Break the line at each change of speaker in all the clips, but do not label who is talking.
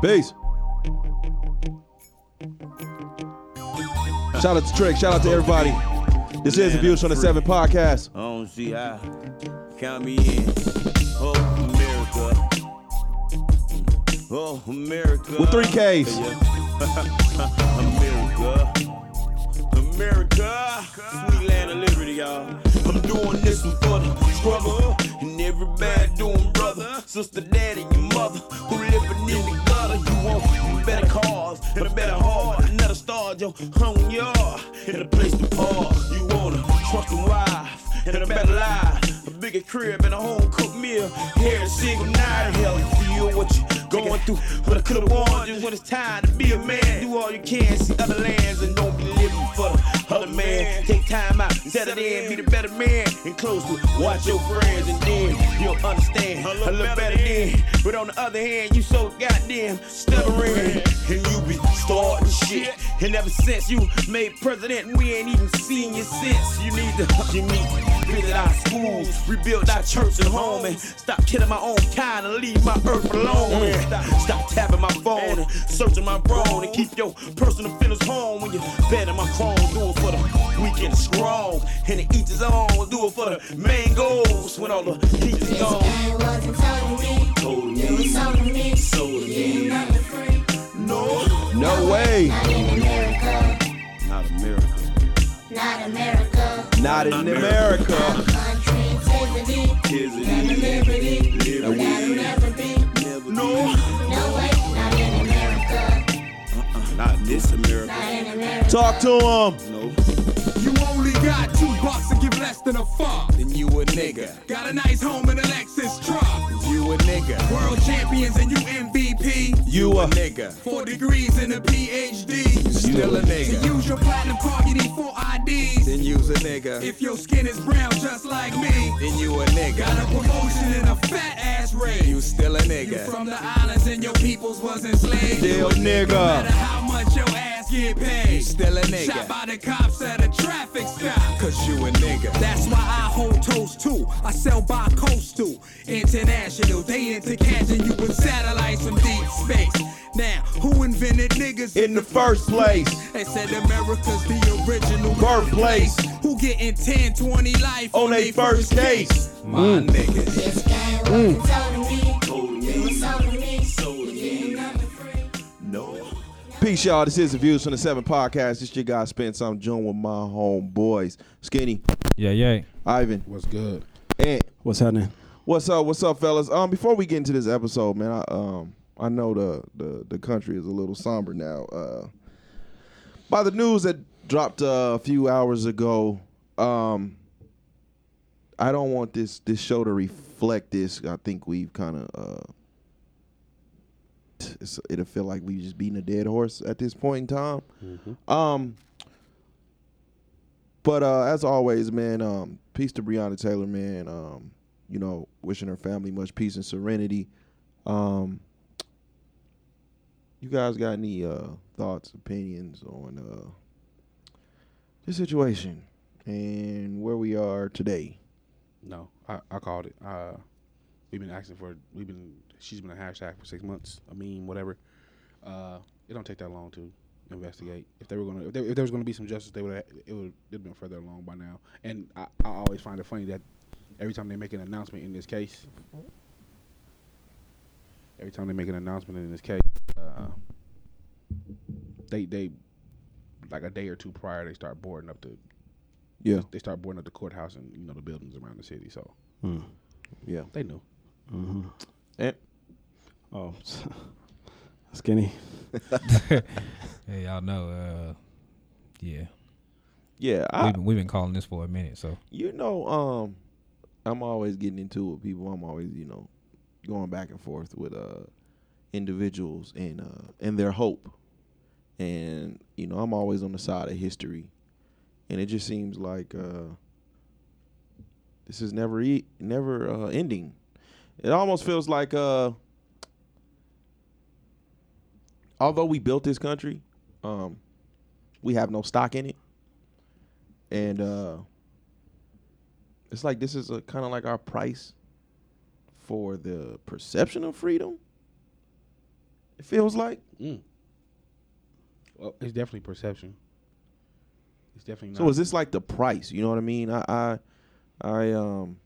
Peace. Shout out to Trick. Shout out to everybody. This is the Views from the Seven podcast.
I don't see how. Count me in. Oh, America. Oh, America.
With three Ks.
America. America. Sweet land of liberty, y'all. I'm doing this one for the struggle. And every bad doing brother, sister, daddy, your mother, who living in the gutter. You want better cars and a better heart. Another star, your home yard. And a place to park. You want a trusting wife and a better life. A bigger crib and a home cooked meal. Every single night, hell, you feel what you going through. But I could've warned you when it's time to be a man. Do all you can, see other lands, and don't be living for the other man. Take time out, settle in, be the better man. And closely watch your friends, and then you'll understand a little better then. But on the other hand, you so goddamn stubborn, and you be starting shit. And ever since you made president, we ain't even seen you since. You need to, you need to visit our schools, rebuild our church and home, and stop killing my own kind and leave my earth alone. And Stop, stop tapping my phone and searching my brain, and keep your personal feelings home when you bed in my phone. Do it for the weak and strong, and it eats its own. Do it for the mangoes when all the heat is gone.
I wasn't told to me.
Told
You
me.
was sold to me.
Sold to me.
You not the free.
No,
No way.
Not in America.
not America.
Not America.
Not in America.
Country integrity.
Is it
And the liberty.
Liberty.
That'll never be.
No,
No way. Not in America.
not this America.
Not in America.
Talk to him.
No,
You only got two bucks and give less than a fuck.
then you a nigga.
Got a nice home and a Lexus truck.
You a nigga.
World champions and you MVP.
You a
Nigga.
Four degrees and a PhD.
Still a
To
nigga.
use your platinum card, you need four IDs.
Then you's a nigga.
If your skin is brown, just like me.
Then you a nigga.
Got a promotion and a fat ass
You
raise.
still a
You
nigga.
from the islands and your peoples was enslaved.
Still
Matter
nigga.
how much your ass get paid.
Still a
Shot
nigga.
by the cops at a traffic stop.
Cause you a nigga.
That's why I hold toast too. I sell by coastal, international. They into catching you with satellites from deep space. Now, who invented niggas?
In the first place.
They said America's the original
Birthplace.
Who getting 10, 20 life
On they first case.
My
Mm.
nigga.
This game wasn't told to me. You was sold to me. You not the free.
No.
Peace, y'all. This is the Views from the Seven podcast. This your guy Spence. I'm joined with my homeboys, Skinny,
Yeah, yeah.
Ivan,
What's good?
and
What's happening?
What's up? What's up, fellas? Um, before we get into this episode, man, I um I know the the, the country is a little somber now. Uh, by the news that dropped uh, a few hours ago, um, I don't want this this show to reflect this. I think we've kind of uh, t- it's, it'll feel like we just beating a dead horse at this point in time.
Mm-hmm.
Um, but uh, as always, man, um, peace to Breonna Taylor, man. Um, you know, wishing her family much peace and serenity. Um, you guys got any uh, thoughts, opinions on uh, this situation and where we are today?
No, I, I called it. Uh, we've been asking for. We've been. She's been a hashtag for six months. I mean, whatever. Uh, it don't take that long to investigate. If they were gonna, if there, if there was gonna be some justice, they would. It would. It'd been further along by now. And I, I always find it funny that every time they make an announcement in this case, every time they make an announcement in this case, uh, they they like a day or two prior they start boarding up the
Yeah,
they start boarding up the courthouse and you know the buildings around the city. So
yeah.
they knew.
And
Oh, skinny.
Hey, y'all know. Uh, yeah,
yeah,
we've
I,
been, we've been calling this for a minute. So
you know, um, I'm always getting into it with people. I'm always, you know, going back and forth with uh, individuals and uh, and their hope. And you know, I'm always on the side of history, and it just seems like uh, this is never e- never uh, ending. It almost feels like, uh, although we built this country, um, we have no stock in it, and uh, it's like this is a kind of like our price for the perception of freedom It feels like
Mm. Well, it's definitely perception. It's definitely
So
not-
is this like the price? You know what I mean? I I, I um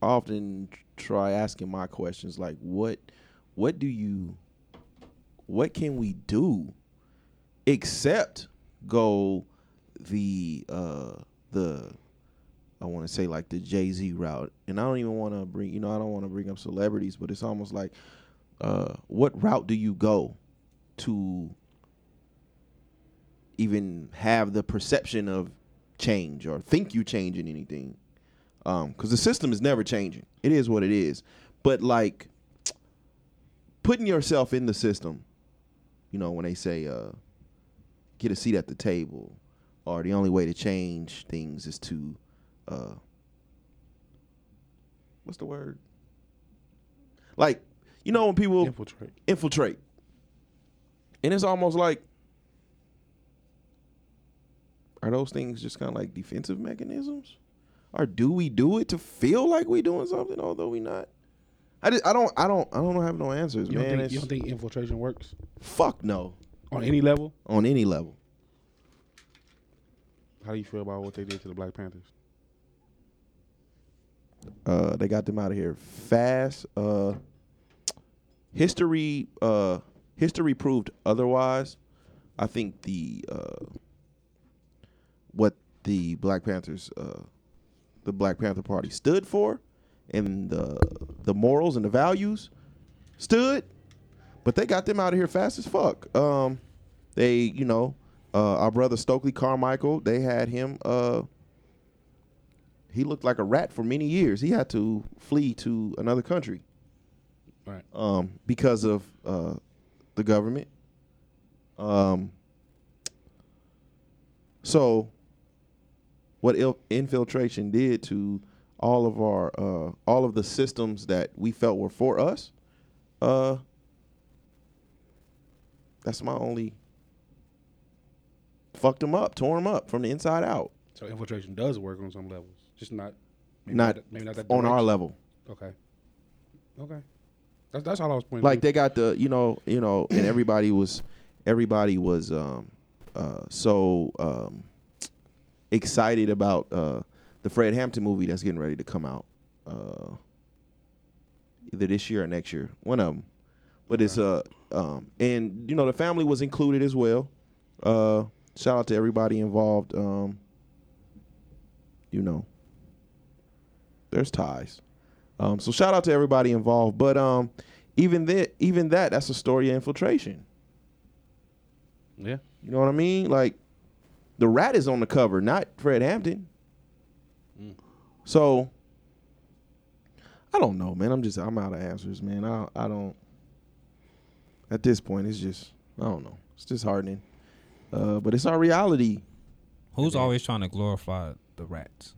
often try asking my questions like what what do you what can we do except go the uh the I want to say like the Jay Z route, and I don't even want to bring you know I don't want to bring up celebrities, but it's almost like uh what route do you go to even have the perception of change or think you changing anything because the system is never changing it is what it is but like putting yourself in the system you know when they say uh, get a seat at the table or the only way to change things is to uh, what's the word like you know when people
infiltrate.
infiltrate. And it's almost like are those things just kind of like defensive mechanisms? Or do we do it to feel like we doing something although we not? I just I don't I don't I don't have no answers,
You don't,
man.
think, you
It's-
don't think infiltration works
fuck no
on any level?
on any level.
How do you feel about what they did to the Black Panthers?
Uh they got them out of here fast. Uh history uh history proved otherwise. I think the uh what the Black Panthers, uh, the Black Panther Party stood for, and the the morals and the values stood, but they got them out of here fast as fuck. Um, they, you know, uh, our brother Stokely Carmichael, they had him. Uh, he looked like a rat for many years. He had to flee to another country
Right.
um, because of uh, the government. Um, so, what il- infiltration did to all of our uh, all of the systems that we felt were for us, uh, that's my only fucked them up, tore them up from the inside out.
So infiltration does work on some levels, just not maybe
not
that- maybe not that
on our
direction.
level.
Okay. Okay. That's that's all I was pointing.
like they got the you know you know and everybody was everybody was um uh so um excited about uh the fred hampton movie that's getting ready to come out uh either this year or next year one of them but it's uh um and you know the family was included as well uh shout out to everybody involved um you know there's ties um, so shout out to everybody involved. But um, even that, even that, that's a story of infiltration.
Yeah.
You know what I mean? Like the rat is on the cover, not Fred Hampton. So I don't know, man. I'm just I'm out of answers, man. I I don't. At this point, it's just I don't know. It's disheartening. Uh, but it's our reality.
Who's always trying to glorify the rats?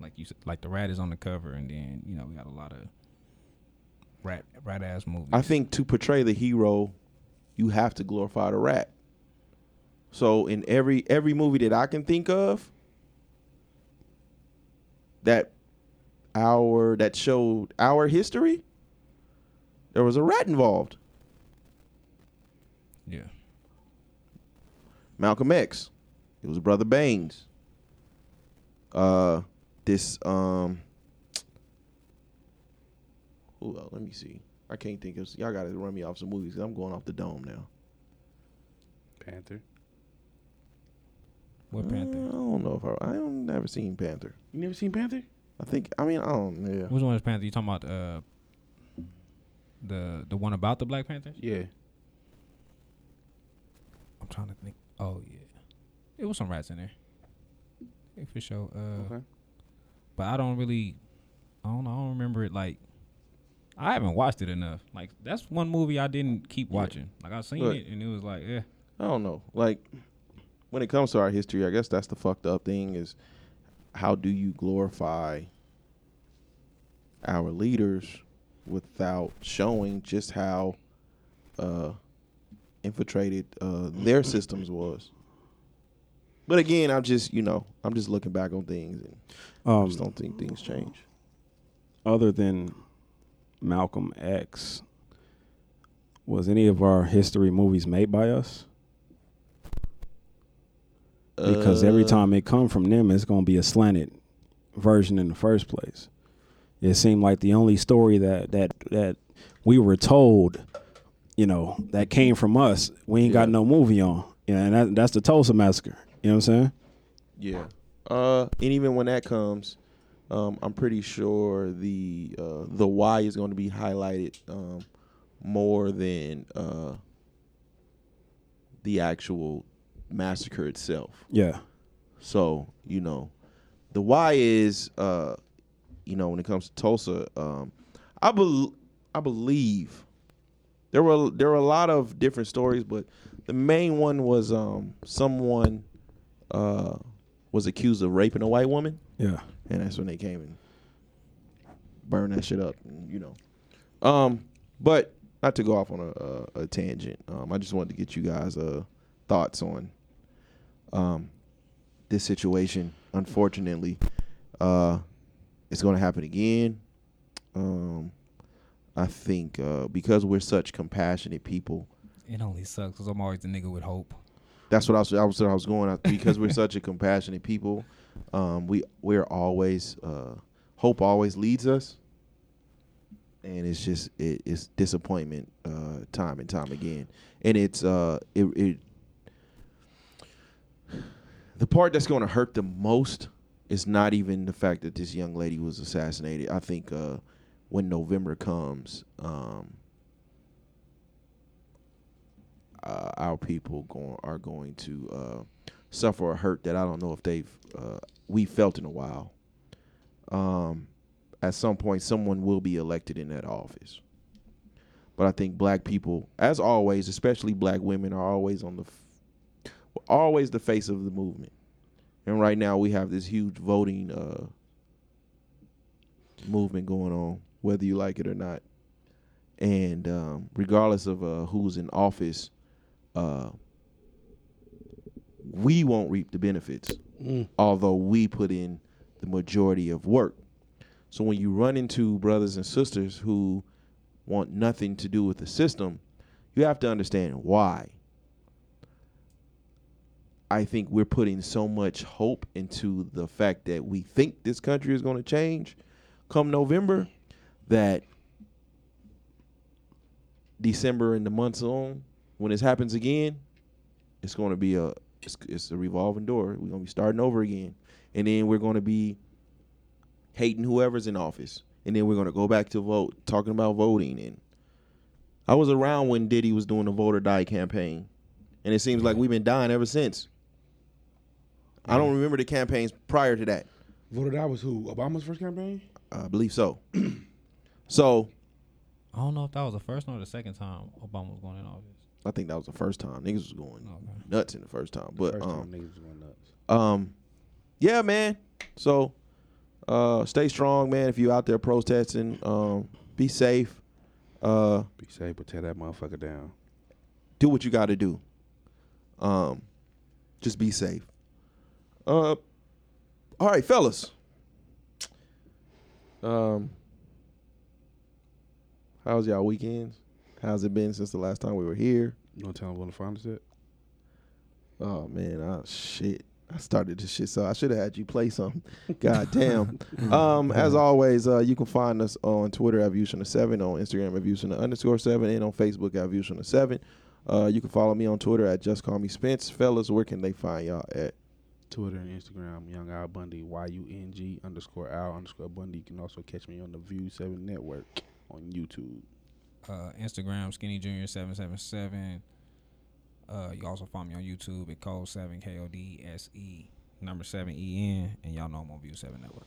Like you said, like the rat is on the cover, and then you know we got a lot of rat rat ass movies.
I think to portray the hero, you have to glorify the rat. So in every every movie that I can think of, that our that showed our history, there was a rat involved.
yeah,
Malcolm X. It was Brother Baines. Uh, this um. Who else? Let me see. I can't think of. Y'all got to run me off some movies. 'cause I'm going off the dome now.
Panther.
what Panther?
Mm, I don't know if I. I don't never seen Panther.
You never seen Panther?
I think. I mean, I don't. Yeah.
Which one is Panther? You talking about uh, the the one about the Black Panthers?
Yeah.
I'm trying to think. Oh yeah, it was some rats in there. Yeah, for sure. Uh,
Okay.
But I don't really, I don't, know, I don't remember it. Like, I haven't watched it enough. Like that's one movie I didn't keep watching. Like I seen
Look.
it and it was like, yeah,
I don't know. Like, when it comes to our history, I guess that's the fucked up thing is, how do you glorify our leaders without showing just how uh, infiltrated uh, their systems was? But again, I'm just you know I'm just looking back on things and I
Um,
just don't think things change.
other than Malcolm X, was any of our history movies made by us? Because
Uh.
every time it come from them, it's gonna be a slanted version in the first place. It seemed like the only story that that that we were told, you know, that came from us. We ain't got no movie on, you know, and that, that's the Tulsa massacre. You know what I'm saying?
Yeah. Uh, and even when that comes, um, I'm pretty sure the uh, the why is going to be highlighted um, more than uh, the actual massacre itself.
Yeah,
So you know, the why is uh, you know when it comes to Tulsa, um, I bel I believe there were there were a lot of different stories, but the main one was um someone uh was accused of raping a white woman,
yeah.
and that's when they came and burned that shit up, and, you know. Um, but not to go off on a, a, a tangent. Um, I just wanted to get you guys uh thoughts on um this situation. Unfortunately, uh, it's going to happen again. Um, I think uh, because we're such compassionate people,
It only sucks because I'm always the nigga with hope.
that's what I was. I was, I was going I- because we're such a compassionate people. Um, we we're always uh, hope always leads us, and it's just it, it's disappointment uh, time and time again, and it's uh it, it the part that's going to hurt the most is not even the fact that this young lady was assassinated. I think uh, when November comes, um, uh, our people going are going to uh, suffer a hurt that I don't know if they've uh, we felt in a while. Um, at some point, someone will be elected in that office. But I think black people, as always, especially black women, are always on the f- always the face of the movement. And right now, we have this huge voting uh, movement going on, whether you like it or not. And um, regardless of uh, who's in office, uh, we won't reap the benefits, although we put in the majority of work. So when you run into brothers and sisters who want nothing to do with the system, you have to understand why. I think we're putting so much hope into the fact that we think this country is going to change come November that December and the months on, when this happens again, it's going to be a it's, it's a revolving door. We're going to be starting over again, and then we're going to be hating whoever's in office, and then we're going to go back to vote, talking about voting. And I was around when Diddy was doing the voter die campaign, and it seems like we've been dying ever since. I don't remember the campaigns prior to that.
Voted out was who? Obama's first campaign?
I believe so. so
I don't know if that was the first one or the second time Obama was going in office.
I think that was the first time niggas was going
Okay.
nuts in the first time. But
Oh, First
um,
time niggas was going nuts.
um yeah man so uh stay strong man if you out there protesting um be safe uh
Be safe, but tear that motherfucker down.
do what you got to do um just be safe uh all right fellas um how's y'all weekends how's it been since the last time we were here
You want to tell him what the finals at?
Oh man, I shit. I started this shit, so I should have had you play something. God damn. Um, as always, uh, you can find us on Twitter at Viewshunner7, on Instagram at Viewshunner underscore seven, and on Facebook at Viewshunner7. Uh, you can follow me on Twitter at Just Call Me Spence. Fellas, where can they find y'all at?
Twitter and Instagram, Young Al Bundy, Y U N G underscore Al underscore Bundy. You can also catch me on the View 7 Network on YouTube.
uh, Instagram Skinny Junior seven seven seven. Uh, you also find me on YouTube at Code Seven K O D S E number seven E N, and y'all know I'm on View Seven Network.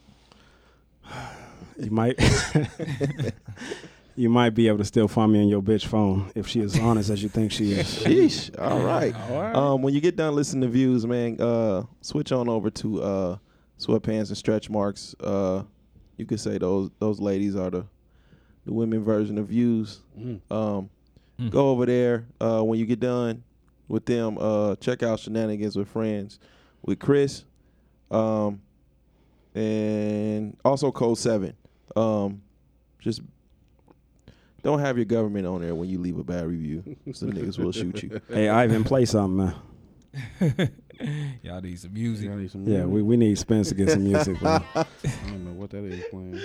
You might you might be able to still find me on your bitch phone if she is honest as you think she is.
Sheesh. All right. Um, when you get done listening to views, man, uh, switch on over to uh, sweatpants and stretch marks. Uh, you could say those those ladies are the the women version of views. Um, Go over there uh, when you get done with them. Uh, check out shenanigans with friends with Chris, um, and also Code Seven. Um, just Don't have your government on there when you leave a bad review. Some niggas will shoot you.
Hey, Ivan, play something, man.
Y'all need some music.
I need some
Yeah, we, we need Spence to get some music, bro.
I don't know what that is playing.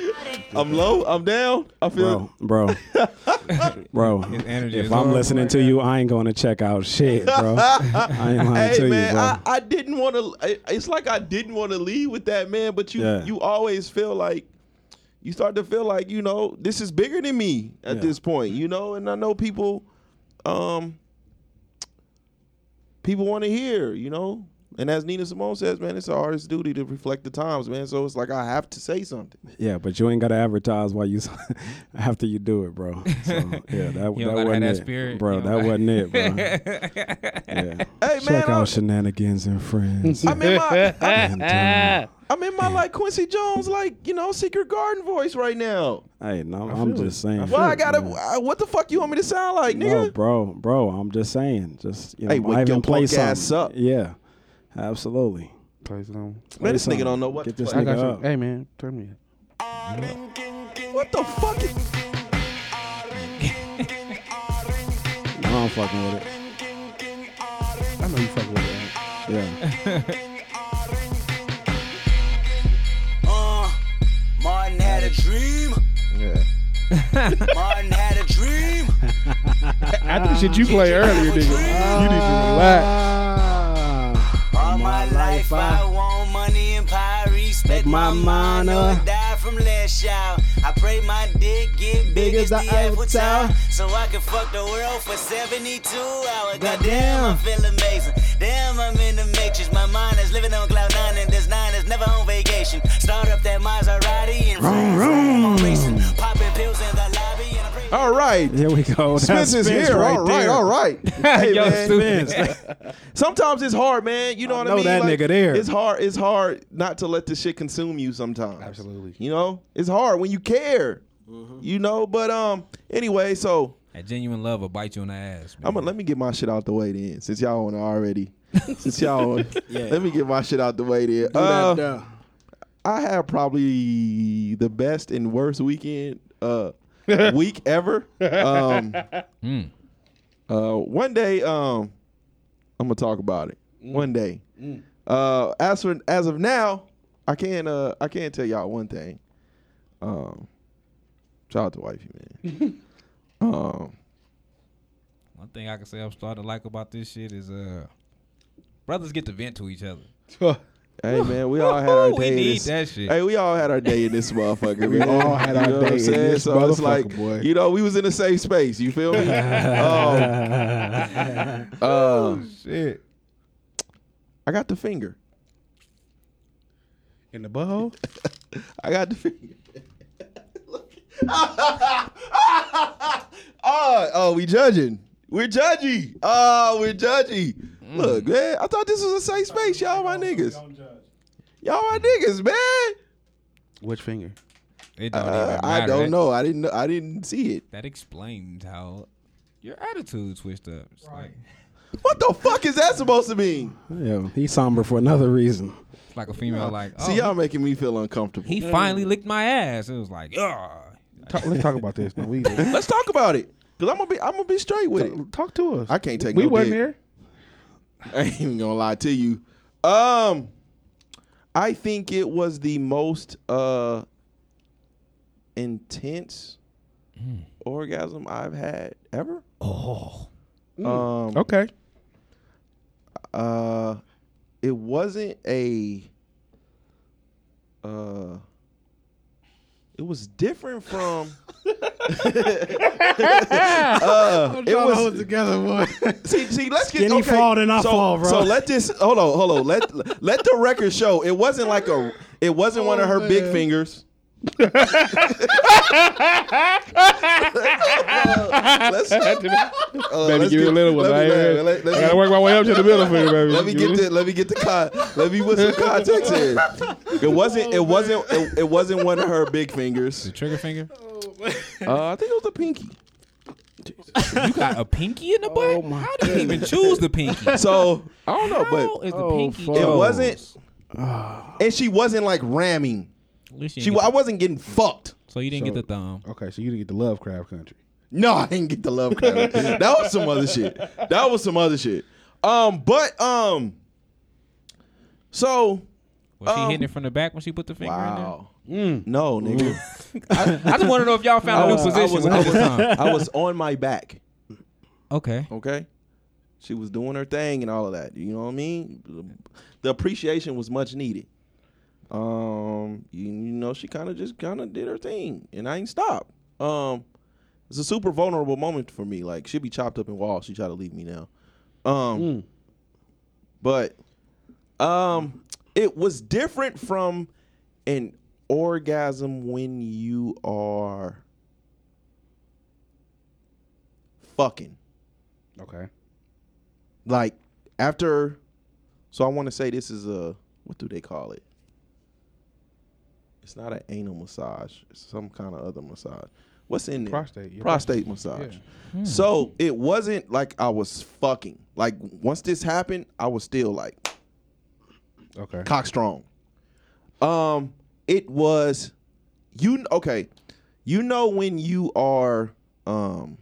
I'm low. I'm down. I feel.
Bro, bro, bro.
His energy
If
is
I'm
horrible
listening
right
to
now.
you, I ain't going to check out shit, bro. I ain't lying
Hey
to
man,
you, bro.
I, I didn't want to. It's like I didn't want to leave with that man, but you
Yeah.
you always feel like you start to feel like you know this is bigger than me at
Yeah.
this point, you know. And I know people, um, people want to hear, you know. And as Nina Simone says, man, it's an artist's duty to reflect the times, man. So it's like I have to say something.
yeah, but you ain't got to advertise while you after you do it, bro. So, yeah, that, that
gotta have
wasn't
that
it,
spirit.
bro.
You
That
don't
wasn't it, bro. yeah.
Hey man,
check
I'm,
out shenanigans and friends.
I'm in my I'm,
And, uh,
I'm in my like Quincy Jones, like you know, secret garden voice right now.
hey, no, I'm
feel
just
it. I
saying.
Why I gotta?
Yeah.
I- what the fuck you want me to sound like, nigga?
No, bro, bro, I'm just saying. Just you know,
Hey, wake
Ivan,
your
play
punk ass
something.
up.
Yeah, absolutely.
Play some.
Man, this
something.
nigga don't know what.
Get
the
this
fuck.
I
nigga
got
up.
you. Hey man, turn me.
What the fuck? Is,
No, I'm fucking with it.
I know you fucking with it.
Yeah,
Uh, Martin had a dream.
yeah.
Martin had a dream.
After the shit you played earlier, nigga, you need to relax.
All my life I want money and power. Respect my,
my
mind,
mind
or
up.
die from less shout. I pray my dick get big, as the Eiffel Tower, so I can fuck the world for 72 hours. Goddamn, I feel amazing. Damn, I'm in the matrix. My mind is living on cloud nine, and this nine is never on vacation. Start up that Maserati and room, racing, popping pills in the lobby, and I pray.
All right.
here we go. That's
Spence is
Spence
here.
Right
all right,
there.
all right. Hey,
Yo,
man.
stupid.
Sometimes it's hard, man. You know
I
what I
know
mean?
that nigga there.
It's hard. It's hard not to let this shit consume you sometimes.
Absolutely.
You know, it's hard when you care.
Mm-hmm.
You know, but um. Anyway, so
That genuine love will bite you in the ass. Man.
I'm gonna let me get my shit out the way then, since y'all on it already. since y'all, on, let me get my shit out the way then. Uh, I had probably the best and worst weekend uh, week ever. Um, uh, one day, um, I'm gonna talk about it. One day. Uh, as for as of now, I can uh, I can tell y'all one thing. Um, shout out to wifey man. um,
One thing I can say I'm starting to like about this shit is uh, brothers get to vent to each other.
hey man, we all had our day.
We
in
need
this-
that shit.
Hey, we all had our day in this motherfucker.
We
man.
all had our
you know what
day
I'm
in
saying?
this
so it's
motherfucker,
like,
boy.
You know, we was in a safe space. You feel me? um, uh,
shit.
I got the finger.
In the butthole?
I got the finger. oh, oh, we judging. We're judgy. Oh, we're judgy. Look,
Mm.
man, I thought this was a safe space, y'all my niggas. Y'all my niggas, man.
Which finger?
It don't
Uh,
even matter.
I don't
That-
know. I didn't. know- I didn't see it.
That explains how your attitude switched up. It's like,
What the fuck is that supposed to mean?
Yeah, he's somber for another reason.
it's like a female, like, oh,
See, y'all making me feel uncomfortable.
he finally licked my ass. It was like, yeah.
Talk, let's talk about this. No, we,
Let's talk about it, cause I'm gonna be. I'm gonna be straight with it.
talk to us.
I can't take
we
no
wasn't
dick.
here.
I ain't even gonna lie to you. Um, I think it was the most uh intense orgasm I've had ever. Oh. Um.
Okay.
Uh, it wasn't a. Uh. It was different from. uh, it was
together, boy.
See, see, let's get
Skinny
okay.
fall, then I
so,
fall, bro.
So let this hold on, hold on. Let let the record show. It wasn't like a. It wasn't one of her big fingers. let's, uh, let's
Baby, give me
get-
a little one.
Let me,
I, ain't-
let- let's-
I gotta work my way up to the middle finger, baby.
let me get
Give me-
the let me get the con, let me put some context in. It wasn't it wasn't it, it wasn't one of her big fingers.
The trigger finger?
Uh, I think it was a pinky.
You got a pinky in the butt? how did you even choose the pinky?
So Oh I don't know,
How
but oh,
is the pinky?
fuck.
it
chose?
wasn't. And she wasn't like ramming.
At least you
She
didn't
I
get
wasn't getting fucked.
the- so you didn't
So-
get the thumb.
Okay, so you didn't get the love crab country.
No, I didn't get the love credit. that was some other shit. That was some other shit. Um, but um, so
Was she
Um,
hitting it from the back when she put the finger
no, nigga,
in there? I just want to know if y'all found a new position.
I was,
with
I
this
was,
time.
I was on my back.
Okay.
Okay, she was doing her thing and all of that. You know what I mean? The appreciation was much needed. Um, you, you know, she kind of just kind of did her thing, and I ain't stopped. Um, it's a super vulnerable moment for me. Like she'd be chopped up in walls. She tried to leave me now. Um, but um, it was different from an orgasm when you are fucking
Okay.
like after so i want to say this is a what do they call it it's not an anal massage it's some kind of other massage what's in there
Prostate, yeah.
prostate massage so it wasn't like i was fucking like once this happened i was still like
Okay.
cock strong um it was you kn- okay you know when you are um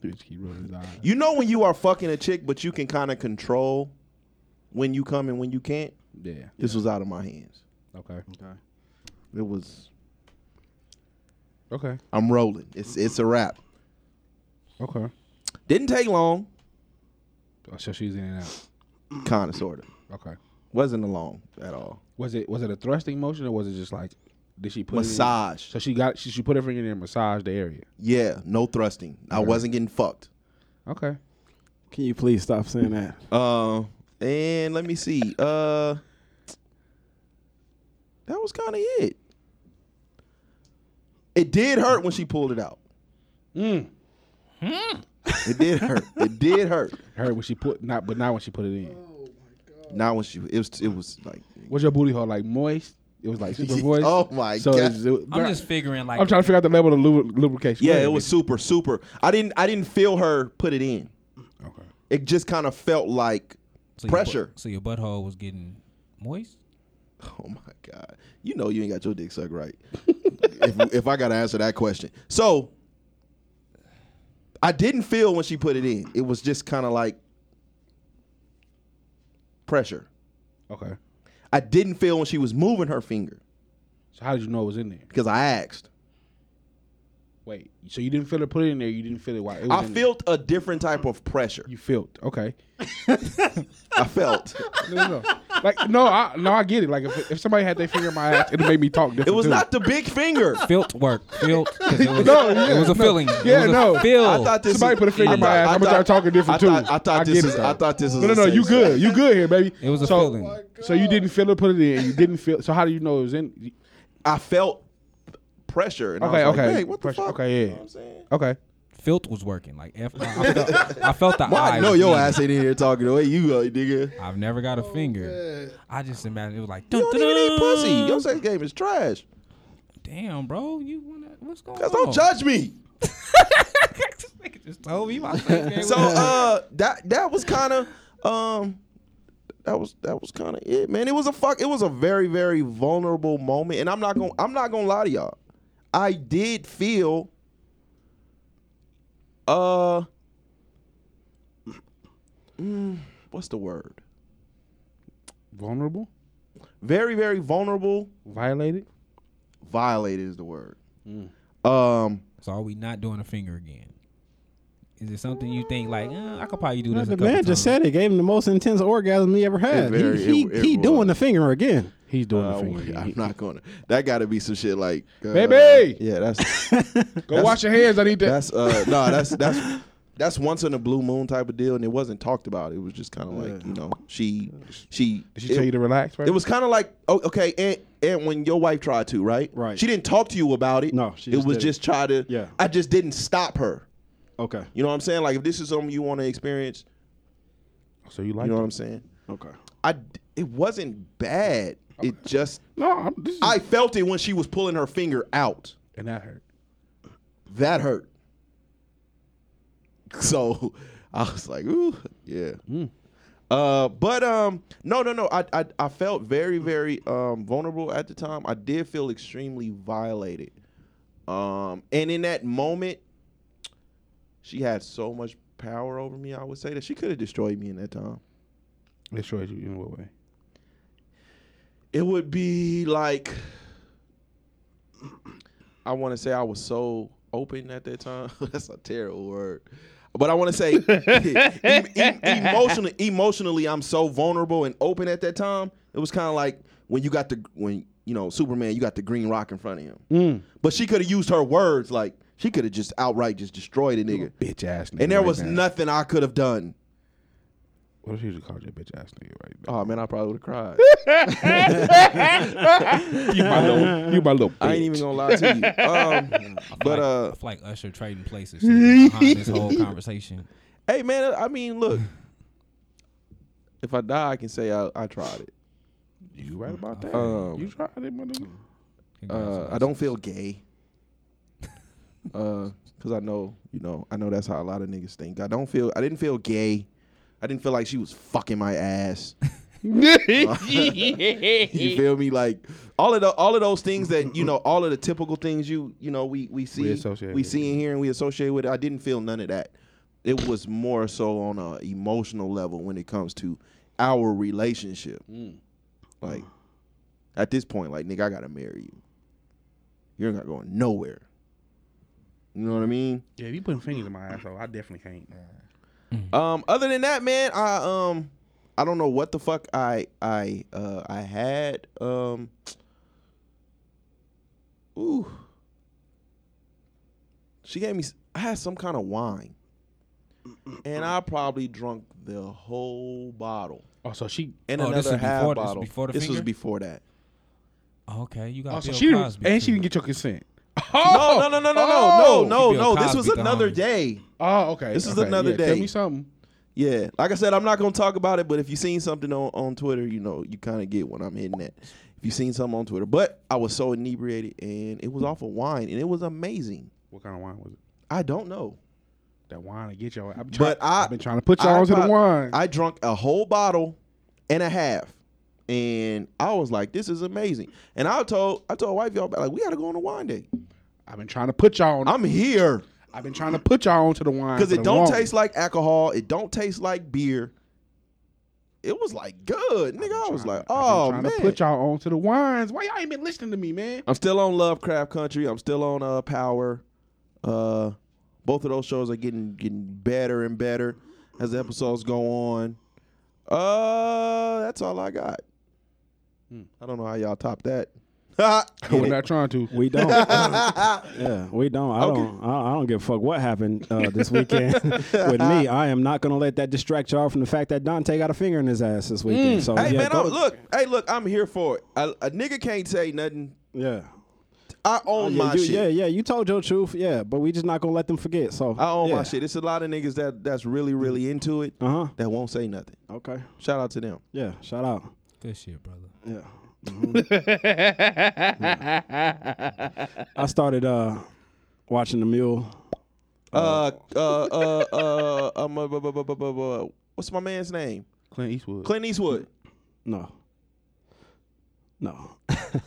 Dude, just keep rolling his eye.
you know when you are fucking a chick, but you can kind of control when you come and when you can't.
Yeah.
This was out of my hands.
Okay.
It was.
Okay.
I'm rolling. It's it's a wrap.
Okay.
Didn't take long.
Oh, So she's in and out.
Kind of, sort of.
Okay.
Wasn't long at all.
Was it was it a thrusting motion or was it just like did she put it in-
Massage.
so she got she, she put her finger in there and massaged the area.
Yeah, no thrusting. I wasn't getting fucked.
Okay.
Can you please stop saying that?
Uh, and let me see. Uh, that was kind of it. It did hurt when she pulled it out.
Hmm.
Mm. It did hurt. It did hurt.
Her when she put not but not when she put it in.
Not when she. It was. It was like.
Was your booty hole like moist? It was like super moist.
Oh my
so
God.
it's- it-
I'm just figuring like
I'm trying to figure out the level of lubri- lubrication.
Yeah,
Wait a
it was super, super. I didn't. I didn't feel her put it in.
minute. Okay.
It just kind of felt like
so your butt-
pressure.
so your butthole was getting moist.
Oh my god! You know you ain't got your dick sucked right. if, if I gotta answer that question, so I didn't feel when she put it in. It was just kind of like pressure.
Okay.
I didn't feel when she was moving her finger
So how did you know it was in there?
because I asked.
Wait. So you didn't feel it put it in there. You didn't feel it while it was
I
in there.
felt a different type of pressure.
you felt. Okay.
I felt.
No, no, no. Like no, I no, I get it. Like if, if somebody had their finger in my ass, it made me talk different.
It was
too.
not the big finger.
Filt work. Filt. 'cause It was, it was a feeling.
Yeah,
it was
no.
A feel.
I thought this
Somebody
is-
put a finger
I
in my
thought-
ass.
I
I'm gonna start
thought-
talking different
I
too.
thought- I thought
get
this
it,
is-
though.
I thought this was
No, no,
a
no. You
safe
good? You good here, baby?
It was a
so,
feeling.
So you didn't feel it. Put it in. You didn't feel. So how do you know it was in?
I felt pressure. And
Okay,
I was
okay.
Like, hey, what the
Pressure.
fuck?
Okay, yeah.
You know what I'm saying?
Okay.
Filt was working. Like F. I I felt, I felt the
Well,
eye.
I know
was
your
in.
ass ain't in here talking the way you go, nigga.
I've never got a finger. I just imagine it was like.
You don't even need
dun,
pussy.
dun.
Your sex game is trash.
Damn, bro, you wanna what's going
Cause
on?
Oh.
don't judge me.
This nigga just told me my sex game
So
was-
uh, that that was kind of um, that was that was kind of it, man. It was a fuck. It was a very very vulnerable moment, and I'm not gonna I'm not gonna lie to y'all. I did feel uh, mm, what's the word?
Vulnerable.
Very very vulnerable.
Violated.
Violated is the word. Um.
So are we not doing a finger again? Is it something you think like uh, I could probably do this? a
the
couple
man just
times?
said it gave him the most intense orgasm he ever had.
It very-
he he,
it- it
he
was.
doing the finger again.
He's doing
Uh,
the finger.
I'm not gonna. That got to be some shit like, uh,
Baby!
Yeah, that's
Go wash your hands. I need that.
that's uh no, that's that's that's once in a blue moon type of deal, and it wasn't talked about. It was just kind of like you know she she.
Did she
it,
tell you to relax? Right?
It was kind of like oh, okay, and and when your wife tried to right,
Right.
She didn't talk to you about it.
No, she
it
just
was
did it.
just try to.
Yeah.
I just didn't stop her.
Okay.
You know what I'm saying? Like if this is something you want to experience,
So you like?
you know
it?
what I'm saying?
Okay.
I d- it wasn't bad. It just
No, I'm, this is,
I felt it when she was pulling her finger out.
and that hurt.
that hurt. So I was like, ooh, yeah. Uh, but um, no, no, no. I, I I felt very, very um vulnerable at the time. I did feel extremely violated. Um, and in that moment, she had so much power over me. I would say that she could have destroyed me in that time.
Destroyed you in what way?
It would be like I want to say I was so open at that time. That's a terrible word. But I want to say em- em- emotionally emotionally I'm so vulnerable and open at that time. It was kind of like when you got the when you know Superman, you got the green rock in front of him.
Mm.
But she could have used her words like she could have just outright just destroyed a nigga.
Bitch ass nigga.
And there
right
was
now.
nothing I could have done.
What if she just called you a bitch ass nigga right now?
Oh man, I probably would have cried.
you my little, you my little bitch.
I ain't even gonna lie to you. Um, but uh,
It's like Usher trading places behind this whole conversation.
hey man, I mean, look, if I die, I can say I, I tried it.
You right about that?
Um,
you tried it, my nigga.
Uh, I don't feel gay. Uh, cause I know, you know, I know that's how a lot of niggas think. I don't feel, I didn't feel gay. I didn't feel like she was fucking my ass. you feel me? Like all of the, all of those things that you know, all of the typical things you you know we we see
We associate
we
with.
see in here and we associate with. it, I didn't feel none of that. It was more so on a emotional level when it comes to our relationship.
Mm.
Like at this point, like nigga, I gotta marry you. You're not going nowhere. You know what I mean?
Yeah, if you putting fingers in my asshole, I definitely can't.
Um, other than that, man, I um, I don't know what the fuck I I uh I had um. Ooh. She gave me. s- I had some kind of wine, and I probably drunk the whole bottle
Oh, so she.
and
Oh,
another
this was
half
before- this was
bottle.
before the
this was
finger?
before that. Uh,
Okay, you got.
Oh, so
Bill
she didn't,
Cosby
and
too.
she didn't get your consent.
Oh,
No, no, no, no, no, no, no,
She
no, no.
Bill
This was
Cosby the
another
homie.
day.
Oh, okay.
This is
okay,
another
yeah,
day.
Tell me something.
Yeah, like I said, I'm not gonna talk about it. But if you seen something on, on Twitter, you know, you kind of get what I'm hitting at. If you seen something on Twitter, but I was so inebriated, and it was off of wine, and it was amazing.
What kind of wine was it?
I don't know,
That wine to get y'all. I've been, try-
but I
I've been trying to put
I
y'all onto the
prob-
wine.
I drunk a whole bottle and a half, and I was like, "This is amazing." And I told I told wife y'all about like we gotta go on a wine date.
I've been trying to put y'all. On,
I'm here
I've been trying to put y'all onto the wine
because
for
it
the
don't
longest.
taste like alcohol. It don't taste like beer. It was like good, nigga. I was like, oh
I've been trying
man.
to put y'all onto the wines. Why y'all ain't been listening to me, man?
I'm still on Lovecraft Country. I'm still on uh, Power. Uh, both of those shows are getting getting better and better as the episodes go on. Uh, that's all I got.
Hmm.
I don't know how y'all top that.
We're not trying to.
We don't. yeah, we don't. I
Okay.
don't. I I don't give a fuck what happened uh, this weekend with me. I am not gonna let that distract y'all from the fact that Dante got a finger in his ass this weekend. So
Mm. hey
Oh, yeah,
man,
go
I'm,
to-
look, hey look, I'm here for it. A, a nigga can't say nothing.
yeah.
I own
Oh, Yeah,
Oh, my
you,
shit.
yeah, yeah, you told your truth, yeah, but we just not gonna let them forget. So
I own
yeah.
my shit. It's a lot of niggas that that's really really into it
Uh huh.
that won't say nothing.
Okay.
Shout out to them.
Yeah. Shout out.
Good shit, brother.
Yeah. Mm-hmm. I started uh watching the mule. Oh.
Uh, uh, uh, uh, um, uh, bu- bu- bu- bu- bu- bu- what's my man's name?
Clint Eastwood.
Clint Eastwood.
No. No.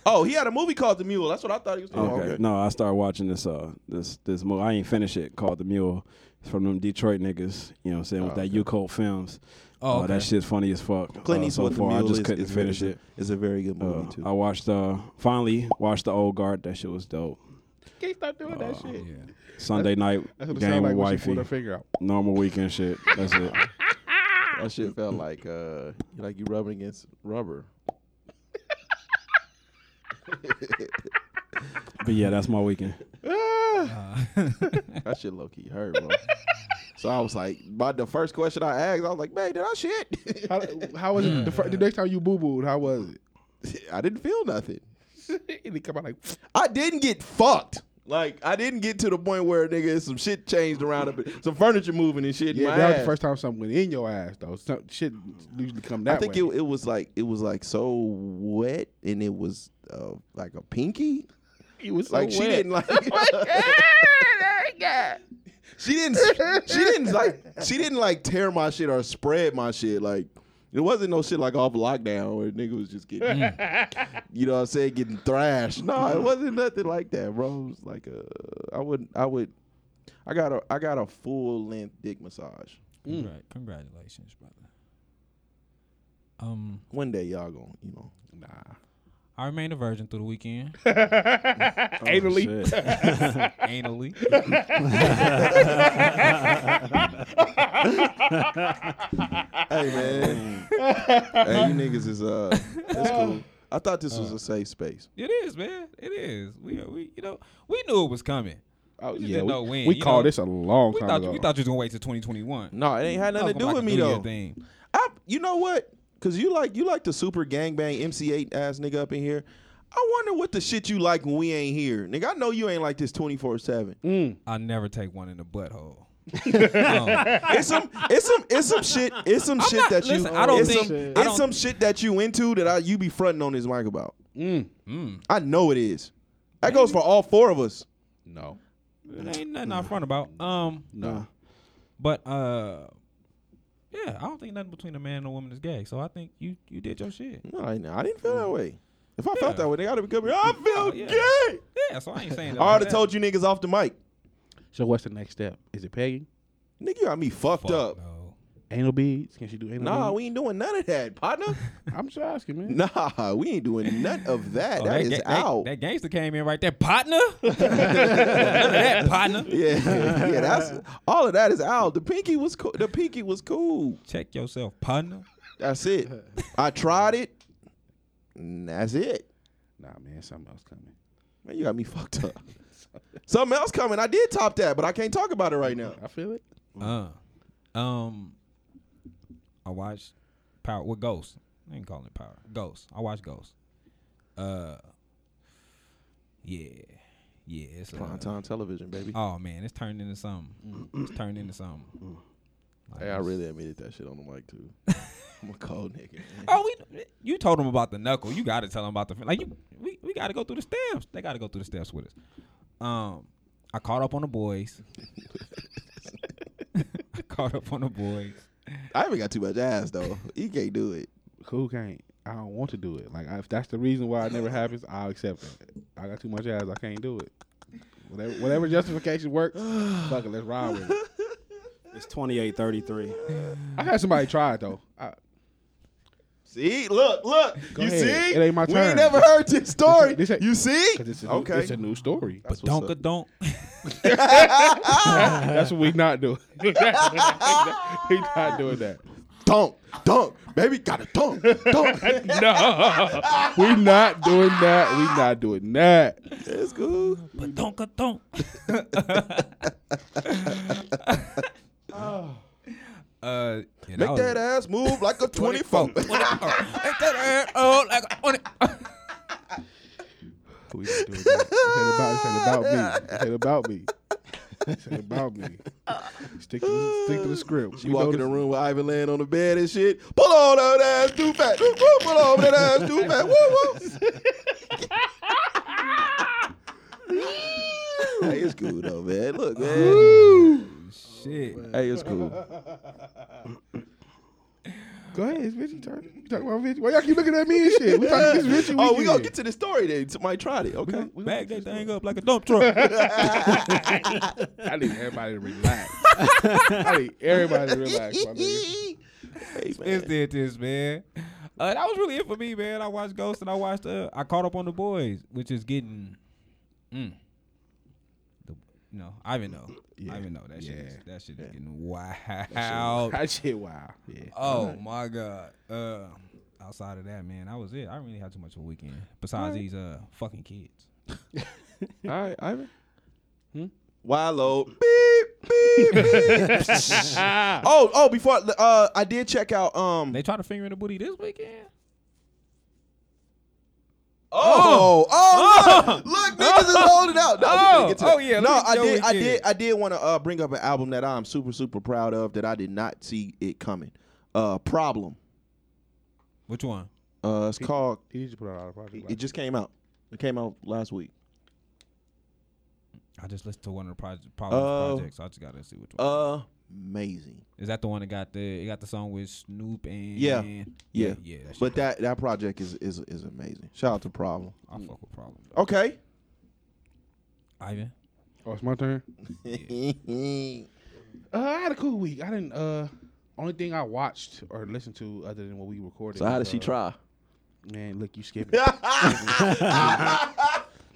Oh, he had a movie called The Mule. That's what I thought he was. talking
Okay.
about.
No, I started watching this uh this this movie. I ain't finished it called The Mule. It's from them Detroit niggas, you know what I'm saying, with that U Cult films.
Oh,
Uh,
okay.
that shit's funny as fuck.
Clint
uh,
Eastwood.
so far.
the Mule
I just
is,
couldn't
is very-
finish it.
It's a very good movie
Uh,
too.
I watched uh finally watched the old guard. That shit was dope. Uh,
Can't stop doing that shit.
Yeah.
Sunday night
That's what it
game
Uh, sound
with
like when she
wifey.
pulled her finger out.
Normal weekend shit. That's it.
that shit felt like uh, like you rubbing against rubber.
But yeah, that's my weekend.
That shit low key hurt, bro. so I was like, by the first question I asked, I was like, man, did I shit?
How, how was it the, fir- the
Mm.
next time you boo booed? How was
I didn't feel nothing.
it? and it come out like
I didn't get fucked. Like I didn't get to the point where nigga some shit changed around a bit, some furniture moving and shit. in
yeah.
my
that was
ass.
the first time something went in your ass though. Some shit usually come that
I think
way.
it, it was like it was like so wet and it was uh, like a pinky.
It was so
Like she
wet.
didn't like. she didn't. She didn't like. She didn't like tear my shit or spread my shit. Like it wasn't no shit like off lockdown where nigga was just getting, you know, what I'm saying getting thrashed. No, it wasn't nothing like that, bro. It was like a. I would. I would. I got a I got a full length dick massage.
Congrat- Congratulations, brother. Um,
One day y'all gonna you know.
Nah.
I remained a virgin through the weekend,
Oh,
Anally.
anally.
Hey man, hey you niggas is uh, it's cool. I thought this was a safe space.
It is, man. It is. We, we, you know, we knew it was coming.
Oh,
just
yeah.
didn't
We,
know when,
we
you
called
know?
this a long
We
time
thought,
ago.
we thought you was gonna wait till 2021.
No, it ain't had nothing to do
Talking
with
about
me
the New Year
though.
thing.
I, you know what? Cause you like you like the super gangbang MC8 ass nigga up in here. I wonder what the shit you like when we ain't here, nigga. I know you ain't like this twenty four seven.
I never take one in the butthole.
It's some it's some it's some shit it's some shit
not-
that you
listen, I don't
it's
think-
some,
I
it's
don't-
some shit that you into that I you be fronting on this mic about.
Mm.
I know it is. That goes for all four of us.
no.
It ain't nothing I front about. Um,
No.
but uh, yeah, I don't think nothing between a man and a woman is gay. So I think you you did your shit.
No, I, I didn't feel that way. If I
Mm. Yeah. Oh,
felt that way, they gotta be good. I feel
yeah.
gay.
Yeah, so I ain't saying.
I already told you niggas off the mic.
So what's the next step? Is it pegging?
Nigga, you got me fucked up.
No.
Anal beads? Can she do anal
Nah,
beads?
we ain't doing none of that, partner.
I'm just asking, man.
nah, we ain't doing none of that.
Oh,
that is
ga-
out.
That, gangster came in right there, partner. None of that partner.
yeah, yeah, that's all of that is out. The pinky was cool. The pinky was cool.
Check yourself, partner.
That's it. I tried it. And that's it.
Nah, man, something else coming.
Man, you got me fucked up. Something else coming. I did top that, but I can't talk about it right now.
I feel it.
Uh, um, I watched Power with Ghost. I ain't calling it Power. Ghost. I watched Ghost. Uh, yeah, yeah. It's uh,
Prime time television, baby.
oh man, it's turned into something.
Mm-hmm.
it's turned into something. Like,
Hey, I
it's-
really admitted that shit on the mic too. I'm a cold nigga. man.
Oh, we. You told them about the knuckle. You got to tell them about the like. You, we we got to go through the steps. They got to go through the steps with us. Um, I caught up on the boys. I caught up on the boys.
I haven't got too much ass though. You can't do it.
Who can't? I don't want to do it. Like, if that's the reason why it never happens, I'll accept it. I got too much ass. I can't do it. Whatever, whatever justification works, fuck it. Let's ride with it.
It's twenty eight thirty three.
I had somebody try it though. I,
See, look, look.
Go
you
ahead.
see,
It ain't my
we
turn.
never heard this story.
This ain't-
you see,
'cause it's a new,
okay.
it's a new story.
That's what's
Donka
up.
don't.
That's what we not doing. we not doing that.
dunk, dunk, baby, got a dunk, dunk.
No, we not doing that. We not doing that.
it's cool.
But donka don't. uh, yeah,
Make
was
that ass move like a 24.
24. 24. Make that ass oh, like a 20.
We not doing that. It's about, it's about me. It's about me. It's about me. Stick to the, stick to the script.
She
We
walk
know
in the
this-
room with Ivan laying on the bed and shit. Pull on that ass too fat. Woo, woo, Pull on that ass too fat. Woo, woo. hey, it's cool though, man. Look, man.
Shit.
hey, it's cool.
Go ahead, it's Vinci turn. You talking about Vinci? Why y'all keep looking at me and shit? We talking it's Vinci.
Oh, we gonna get to the story then. Somebody tried it. Okay.
Back that thing up like a dump truck.
I need everybody to relax. I need everybody to relax, my nigga.
Hey,
it's
man.
did this, man. Uh, that was really it for me, man. I watched Ghost and I watched. Uh, I caught up on the boys, which is getting. Mm, the, no, I even know. I even know that shit. Is,
Yeah.
that shit is getting wild.
That shit, wow. Yeah.
Oh my god. Uh, outside of that, man, that was it. I didn't really had too much of a weekend besides these uh fucking kids.
All right, Ivan. Wilo. Beep, beep, beep. oh, oh, before uh I did check out um
They tried to finger in the booty this weekend.
Oh, oh, look, look, niggas is holding out. No, we
Oh,
gonna get to
oh,
that.
yeah,
No,
look
I
at
did,
Joey
I
Kid.
did, I did want to uh, bring up an album that I'm super, super proud of that I did not see it coming. Uh, Problem.
Which one?
Uh, it's called.
He needs to put out a project.
It just came out. It came out last week.
I just listened to one of the project,
Uh,
projects. I just gotta see which one.
Amazing.
Is that the one that got the? It got the song with Snoop and
Yeah,
yeah,
yeah.
yeah. that shit-
But that that project is is is amazing. Shout out to Problem.
I fuck with problem.
Okay.
Ivan,
Oh, it's my turn. Uh, I had a cool week. I didn't. Uh, only thing I watched or listened to other than what we recorded.
So how did
was,
she
uh,
try?
Man, look, you skipping. you,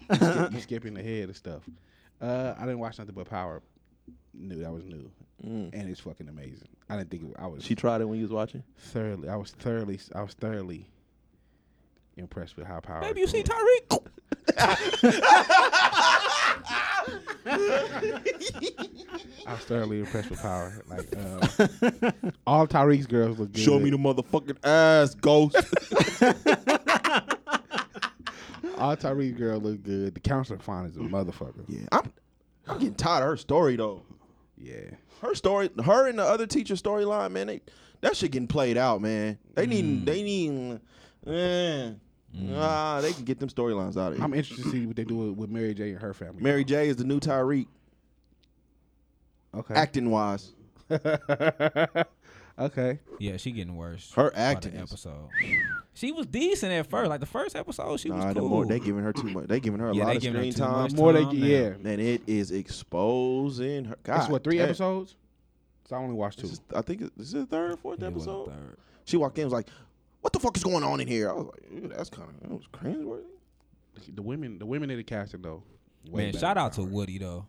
skip, you skipping ahead of stuff. Uh, I didn't watch nothing but Power. Knew that was new, and it's fucking amazing. I didn't think it, I was
Mm. She tried it when you was watching.
thoroughly. I was thoroughly. I was thoroughly impressed with how Power.
Baby, you see Tyreek?
I was thoroughly impressed with Power. Like um, all Tyreek's girls look good.
Show me the motherfucking ass, ghost.
all Tyreek's girl look good. The counselor fine as a motherfucker.
yeah, I'm, I'm getting tired of her story though.
Yeah.
Her story, her and the other teacher storyline, man, they that shit getting played out, man. They need,
Mm.
they need, eh. Nah, they can get them storylines out of
I'm
here.
interested to see what they do with, with Mary J and her family.
Mary J is the new Tyreek,
Okay.
acting wise.
okay.
Yeah, she getting worse.
Her
by the
acting is-
episode. She was decent at first. Like the first episode, she
Nah,
was
the
cool.
more they giving her too much. They giving her a
Yeah, they
lot of
giving her
screen
too much
time.
time.
More they
now.
yeah.
And it is exposing her. God,
That's what three
damn.
episodes. So I only watched two.
This is- I think it- this is the third or fourth
It was
episode.
third.
She walked in and was like, "What the fuck is going on in here?" I was like, "Ew, "That's kind of that was cringeworthy."
The women, the women in the casting though. way
Man,
better
shout
than
out to
Tyra.
Woody though.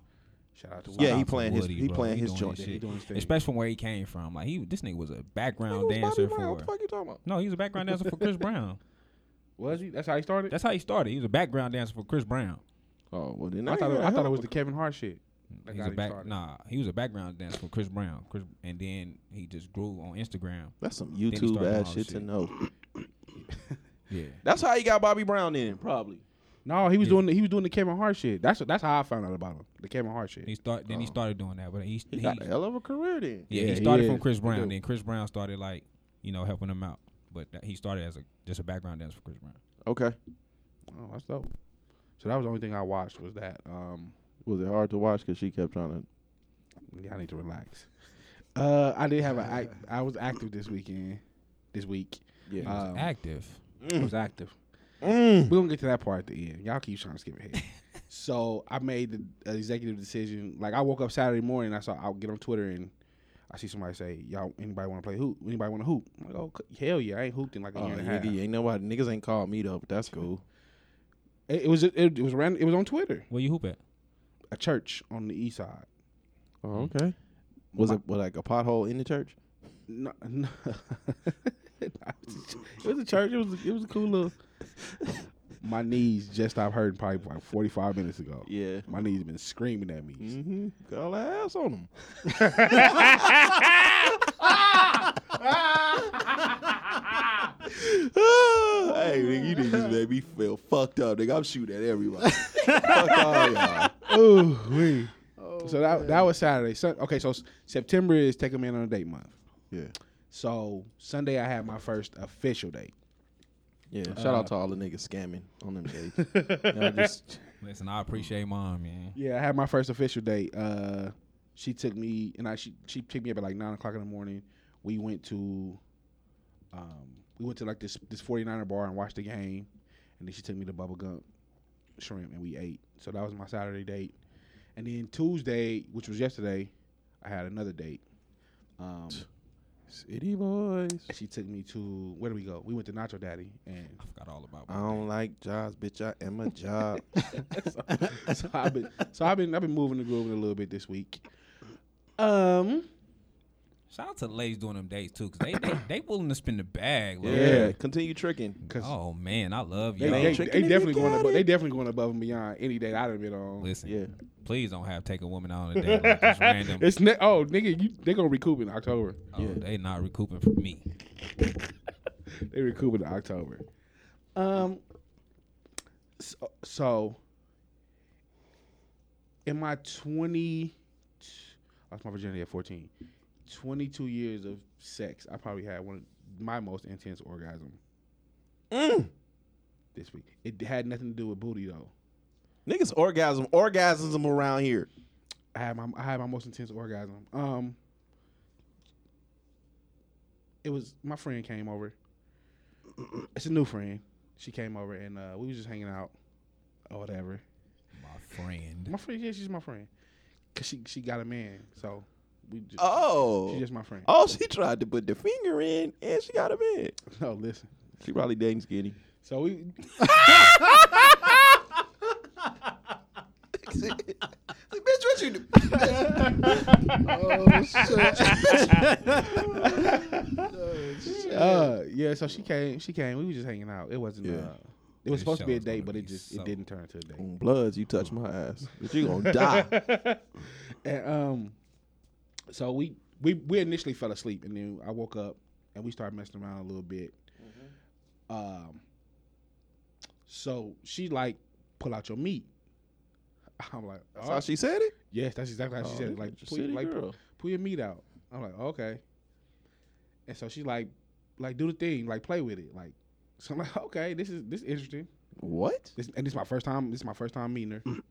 Shout out to
Yeah,
Shout
he
out to
playing his- he
bro.
playing his
doing
joint.
his
He
shit.
doing his thing.
Especially from where he came from. Like he, this nigga was a
It was
background
Bobby
dancer
Brown. What the
for.
fuck you talking about?
No, he was a background dancer for Chris Brown.
Was he? That's how he started.
That's how he started. He was a background dancer for Chris Brown.
Oh, well then
I thought. It, I thought it was the Kevin Hart shit. Like
He's
how
a
he
back,
started.
nah, he was a background dancer for Chris Brown. Chris, and then he just grew on Instagram.
That's some
he
YouTube
started
ass
all
shit to
shit.
know.
Yeah,
That's how he got Bobby Brown in, probably.
No, he was doing. The, he was doing the Kevin Hart shit. That's that's how I found out about him. The Kevin Hart shit.
he start. Then he started doing that, but he,
He
he
got a hell of a career then.
yeah,
Yeah,
he
he
started
is.
from Chris
He
Brown.
do.
Then Chris Brown started like you know helping him out, but that, he started as a just a background dancer for Chris Brown.
Okay.
oh, that's dope. So that was the only thing I watched was that. Um,
Was it hard to watch because she kept trying to?
yeah, I need to relax. Uh, I did have a. I, I was active this weekend. This week.
Yeah.
Um,
Active.
I was active.
Mm.
We're gonna get to that part at the end. Y'all keep trying to skip ahead. so I made the uh, executive decision. Like I woke up Saturday morning, I saw I'll get on Twitter and I see somebody say, "Y'all, anybody want to play hoop? Anybody want to hoop?" I'm like, "Oh c- hell yeah, I ain't hooped in like a
Oh,
year and a half."
nigga, ain't nobody niggas ain't called me though, but that's cool.
It, it was it, it was ran, it was on Twitter.
Where you hoop at?
A church on the east side.
Oh, okay. Was it what, like a pothole in the church?
No, no. it was a church. It was it was a cool little. My knees just stopped hurting probably like forty five minutes ago.
Yeah.
my knees been screaming at me.
Mm-hmm. Got all that ass on him. hey, nigga, you niggas made me feel fucked up, nigga. I'm shooting at everybody. Fuck all y'all.
Ooh, wee. so that that was Saturday. So, okay, so S- September is take a man on a date month.
Yeah.
So Sunday I had my first official date.
Yeah. Shout out to all the niggas scamming on them dates. Y'all just-
Listen, I appreciate mom, man.
Yeah, I had my first official date. Uh, she took me and I she she picked me up at like nine o'clock in the morning. We went to, um, we went to like this this 49er bar and watched the game, and then she took me to Bubble Gump Shrimp and we ate. So that was my Saturday date, and then Tuesday, which was yesterday, I had another date. Um,
City boys.
she took me to where did we go? We went to Nacho Daddy, and
I forgot all about.
I don't like jobs, bitch. I am a job.
so I've been so I've been I've been moving the groove a little bit this week. Um,
Shout out to the ladies doing them dates too, cause they they, they willing to spin the bag. Like,
yeah. Continue tricking.
because
Oh man, I love
they,
y'all.
they,
tricking
they
if
definitely
you
going
got
above
it.
they definitely going above and beyond any date I've been on.
Listen,
Yeah.
please don't have take a woman out on a date like this random.
It's ne- oh nigga, you, they gonna recoup in October.
Oh, They not recouping from me.
They recoup in October. Um, so, so in my twenty, I lost my virginity at fourteen. Twenty-two years of sex, I probably had one of my most intense orgasm
Mm.
this week. It had nothing to do with booty though.
Niggas orgasm, orgasms around here.
I had my I had my most intense orgasm. Um, it was my friend came over. It's a new friend. She came over and uh, we was just hanging out or whatever.
My friend.
My friend, yeah, she's my friend. Cause she she got a man, so we just
Oh.
she's just my friend.
Oh, she tried to put the finger in and she got a man.
No, listen.
She probably dating skinny.
So we
Bitch, what you do? Oh,
uh yeah, so she came she came, we were just hanging out. It wasn't
Yeah.
uh it
That
was supposed to be a
show's gonna
date, but
be
it just
so-
it didn't turn into a date.
Bloods, you touch my ass. But you gonna die.
And um, so we we we initially fell asleep, and then I woke up and we started messing around a little bit.
Mm-hmm.
Um, so she like pull out your meat. I'm like,
That's
"All
how
right."
she said it.
yes, that's exactly how she
Oh,
said
you
it. Like,
just
pull,
said it,
like
girl.
pull, pull your meat out. I'm like, okay. And so she like like do the thing, like play with it, like. So I'm like, okay, this is this is interesting.
What?
This, and this is my first time. This is my first time meeting her. I'm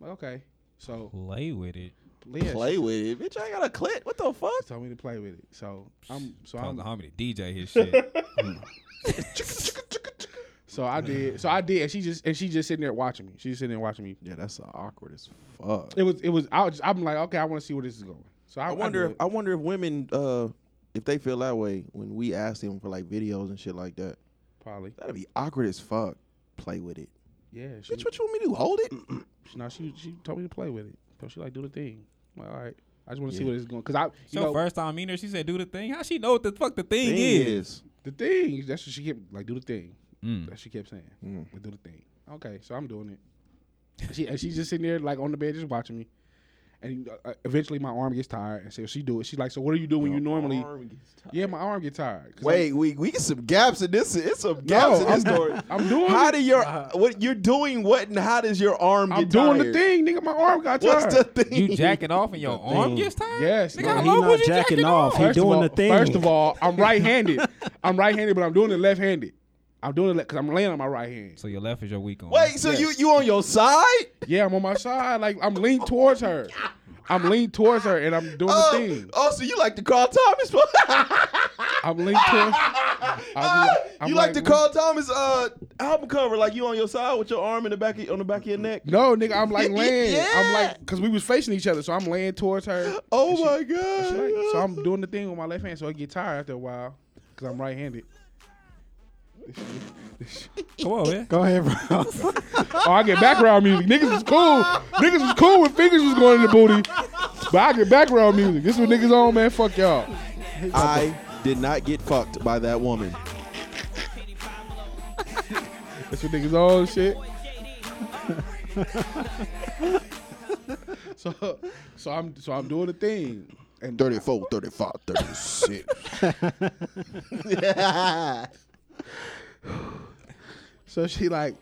like, okay, so
Play with it.
yeah,
Play with it, bitch. I got a clit. What the fuck?
told me to play with it. So I'm so
Tell the
I'm
homie to DJ his shit.
so I did so I did. And she just and she just sitting there watching me. She's just sitting there watching me.
Yeah, that's awkward as fuck.
It was it was I was just, I'm like okay I want to see where this is going. So I,
I wonder. If,
did.
I wonder if women, uh, if they feel that way when we ask them for like videos and shit like that.
probably
That'd be awkward as fuck. Play with it,
yeah. She,
bitch. What you want me to do? Hold it?
no, she she told me to play with it. So she like do the thing. I'm like all right. I just want to see
Yeah.
where this is going because I you
So
know
first time meeting her, she said, "Do the thing." How she know what the fuck the thing,
Thing
is?
is,
the thing that's what she kept like do the thing.
Mm.
That she kept saying like, do the thing. Okay, so I'm doing it. And She and she's just sitting there like on the bed just watching me. And uh, eventually my arm gets tired, and so she do it. She's like, "So what do you do when you normally?" Yeah, my arm get tired. 'Cause
wait, we we get some gaps in this. It's some gaps in
I'm-
this story.
I'm doing
How
it. Uh-huh.
do your what you're doing? What and how does your arm
I'm, I'm
get
doing the
tired?
thing, nigga. My arm got tired.
What's the thing?
You jacking off and your arm gets tired.
Yes,
Nigga,
bro.
how
He
long
not
was you
jacking off. He
First of
doing
all-
the thing.
First of all, I'm right-handed. I'm right-handed, but I'm doing it left-handed. I'm doing it because I'm laying on my right hand.
So your left is your weak arm.
Wait, so you you on your side?
Yeah, I'm on my side. Like I'm leaned towards her. I'm leaned towards her, and I'm doing the
Oh,
thing.
oh, so you like the Carl Thomas?
I'm leaned towards. I'm, I'm
Uh, you like, the Carl Thomas uh, album cover? Like you on your side with your arm in the back of, on the back of your neck?
No, nigga, I'm like laying. I'm
Yeah.
like because we was facing each other, so I'm laying towards her.
Oh my
She
god!
like- so I'm doing the thing with my left hand, so I get tired after a while because I'm right-handed.
Come on, man.
Go ahead, bro.
Oh, I get background music. Niggas was cool. Niggas was cool when fingers was going in the booty. But I get background music. This is what niggas on, man. Fuck y'all.
I did not get fucked by that woman.
This what niggas on, shit. so, so I'm, so I'm doing the thing, and
34, 35, 36. yeah.
so she like,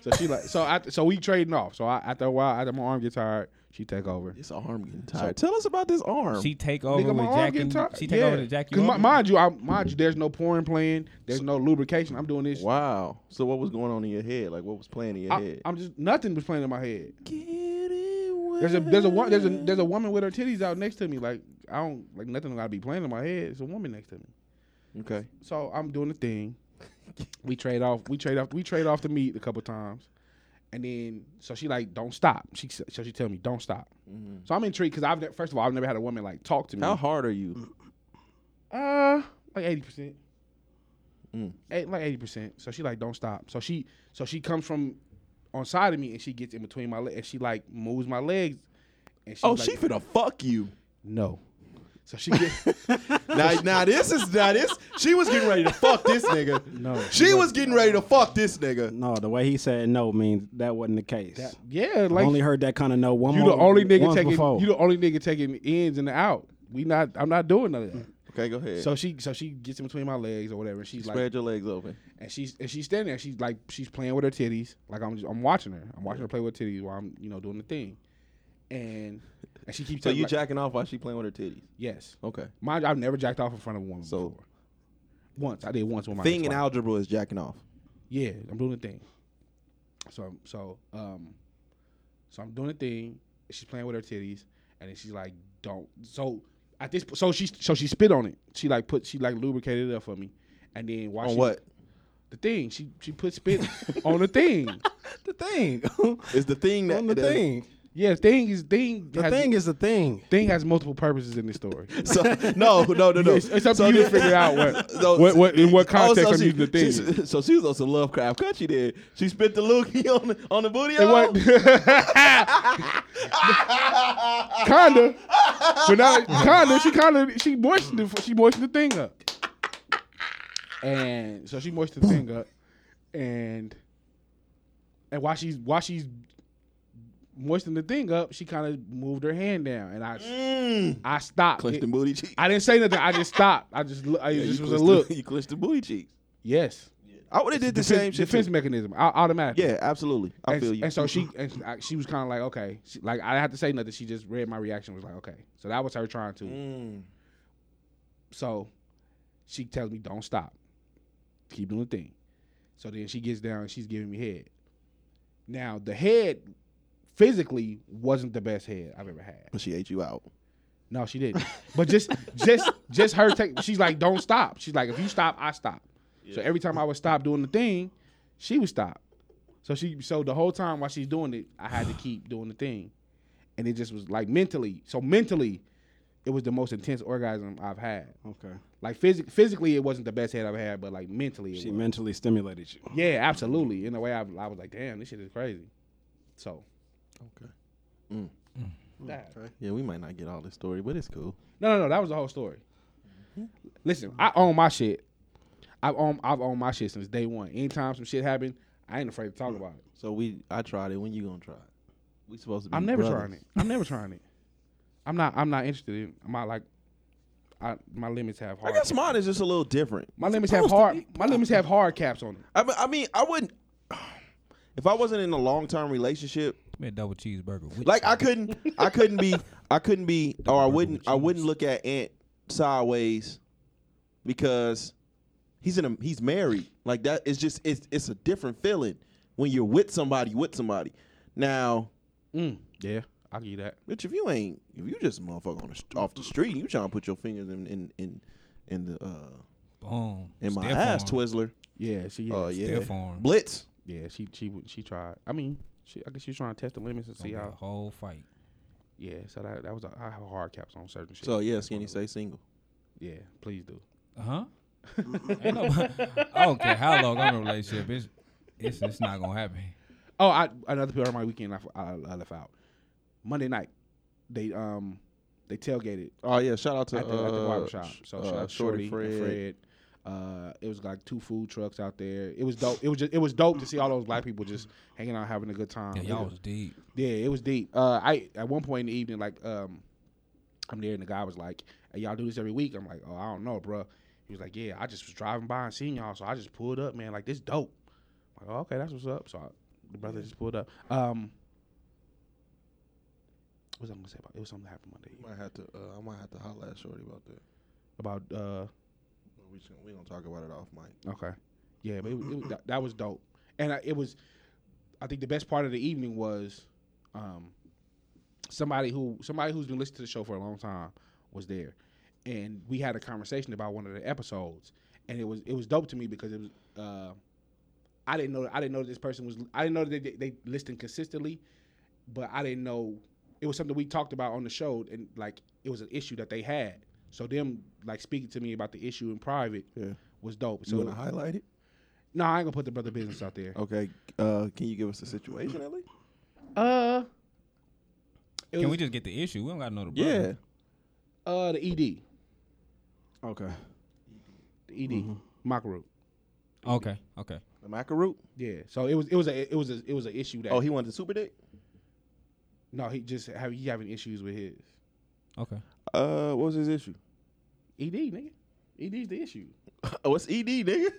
so she like, so I, so we trading off. So I, after a while, after my arm get tired, she take over.
This arm getting tired. tell us about this arm.
She take over
Nigga,
with
my arm
jacking.
getting tired.
She take
yeah.
over to jack you.
'Cause mi-
off.
mind you, I, mind you, there's no porn playing. There's no lubrication. I'm doing this.
wow. So what was going on in your head? Like what was playing in your
I,
head?
I'm just nothing was playing in my head. There's a there's a wo- there's a there's a woman with her titties out next to me. Like I don't like nothing gotta be playing in my head. It's a woman next to me.
okay.
So I'm doing the thing. We trade off. We trade off. We trade off the meat a couple times, and then so she like don't stop. She s- so she tell me don't stop. So I'm intrigued because I've ne- first of all I've never had a woman like talk to me.
Mm-hmm. How hard are you?
Uh, like eighty percent.
Mm.
Eight, like eighty percent. So she like don't stop. So she so she comes from on side of me and she gets in between my legs and she like moves my legs. And she
Oh,
like,
she finna fuck you.
no. So she gets
Now, now this is now this. She was getting ready to fuck this nigga.
no.
She was getting ready to fuck this nigga.
no, the way he said no means that wasn't the case.
yeah
I
like
only heard that kind of no one
you
more.
the only nigga
once
taking
before.
you the only nigga taking ins and out. We not I'm not doing none of that.
Okay, go ahead.
So she so she gets in between my legs or whatever. And she's like
spread your legs open.
and she's and she's standing there. She's like she's playing with her titties. Like I'm just, I'm watching her. I'm watching her play with titties while I'm you know doing the thing, and and she keeps
So
telling
you
like,
jacking off while she playing with her titties.
yes.
Okay.
Mind you, I've never jacked off in front of a woman.
So-
before. once I did once with my
Thing in
ex-wife.
algebra is jacking off.
Yeah, I'm doing the thing. So so um, so I'm doing the thing. She's playing with her titties, and then she's like, "Don't." So at this, so she so she spit on it. She like put she like lubricated it up for me, and then while
On
she,
what?
the thing. She she put spit on the thing.
The thing.
It's the thing that
On the
that-
thing.
Yeah, thing is thing.
The
has,
thing is the thing.
thing has multiple purposes in this story.
So, no, no, no, no.
It's, it's up
So
to you to
this-
figure out what,
So-
what, what in what context
Oh, so
I'm
she-
using the thing.
she- so she was on some Lovecraft Country. Then she spit the loogie on the, on the booty.
It
hole?
wa- kinda, but now kinda she kinda she moistened it, she moistened the thing up, and so she moistened the thing up, and and while she's while she's moistening the thing up, she kind of moved her hand down, and I
Mm.
I stopped.
Clinched the booty cheeks.
I didn't say nothing. I just stopped. I just look- I
Yeah,
just
you
was a
clinched
look.
The, you clinched the booty cheeks.
Yes,
I would have did the same
defense,
shit.
defense
too.
mechanism. au- Automatically.
Yeah, absolutely. I
and,
feel you.
and so she and I, she was kind of like okay, she, like I didn't have to say nothing. She just read my reaction. Was like okay, so that was her trying to. So she tells me don't stop, keep doing the thing. So then she gets down. and She's giving me head. Now the head physically wasn't the best head I've ever had.
But she ate you out.
No, she didn't. But just just just her take she's like, don't stop. She's like, if you stop, I stop. So every time I would stop doing the thing, she would stop. So she so the whole time while she's doing it, I had to keep doing the thing. And it just was like mentally. So mentally, it was the most intense orgasm I've had.
Okay.
Like physic physically it wasn't the best head I've had, but like mentally it
She
was.
mentally stimulated you.
yeah, absolutely. In a way I, I was like, damn, this shit is crazy. So
Okay.
that-
Yeah, we might not get all this story, but it's cool.
No, no, no. That was the whole story. Listen, I own my shit. I've owned I've owned my shit since day one. Anytime some shit happened, I ain't afraid to talk about it.
So we, I tried it. When you gonna try it? We supposed to be.
I'm never
brothers.
trying it. I'm never trying it. I'm not. I'm not interested in. My like, I my limits have
I
hard.
guess mine is just a little different.
my limits have hard. My limits have hard caps on them.
I mean, I mean, I wouldn't. If I wasn't in a long term relationship,
Give me a double cheeseburger. with
like I couldn't, I couldn't be, I couldn't be, or I wouldn't, I wouldn't look at Aunt sideways because he's in a, he's married. Like that, it's just, it's, it's a different feeling when you're with somebody, with somebody. Now,
Yeah, I'll give you that.
bitch, if you ain't, if you just a motherfucker on the, st- off the street, you trying to put your fingers in, in, in, in the, uh,
Boom.
in my
Stiff
ass,
arm.
Twizzler.
Yeah, she. Yeah,
Oh yeah,
Stiff arm.
Blitz.
yeah. She she would- she tried. I mean, she, I guess she's trying to test the limits and see
Gonna be a
how.
whole fight.
Yeah, so that that was a, I have hard caps on certain shit.
So yeah, skinny say single.
yeah, please do.
Uh huh. Ain't nobody. I don't care how long I'm in a relationship. It's it's it's not gonna happen.
Oh, I another part of my weekend I, f- I- I left out. Monday night, they um they tailgated
Oh yeah, shout out to
at the, at the
uh,
barbershop. So
uh,
shout out to Shorty, Fred. And Fred. Uh, it was like two food trucks out there. It was dope. It was just it was dope to see all those black people just hanging out having a good time.
Yeah,
It
y'all
was-
was deep.
yeah, it was deep. Uh, I at one point in the evening, like um, I'm there and the guy was like, "Hey, y'all do this every week?" I'm like, "Oh, I don't know, bro." He was like, "Yeah, I just was driving by and seen y'all, so I just pulled up, man. Like this dope." I'm like, oh, okay, that's what's up. So I, the brother just pulled up. Um, what was I gonna say about it? Was something that happened Monday
Might have to. Uh, I might have to holler at Shorty about that.
about uh.
But we just gonna, we gonna talk about it off mic.
Okay. Yeah, but it, was- it, was- that, that was dope, and I, it was. I think the best part of the evening was, um, somebody who somebody who's been listening to the show for a long time was there, and we had a conversation about one of the episodes, and it was it was dope to me because it was. Uh, I didn't know I didn't know this person was I didn't know that they, they listened consistently, but I didn't know it was something we talked about on the show and like it was an issue that they had. So them like speaking to me about the issue in private
Yeah.
was dope.
You
So
want to highlight it?
no, I ain't gonna put the brother business out there.
Okay. Uh, can you give us the situation at least?
Uh, it
Can
was,
we just get the issue? We don't gotta know the
Yeah.
brother.
uh the ED,
Okay.
the E ED,
Mm-hmm.
Makaru.
Yeah. Okay. Okay.
The macaroon.
Yeah, so it was it was a it was a it was an issue that
Oh, he wanted the super dick.
no he just have he having issues with his
Okay.
Uh, what was his issue?
ED E nigga. ED's the issue.
Oh, it's ED, nigga.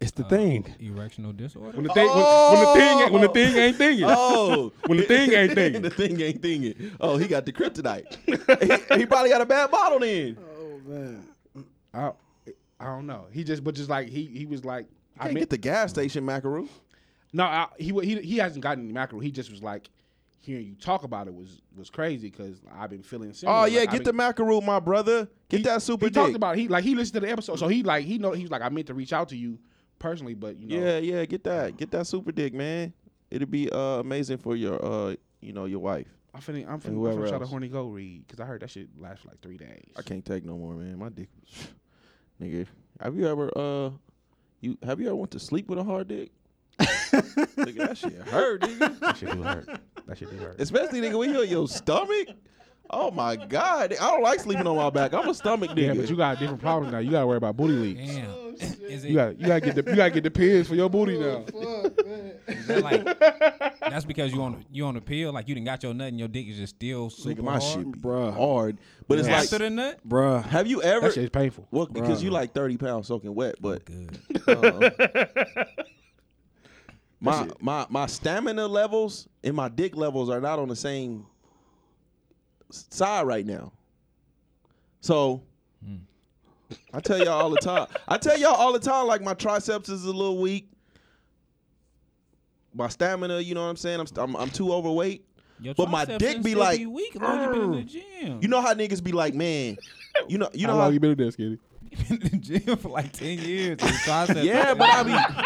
It's the thing.
Uh, Erectional disorder.
When the thing when, when the thing ain't- when the thing ain't thinking.
Oh,
When the thing ain't thinking.
the thing ain't thinking. Oh, he got the kryptonite. he, he probably got a bad bottle then.
I, I don't know. He just but just like he he was like
I
I
can't
meant
get the gas station macaroon.
No, I, he wa- he he hasn't gotten any mackerel. He just was like hearing you talk about it was was crazy because I've been feeling. Similar.
Oh yeah,
Like, I've
get the
been-
macaroon, my brother. Get that super
He
dick.
talked about it. he like he listened to the episode, so he like he know he was like I meant to reach out to you, personally, but you know,
Yeah, yeah, get that, get that super dick, man. It'll be uh, amazing for your, uh, you know, your wife.
I'm finna, I'm finna, I'm
whoever
finna try to
else.
horny go read because I heard that shit lasts for like three days.
I can't take no more, man. My dick, nigga. Have you ever, uh, you have you ever went to sleep with a hard dick? nigga, that shit hurt, nigga.
That shit do hurt. That shit do hurt.
Especially nigga when you on your stomach. Oh my god, I don't like sleeping on my back. I'm a stomach nigga.
yeah, but you got different problems now. You gotta worry about booty leaks.
Damn. Is it,
You got, you gotta get the, you gotta get the pins for your booty now.
is that like that's because you on a- you on a pill like you didn't got your nut and your dick is just still super
nigga, my
hard.
shit be
Bruh.
Oh.
hard. But it's
After
like,
the nut,
bruh.
have you ever?
That shit's painful.
Well, because you like 30 pounds soaking wet, but
good.
um, my my my stamina levels and my dick levels are not on the same s- side right now. So
Hmm.
I tell y'all all the time. I tell y'all all the time like my triceps is a little weak. My stamina, you know what I'm saying? I'm st- I'm, I'm too overweight.
Your
But my
triceps
dick
didn't
be
still
like,
weak as long as you been in the gym.
You know how niggas be like, man, you know you know
How
how,
long you been in there, Skinny?
been in the gym for like ten years. and your triceps
Yeah,
is
but I
weak.
be,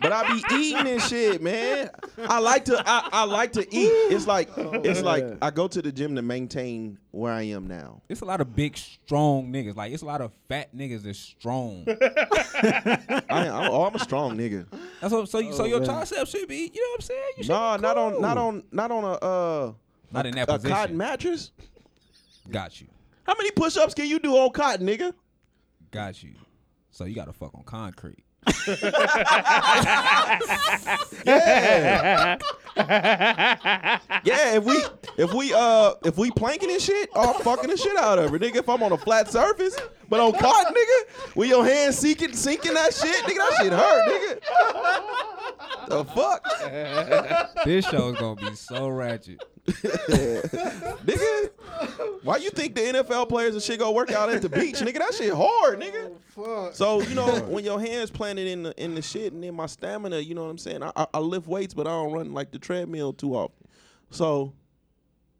but I be eating and shit, man. I like to, I, I like to eat. It's like, it's like I go to the gym to maintain where I am now.
It's a lot of big, strong niggas. Like it's a lot of fat niggas that's strong.
I, I'm, oh, I'm a strong nigga.
That's what. So, you, so your triceps should be. You know what I'm saying? You should
No,
be
Oh, not on, not
cool.
on, not on a, uh,
Not in that
a
position.
cotton mattress.
Got you.
How many push-ups can you do on cotton, nigga?
Got you. So you got to fuck on concrete.
Yeah, if we, if we, uh, if we planking and shit, oh, I'm fucking the shit out of her, nigga. If I'm on a flat surface, but on cotton, nigga, with your hands sinking, sinking that shit, nigga, that shit hurt, nigga. The fuck?
This show is gonna be so ratchet.
Nigga, why you think the NFL players and shit go work out at the beach, nigga? That shit hard, nigga. So you know when your hands planted in the in the shit, and then my stamina, you know what I'm saying. I, I, I lift weights, but I don't run like the treadmill too often. So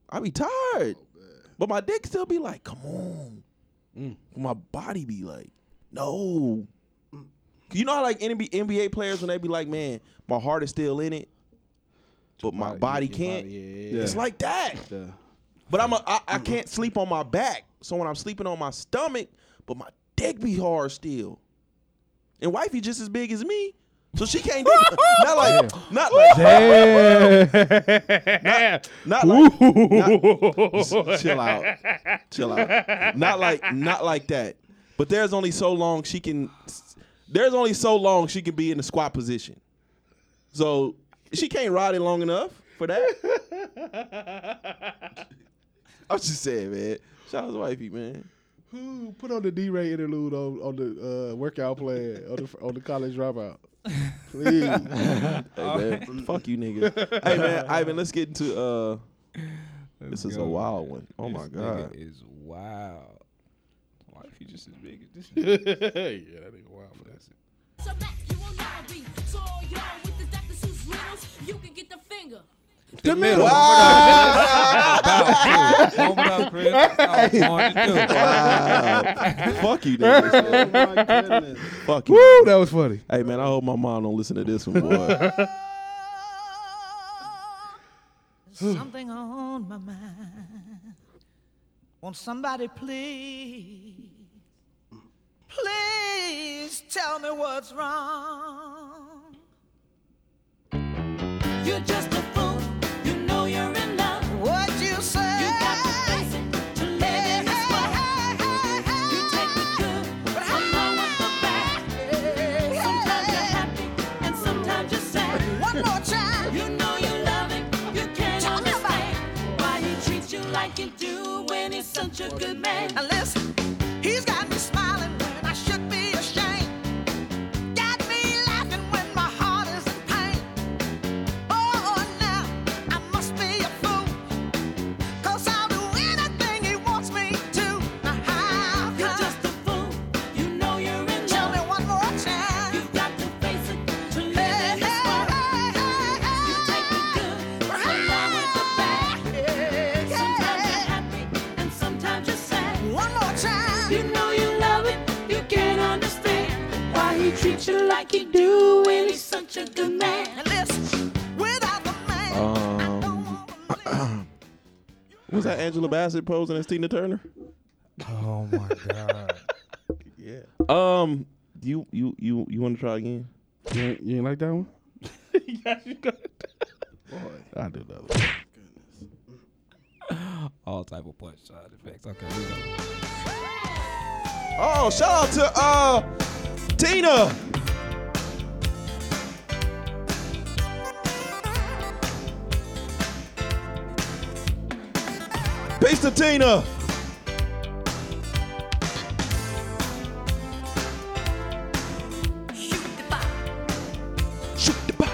I be tired, but my dick still be like, come on.
Mm.
My body be like, no. You know how like NBA, NBA players when they be like, man, my heart is still in it, but my body can't.
Yeah.
It's like that. But I'm a, I, I can't sleep on my back. So when I'm sleeping on my stomach, but my dick be hard still. And wifey just as big as me. So she can't do not like not like
Yeah.
not like not- chill out. Chill out. Not like not like that. But there's only so long she can there's only so long she can be in the squat position. So she can't ride it long enough for that. I'm just saying, man. Shout out to wifey, man.
Ooh, Put on the D-Ray interlude on, on the uh, workout plan on the on the college dropout. Please.
Hey, man. Uh, Fuck you, nigga. hey, man, Ivan, let's get into. uh This is a
go,
wild one. Oh, my
This
God.
nigga is wild. Why if you just as big as this?
yeah, that nigga wild for that. shit.
So back you will not be. So all y'all with the Dr. Seuss riddles, you can get the finger.
The middle. Wow. Hold up, Chris. I was going to do it.
Ah, Fuck you, nigga.
Oh my goodness.
Fuck you.
Ooh, that was funny.
Hey, man, I hope my mom don't listen to this one, boy.
Something on my mind. Won't somebody please, please tell me what's wrong?
You're just a fool. You know you're in love.
What you say?
You got to face it to live in this world. You take the good along with the bad. Sometimes you're happy and sometimes you're sad.
One more time.
You know you love him. You can't
Tell me about
understand why he treats you like he do when he's such a good man.
Unless he's got me smiling when I should be ashamed. Got me laughing when my heart is in pain. Oh, now I must be a fool. Cause I'll do anything he wants me to. Now, how
You're
come-
just a fool. You know you're in
Tell me
love.
one more time.
You got to face it to
Hey,
live in
hey,
this world.
hey, hey, hey.
You take the good along with the bad.
Yeah,
Sometimes
yeah.
you're happy and sometimes you're sad.
One more time.
You know such a good man.
And listen, without the man, I don't wanna live.
Was that Angela Bassett posing as Tina Turner?
Oh my god.
Um, you you you you want to try again?
You ain't, you ain't like that one? I do love it.
All type of punch side effects. Okay, we go.
Oh, shout out to uh Tina. Peace to Tina. Shoot the bop.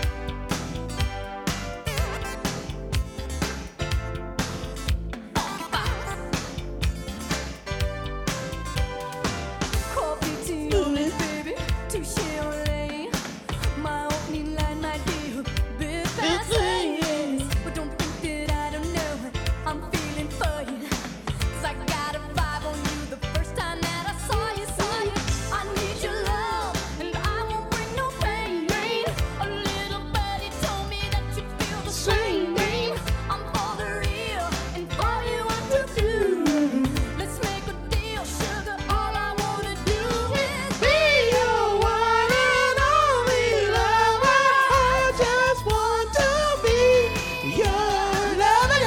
I'm for the real and for you I'm to do. Let's make a deal, sugar. All I wanna do is be your one and only lover. I just want to be your lover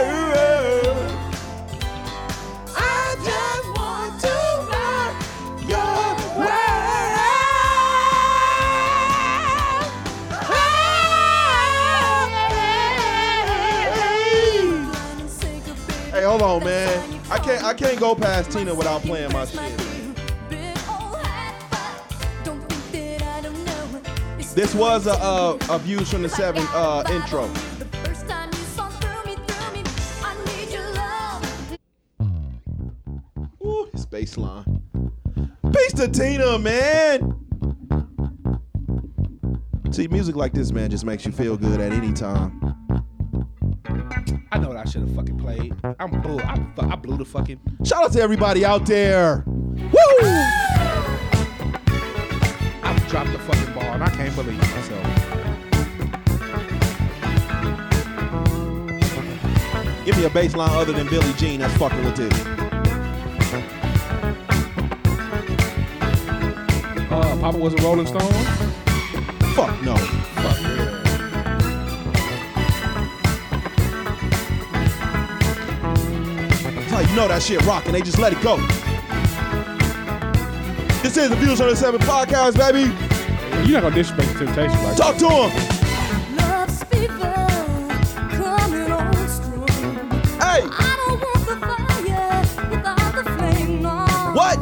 girl. I just want to rock your world.
Hey, hold on, man. I can't I can't go past Tina without playing my shit. This was a uh, a views from the seven uh intro. Ooh, his baseline. Peace to Tina, man. See, music like this, man, just makes you feel good at any time.
I know what I should have fucking played. I'm bull. I, fu- I blew the fucking.
Shout out to everybody out there. Woo!
I dropped the fucking ball, and I can't believe myself.
Give me a bass line other than Billie Jean that's fucking with this.
Uh, Papa was a Rolling Stone.
Fuck no. That's how you know that shit rocking. They just let it go. This is the Views 107 podcast, baby.
You're not gonna disrespect the Temptation like
Talk to him.
Love's fever coming on strong.
Hey,
I don't want the fire without the flame. No.
what?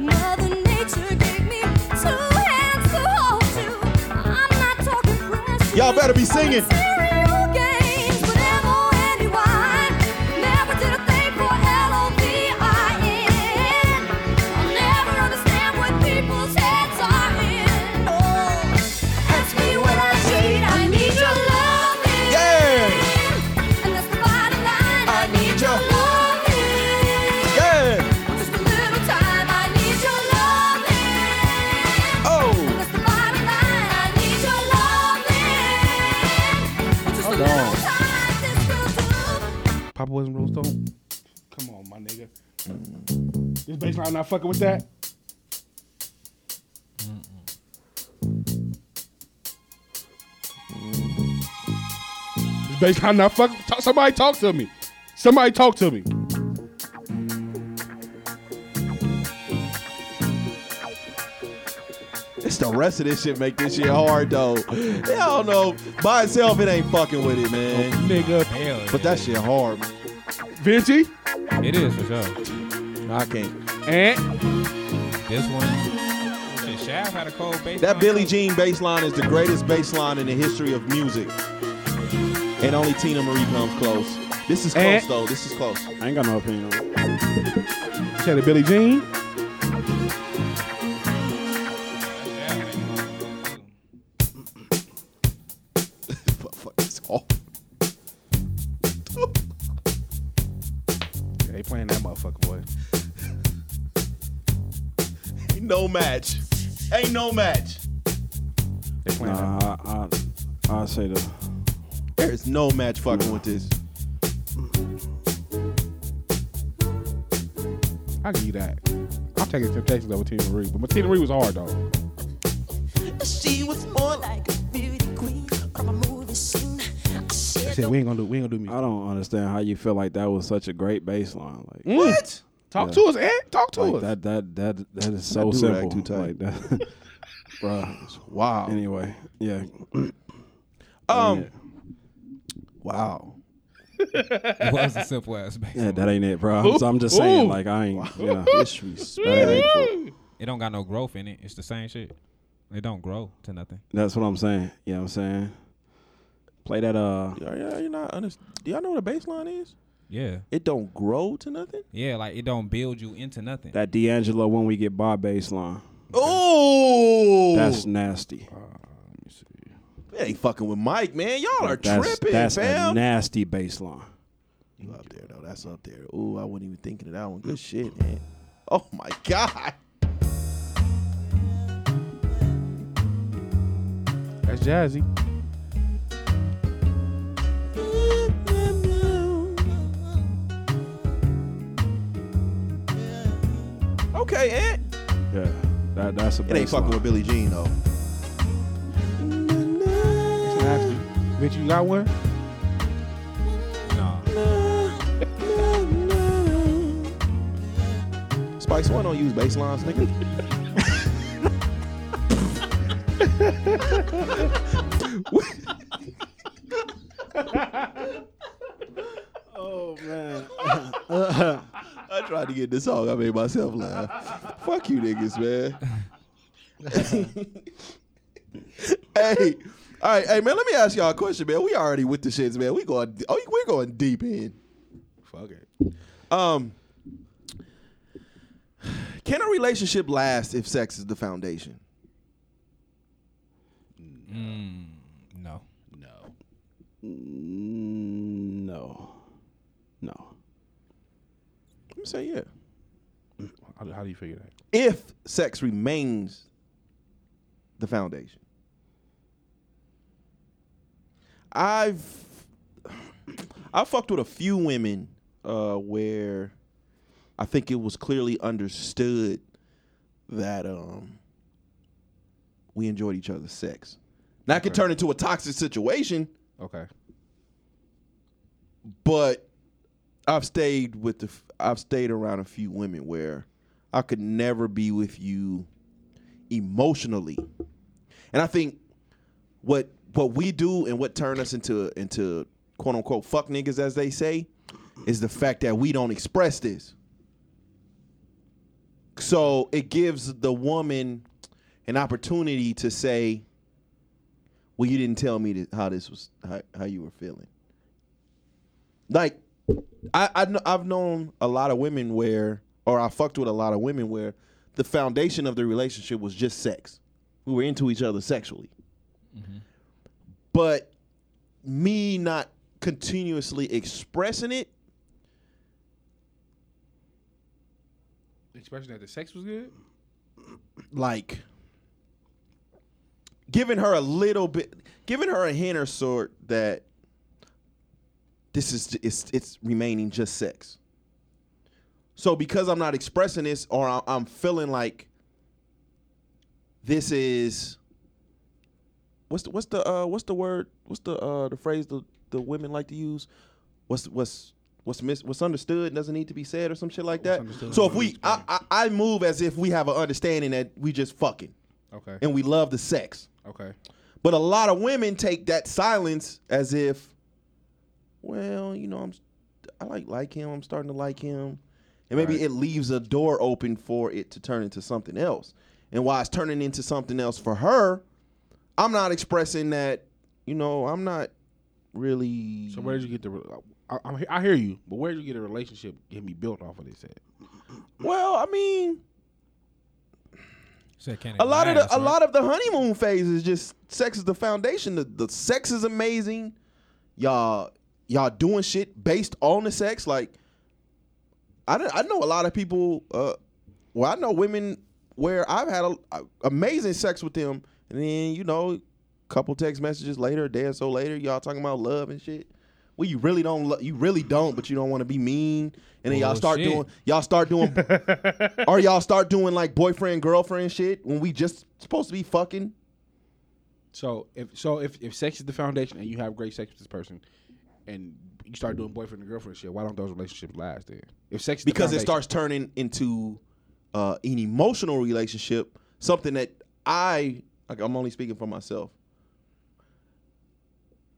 Mother Nature gave me two hands to hold you. I'm not talking precious.
Y'all better be singing.
Serial games, but M-O-N-E-Y. E Never did a thing for L-O-V-I-N. I'll never understand what people's heads are in. Oh, ask me what I need. I need your loving.
Yeah,
And that's the bottom line.
I need your
loving.
yeah.
Just a little time. I need your loving.
Oh,
That's the bottom line. I need your loving. Just a little time. This will do.
Papa wasn't Rolling Stone. Come on, my nigga. This bass line not fucking with that. This bass line not fucking. Talk, somebody talk to me. Somebody talk to me.
it's the rest of this shit make this shit hard though. Hell no. By itself, it ain't fucking with it, man.
Nigga.
Hell yeah.
But that shit hard. man.
Vinci.
It is for sure.
I can't.
And
This one. Shit, Shaft had a cold bass.
That
line.
Billie Jean bass line is the greatest bass line in the history of music. And only Tina Marie comes close. This is
Eh.
close though. This is close.
I ain't got no opinion on it.
shout out Billy Jean.
Fuck, fuck, it's all-
they playing that motherfucker, boy.
Ain't no match. Ain't no match.
They're playing.
Nah, I, I, I say the
There is no match fucking with this.
I'll give you that. I'm taking Temptations over Tina Marie, but Tina Marie was hard though.
She was more like a beauty queen from a movie scene. I
I
said,
said we ain't gonna do we ain't gonna do music.
I don't understand how you feel like that was such a great baseline. Like
Mm. What? Talk
Yeah.
to us, Ed. Talk to
like
us.
that that that that is so
do
simple.
rag too tight.
Like that, Bruh.
Wow.
Anyway, yeah.
Um. Wow.
It was a simple ass bass.
Yeah, that ain't it, bro. So I'm just saying,
Ooh.
like I ain't, you know,
Disrespectful.
It don't got no growth in it. It's the same shit. It don't grow to nothing.
that's what I'm saying. You know what I'm saying? Play that uh
Y'all, y'all, you're not under- Do y'all know what a baseline is?
Yeah.
It don't grow to nothing.
Yeah, like it don't build you into nothing.
that D'Angelo when we get by baseline.
Oh,
That's nasty.
It ain't fucking with Mike, man. Y'all are
That's
tripping,
that's a
fam.
nasty baseline.
you up there though. That's up there. Ooh, I wasn't even thinking of that one. Good shit, man. Oh my god.
That's Jazzy.
Okay, Ant.
Yeah, that that's a baseline.
It ain't fucking with Billie Jean though.
Nasty. Bitch, you got one?
Nah.
Spikes One don't use bass lines, nigga. I tried to get this song. I made myself laugh. Fuck you, niggas, man. hey, all right, hey, man. Let me ask y'all a question, man. We already with the shits, man. We going, oh, we're going deep in.
Fuck it.
Um, can a relationship last if sex is the foundation?
No.
No.
Mm, No, no.
Let me say yeah.
How, do- how do you figure that?
If sex remains the foundation, I've I fucked with a few women uh, where I think it was clearly understood that um, we enjoyed each other's sex. That could turn into a toxic situation.
Okay.
but I've stayed with the f- I've stayed around a few women where I could never be with you emotionally, and I think what what we do and what turn us into into quote unquote fuck niggas as they say is the fact that we don't express this. So it gives the woman an opportunity to say, "Well, you didn't tell me that how this was how, how you were feeling." like I, I kn- I've known a lot of women where, or I fucked with a lot of women where, the foundation of the relationship was just sex. We were into each other sexually, but me not continuously expressing it,
Expression that the sex was good?
like giving her a little bit, giving her a hint or sort that this is it's it's remaining just sex. So because I'm not expressing this, or I- I'm feeling like this is what's the what's the uh, what's the word what's the uh, the phrase the the women like to use what's what's what's mis- what's understood doesn't need to be said or some shit like that.
understood
So if
doesn't need
we
to be
I, I I move as if we have an understanding that we just fucking
Okay.
and we love the sex.
Okay.
But a lot of women take that silence as if, well, you know, I'm, I like like him. I'm starting to like him, and maybe
Right.
it leaves a door open for it to turn into something else. And while it's turning into something else for her, I'm not expressing that. You know, I'm not really.
So where did you get the? re- I, I'm he- I hear you, but where did you get a relationship can be built off of this? At?
Well, I mean,
Said, can it
a lot of the
last,
a
right?
lot of the honeymoon phase is just sex is the foundation. The, the sex is amazing. Y'all y'all doing shit based on the sex. Like I don't- I know a lot of people. Uh, well, I know women where I've had a, a- amazing sex with them, and then you know
couple text messages later, a day or so later, y'all talking about love and shit.
Well, you really don't. Lo- you really don't. But you don't want to be mean. And then y'all start
Bullshit.
doing. Y'all start doing. or y'all start doing like boyfriend girlfriend shit when we just supposed to be fucking.
So if so if, if sex is the foundation and you have great sex with this person, and you start doing boyfriend and girlfriend shit, why don't those relationships last then? If sex is the
because it
foundation-
starts turning into uh, an emotional relationship, something that I like, I'm only speaking for myself.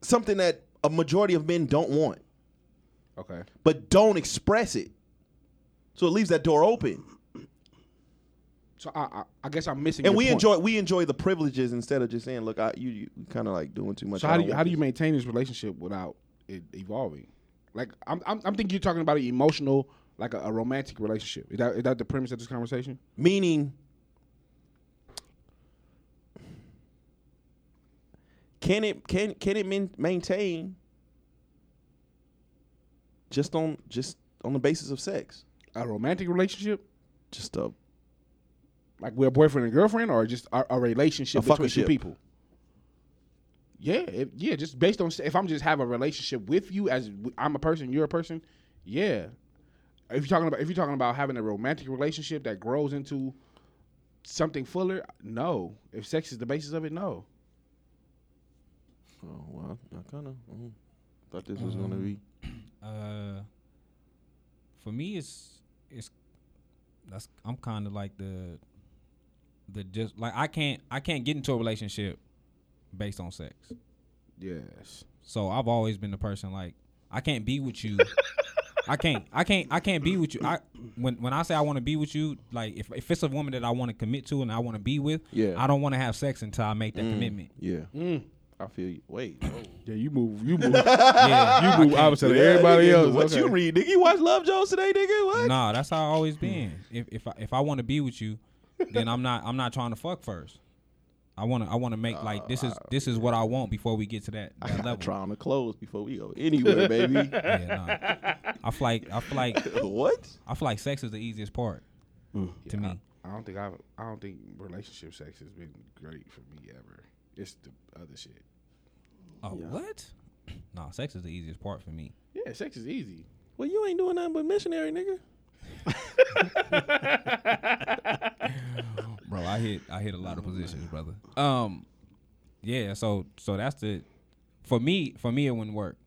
Something that a majority of men don't want,
okay,
but don't express it. So it leaves that door open,
so I I, I guess I'm missing.
and
your
we
point.
enjoy we enjoy the privileges instead of just saying, "Look, I, you, you kind of like doing too much."
So
I
how do
don't
you
want
how do you
this."
maintain this relationship without it evolving? Like I'm I'm, I'm thinking you're talking about an emotional, like a, a romantic relationship. Is that is that the premise of this conversation?
Meaning, can it can can it min- maintain just on just on the basis of sex?
A romantic relationship,
Just a oh,
like we're boyfriend and girlfriend, or just a, a relationship
A
between two
fuckership.
people. Yeah, if, yeah. Just based on if I'm just have a relationship with you as w- I'm a person, you're a person. Yeah. If you're talking about if you're talking about having a romantic relationship that grows into something fuller, no. If sex is the basis of it, no.
oh well, I, kind of thought this was gonna be
Uh, for me, it's it's that's I'm kind of like the the just like I can't I can't get into a relationship based on sex.
Yes.
So I've always been the person like I can't be with you. I can't I can't I can't be with you. I when when I say I want to be with you, like if if it's a woman that I want to commit to and I want to be with,
Yeah.
I don't want to have sex until I make that commitment.
Yeah,
Mm.
I feel you. Wait,
Oh,
Yeah, you move. You move.
Yeah.
you move opposite of everybody else.
What
okay.
you read, nigga? You watch Love Jones today, nigga? What?
Nah, that's how I always been. If if I, if I want to be with you, then I'm not I'm not trying to fuck first. I wanna I wanna make like this is this is what I want before we get to that, that level.
Trying to close before we go anywhere, baby.
Yeah, nah. I feel like I feel like
what?
I feel like sex is the easiest part to me.
I don't think I've. I don't think relationship sex has been great for me ever. It's the other shit.
Oh what? Nah, sex is the easiest part for me.
Yeah, sex is easy.
Well, you ain't doing nothing but missionary, nigga.
bro. I hit I hit a lot of positions, brother. Um, yeah. So so that's the for me for me it wouldn't work.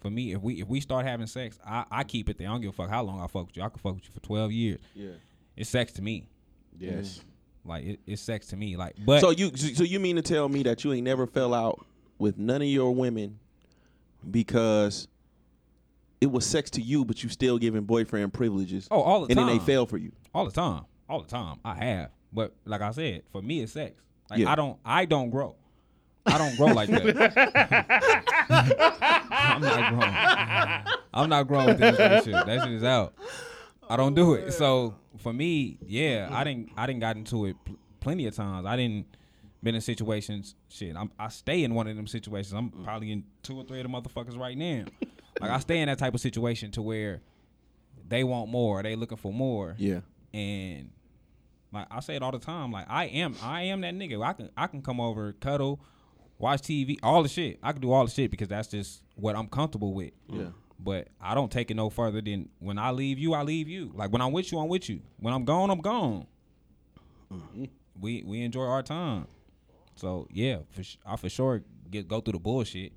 For me, if we if we start having sex, I I keep it there. I don't give a fuck how long I fuck with you. I could fuck with you for twelve years. Yeah, it's sex to me.
Yes.
Like it, it's sex to me. Like but
So you so you mean to tell me that you ain't never fell out with none of your women because it was sex to you, but you still giving boyfriend privileges.
Oh, all the
and then they
time.
fail for you.
all the time, all the time I have. But like I said, for me it's sex. Like
Yeah.
I don't I don't grow. I don't grow like that. I'm not grown. I'm not grown with this relationship. That shit is out. I don't do it. So for me, yeah, I didn't I didn't got into it pl- plenty of times. I didn't been in situations. Shit, I'm I stay in one of them situations. I'm probably in two or three of the motherfuckers right now. like I stay in that type of situation to where they want more. They looking for more.
yeah,
And like I say it all the time, like I am I am that nigga. I can I can come over, cuddle, watch TV, all the shit. I can do all the shit because that's just what I'm comfortable with. Yeah. But I don't take it no further than when I leave you, I leave you. Like when I'm with you, I'm with you. When I'm gone, I'm gone. We we enjoy our time. So yeah, for sh- I for sure get go through the bullshit.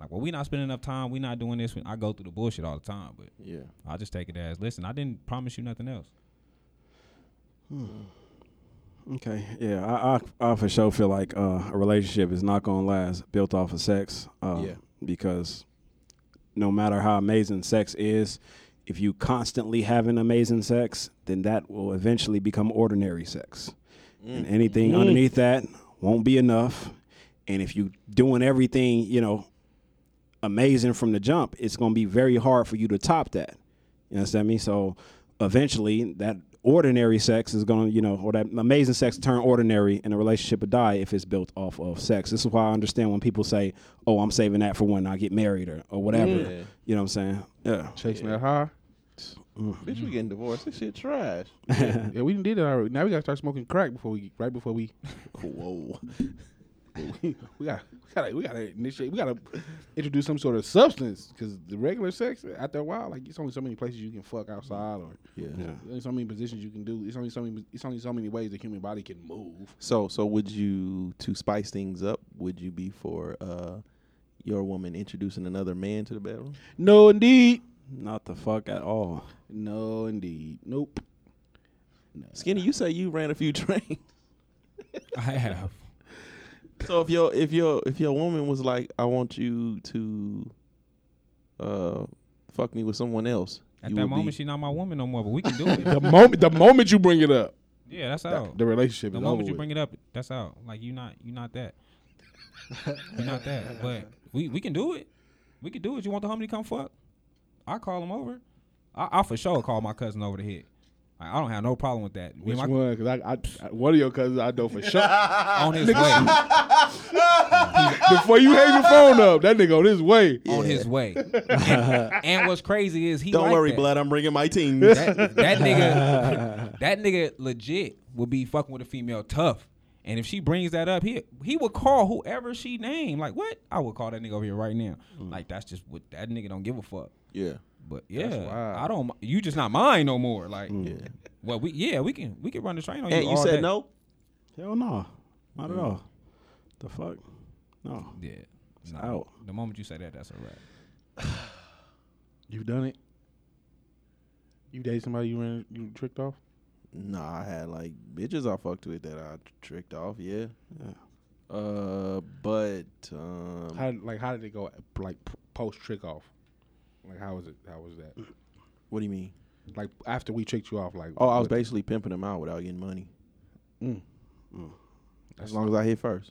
Like well, we not spending enough time. We not doing this. I go through the bullshit all the time. But
yeah.
I just take it as listen. I didn't promise you nothing else.
Okay, yeah, I, I, I for sure feel like uh, a relationship is not gonna last built off of sex. Uh,
Yeah.
Because no matter how amazing sex is, if you constantly having amazing sex, then that will eventually become ordinary sex, and anything underneath that won't be enough. And if you doing everything, you know, amazing from the jump, it's gonna be very hard for you to top that. You understand me? So eventually that ordinary sex is gonna, you know, or that amazing sex turn ordinary and a relationship will die if it's built off of sex. This is why I understand when people say, Oh, I'm saving that for when I get married or, or whatever. You know what I'm saying? Yeah.
Chasing that high.
Bitch,
Mm-hmm.
we getting divorced. This shit trash.
Yeah, we done did it already. Now we gotta start smoking crack before we right before we.
Whoa.
we got we gotta we gotta initiate. We gotta introduce some sort of substance because the regular sex after a while, like it's only so many places you can fuck outside, or yeah, only so many positions you can do. It's only so many. It's only so many ways the human body can move.
So, so would you to spice things up? Would you be for uh, your woman introducing another man to the bedroom?
No, indeed.
Not the fuck at all.
No, Oh, indeed. Nope.
Skinny, you say you ran a few trains.
I have.
so if your if your if your woman was like, I want you to uh, fuck me with someone else.
At
you
that
would
moment,
be-
she's not my woman no more, but we can do it.
The moment the moment you bring it up,
yeah, that's out.
the relationship
The
is
moment
over.
you bring it up, that's out. Like you not you not that. you not that. But we we can do it. We can do it. You want the homie to come fuck? I call him over. I, I for sure call my cousin over to hit. I, I don't have no problem with that. Me
Which
and my-
one? Because I, I, I- one of your cousins I know for sure.
on his way.
Before you hang your phone up, that nigga on his way.
on his way. and, and what's crazy is he
Don't
like
worry,
that.
blood. I'm bringing my team.
That, that nigga, that nigga legit would be fucking with a female tough. And if she brings that up, he he would call whoever she named. Like what? I would call that nigga over here right now. Like that's just what that nigga don't give a fuck.
yeah.
But yeah, I don't. You just not mine no more. Like, well, we yeah we can we can run the train on
Hey,
you.
you
all
said
day.
no.
Hell no. Not
Mm.
at all. The fuck? No.
Yeah, Nah,
out.
The moment you say that, that's a wrap.
You've done it. You dated somebody you ran you tricked off.
Nah, I had like bitches I fucked with that I tricked off. Yeah. Uh, but um,
How like how did it go? Like post trick off. Like how was it? How was that?
what do you mean?
Like after we tricked you off. Like
Oh, I was
what-
basically pimping them out without getting money.
Mm.
As long as I hit first.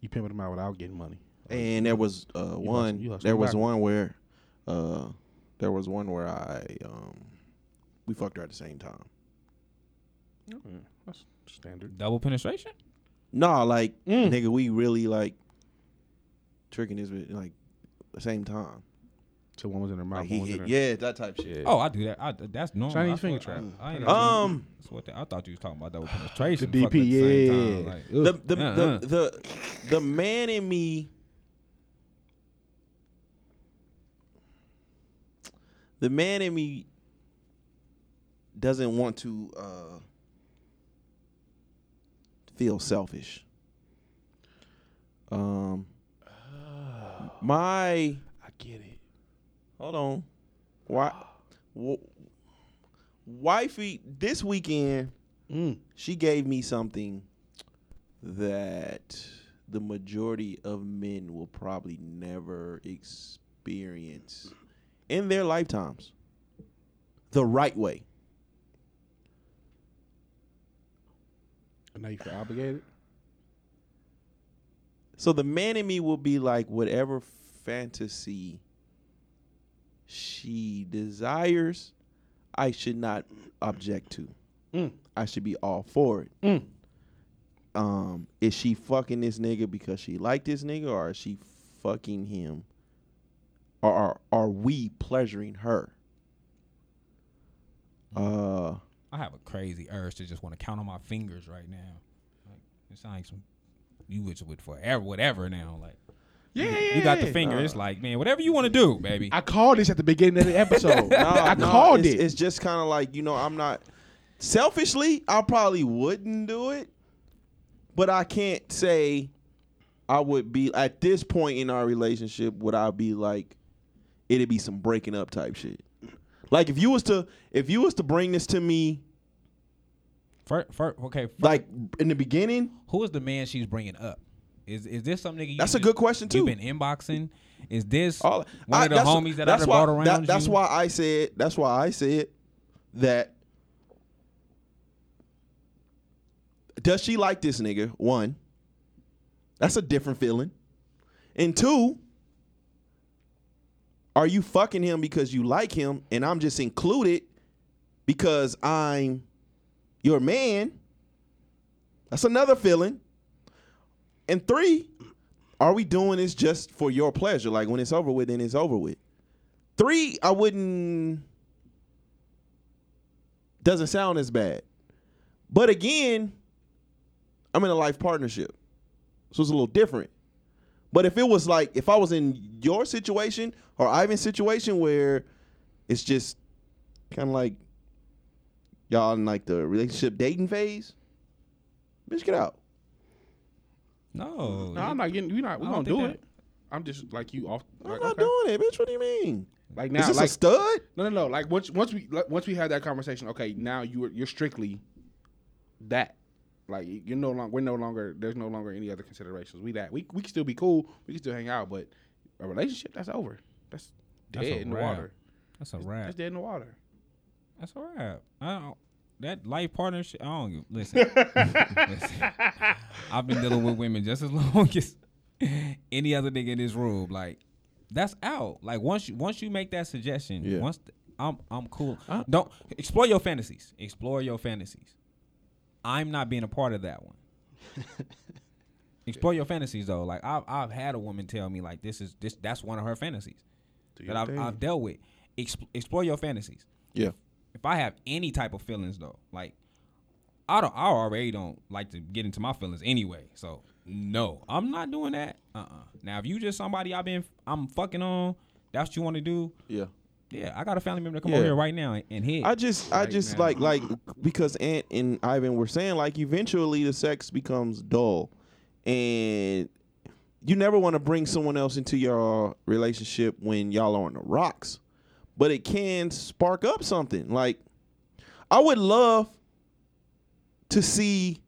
you pimping them out without getting money.
And there was uh, one.
Oh, you hustling
there was
backwards.
one where, uh, there was one where I um, we fucked her at the same time.
That's standard.
Double penetration.
No, like
Mm.
nigga, we really like tricking this bitch like the same time.
So one was in her mouth.
Like he
one was in
hit,
her.
yeah, that type shit.
Oh, I do that. I, that's normal.
Chinese
I
finger
thought-
trap.
I, I ain't-
Um,
That's what the, I thought you was talking about double penetration.
The
fucking at
DP,
the
yeah.
same time, like,
the the,
Uh-uh.
the the the man in me. The man in me doesn't want to uh, feel selfish. Um, my
I get it.
Hold on. Why? W- wifey, this weekend,
Mm.
she gave me something that the majority of men will probably never experience in their lifetimes the right way.
And now you feel obligated.
So the man in me will be like whatever fantasy she desires, I should not object to. I should be all for it. Um, is she fucking this nigga because she liked this nigga, or is she fucking him? Or are are we pleasuring her? Uh,
I have a crazy urge to just want to count on my fingers right now. Like it sounds like some you with with forever whatever now. Like
Yeah,
you got the finger. it's like man, whatever you want to do, baby.
I called this at the beginning of the episode.
No,
I
no,
called
it's,
it.
It's just kind of like you know, I'm not selfishly. I probably wouldn't do it, but I can't say I would be at this point in our relationship. Would I be like it'd be some breaking up type shit? Like if you was to if you was to bring this to me
Fir fir- okay. fir-
like in the beginning,
who is the man she's bringing up? Is is this some nigga? You
That's a
just-
good question, too.
You've been inboxing. Is this
all
one
I-
of the
that's-
homies that I
that's
done
why-
brought around?
that- that's
you?
why I said. That's why I said that. Does she like this nigga? One. That's a different feeling. And two. Are you fucking him because you like him, and I'm just included because I'm your man? That's another feeling. And three, are we doing this just for your pleasure? Like when it's over with, then it's over with. Three, I wouldn't. Doesn't sound as bad. But again, I'm in a life partnership. So it's a little different. But if it was like if I was in your situation or Ivan's situation where it's just kind of like y'all in like the relationship dating phase, bitch, get out.
No.
No, I'm not getting. We not. We
I
gonna
don't
do
think
it. I'm just like you off.
I'm
Like,
not
okay.
doing it, bitch. What do you mean?
Like now,
Is this
like
a stud?
no, no, no. Like once, once we, like, once we had that conversation. Okay, now you're you're strictly that. Like you- you're no longer. We're no longer. There's no longer any other considerations. We that. We we can still be cool. We can still hang out. But a relationship that's over. That's dead
That's a
in the
wrap.
water.
That's a
That's
wrap.
dead in the water.
That's a wrap. I don't. That life partnership. I don't give, listen. listen. I've been dealing with women just as long as any other nigga in this room. Like that's out. Like once you once you make that suggestion,
Yeah.
once th- I'm I'm cool. Don't explore your fantasies. Explore your fantasies. I'm not being a part of that one. explore your fantasies though. Like I've I've had a woman tell me like this is this that's one of her fantasies that I've, I've dealt with. Expl- explore your fantasies
Yeah.
if I have any type of feelings though, like I don't, I already don't like to get into my feelings anyway. So no, I'm not doing that. Uh, uh Now if you just somebody I've been, I'm fucking on. That's what you want to do.
Yeah.
Yeah, I got a family member to come
Yeah.
over here right now and, and hit.
I just, I
Right
just
now.
like, like, because Ant and Ivan were saying, like, eventually the sex becomes dull, and you never want to bring someone else into your relationship when y'all are on the rocks, but it can spark up something. Like, I would love to see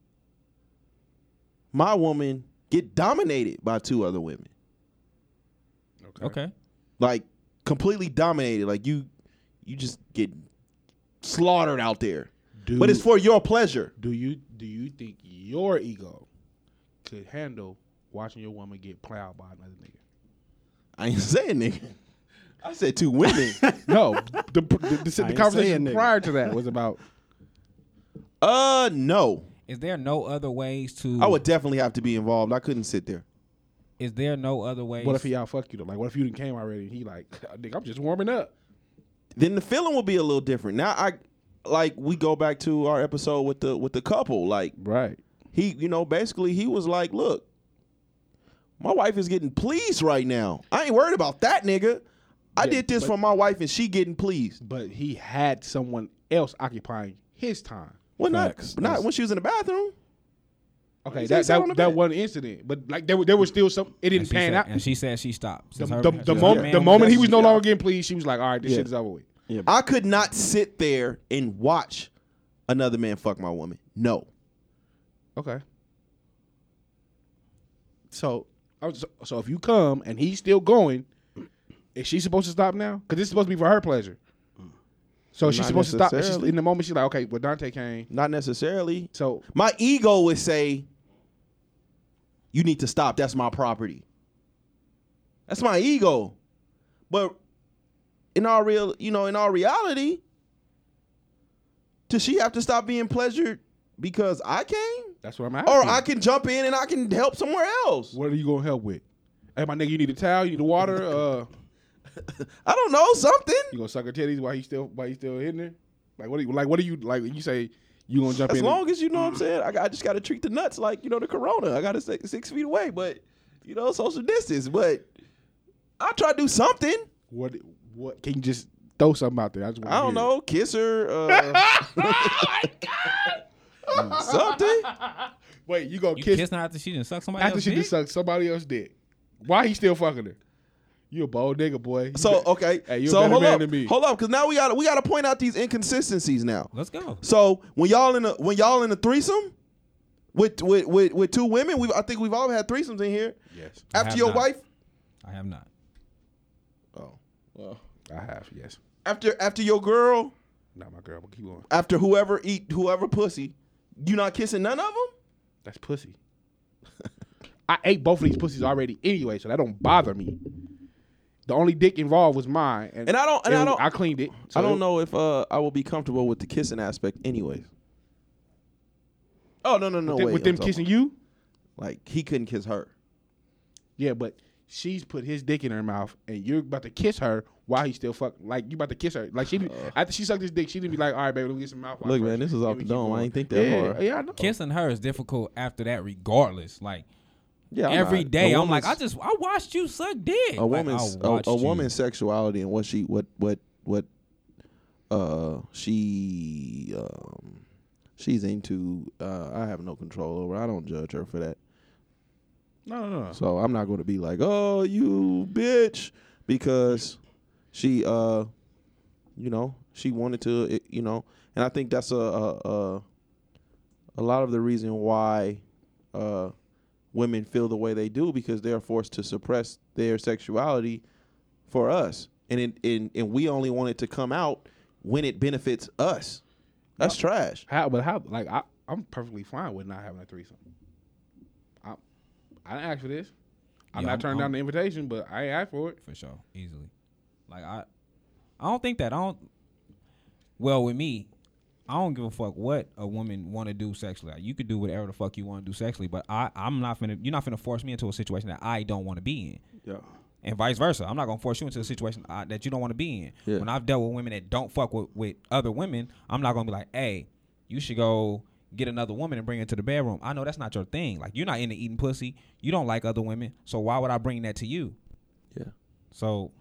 my woman get dominated by two other women
okay.
like completely dominated. Like you, you just get slaughtered out there.
Dude.
But it's for your pleasure.
Do you do you think your ego could handle watching your woman get plowed by another nigga?
I ain't saying nigga. I said two women.
No, the the, the,
I
the
ain't saying
conversation
nigga.
prior to that was about
uh, no.
Is there no other ways to?
I
Mm.
would definitely have to be involved. I couldn't sit there.
Is there no other ways?
what if he out fuck you though? Like what if you didn't came already? And he like, nigga, I'm just warming up.
Then the feeling will be a little different. Now I, like, we go back to our episode with the with the couple. Like
Right.
he, you know, basically he was like, look. My wife is getting pleased right now. I ain't worried about that, nigga. I
Yeah,
did this
but-
for my wife, and she getting pleased.
But he had someone else occupying his time.
Well, not
Facts.
not when she was in the bathroom.
Okay,
He's
that
sat on the
that, that
bed.
one incident, but like there, were- there was still some. It
And
didn't
she
pan
said,
out.
And she said she stopped.
The,
Since her-
the,
since
the
her
moment
man
the
was
moment he
out,
was no longer getting pleased, she was like, all right, this
Yeah.
shit is over with.
I could not sit there and watch another man fuck my woman. No.
Okay. So, oh, so, so if you come and he's still going, is she supposed to stop now? Because this is supposed to be for her pleasure. So she's
Not
supposed to stop. and she's-
necessarily.
in the moment, she's like, okay, well, Dante came.
Not necessarily.
So,
My ego would say, you need to stop. That's my property. That's my ego. But in all real, you know, in all reality, does she have to stop being pleasured because I came?
that's what I'm asking.
Or I can jump in and I can help somewhere else.
What are you going to help with? Hey, my nigga, you need a towel? You need water? Uh,
I don't know, something.
you going to suck her titties while he's still while he's still in there? Like, what are you, like, what are you, like, you say you going to jump
As
in?
long as you know what
mm-hmm.
I'm saying, I, got- I just got to treat the nuts like you know the corona. I got to stay six feet away, but you know social distance. But I try to do something.
what, what, can you just throw something out there? I, just wanna
I don't
hear it.
know, kiss her, uh,
Oh
something.
Wait, you going to
You
kiss
kissing her after she didn't suck somebody
after
else's
she
dick?
just sucked somebody else dick. Why he still fucking her? You a bold nigga, boy. You
So
bet-
okay,
Hey, you a
so
better
hold
man
up,
than me.
hold up, because now we got to we got to point out these inconsistencies now.
Let's go.
So when y'all in a when y'all in a threesome with with with, with two women, we I think we've all had threesomes in here.
Yes,
After
have
your
not.
wife,
I have not.
oh,
I have. Yes,
after after your girl,
not my girl, but keep going.
after whoever eat whoever pussy, you not kissing none of them.
That's pussy. I ate both of these pussies already anyway, so that don't bother me. The only dick involved was mine, and,
And I don't- and I don't-
I cleaned it. so
I
it-
don't know if uh, I will be comfortable with the kissing aspect, anyways. Oh no no no!
with,
wait,
with
I'm
them kissing
talking-
you.
like he couldn't kiss her.
Yeah, but she's put his dick in her mouth, and you're about to kiss her while he's still fuck. Like you about to kiss her. Like she didn't, after she sucked his dick, she didn't be like, "All right, baby, let me get some mouth." wash
Look, man,
first."
this is off
Then
the
we keep
dome. I
going.
ain't think that
yeah,
hard.
Yeah, I know.
Kissing her is difficult after that, regardless. Like
Yeah, I'm
every
not- a
day. I'm like, I
woman's-
just I watched you suck dick.
a woman's
like, I
a,
watched
a
you.
woman's sexuality and what she what what what uh she um she's into uh I have no control over. I don't judge her for that.
No, no, no.
So I'm not going to be like, "Oh, you bitch," because she uh you know, she wanted to, it- you know, and I think that's a a a, a lot of the reason why uh women feel the way they do because they're forced to suppress their sexuality for us. And it, and and we only want it to come out when it benefits us. That's
Uh,
trash.
How? But how? Like I, I'm perfectly fine with not having a threesome. I, I didn't ask for this. I'm
Yeah,
not
I'm-
turning down
I'm-
the invitation, but I ain't asked for it.
for sure, easily. Like I, I don't think that I don't. Well, with me, I don't give a fuck what a woman want to do sexually. Like, you could do whatever the fuck you want to do sexually, but I, I'm not finna. You're not finna force me into a situation that I don't want to be in.
Yeah.
and vice versa. I'm not gonna force you into a situation uh, that you don't want to be in.
Yeah.
When I've dealt with women that don't fuck with, with other women, I'm not gonna be like, hey, you should go get another woman and bring her to the bedroom. I know that's not your thing. Like you're not into eating pussy. You don't like other women, so why would I bring that to you?
Yeah.
So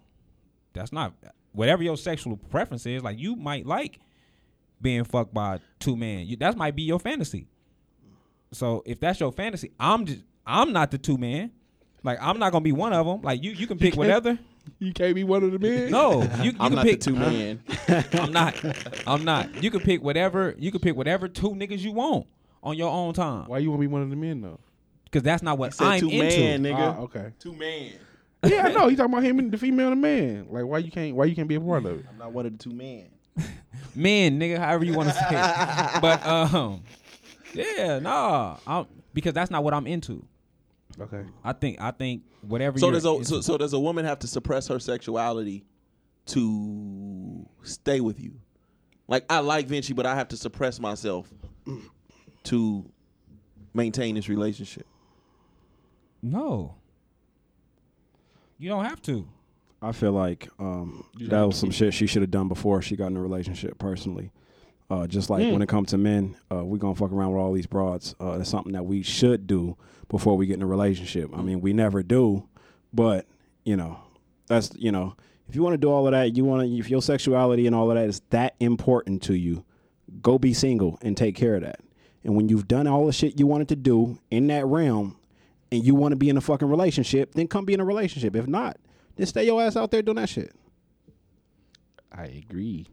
that's not whatever your sexual preference is. Like you might like being fucked by two men. You, that might be your fantasy. So if that's your fantasy, I'm just I'm not the two man. Like I'm not gonna be one of them. Like you, you can pick whatever.
You can't be one of the men.
No, you, you
I'm
can
not
pick
the two man.
I'm not. I'm not. You can pick whatever. You can pick whatever two niggas you want on your own time.
Why you want to be one of the men though?
Because that's not what
Said
I'm
two
into.
man, nigga.
Ah, okay.
two man.
Yeah, I know. You talking about him and the female and the man. Like why you can't? Why you can't be a part of it?
I'm not one of the two man.
men, nigga, however you want to say it. But um, yeah, nah, I'm, because that's not what I'm into.
Okay.
I think I think whatever.
So
you're
does a
into-
so, so does a woman have to suppress her sexuality to stay with you? Like I like Vinci, but I have to suppress myself to maintain this relationship.
no, you don't have to.
I feel like um, that was some shit she should have done before she got in a relationship personally. Uh, just like when it comes to men, uh, we gonna fuck around with all these broads. Uh, that's something that we should do before we get in a relationship. I mean, we never do, but you know, that's you know, if you want to do all of that, you want to if your sexuality and all of that is that important to you, go be single and take care of that. And when you've done all the shit you wanted to do in that realm, and you want to be in a fucking relationship, then come be in a relationship. If not, then stay your ass out there doing that shit.
I agree.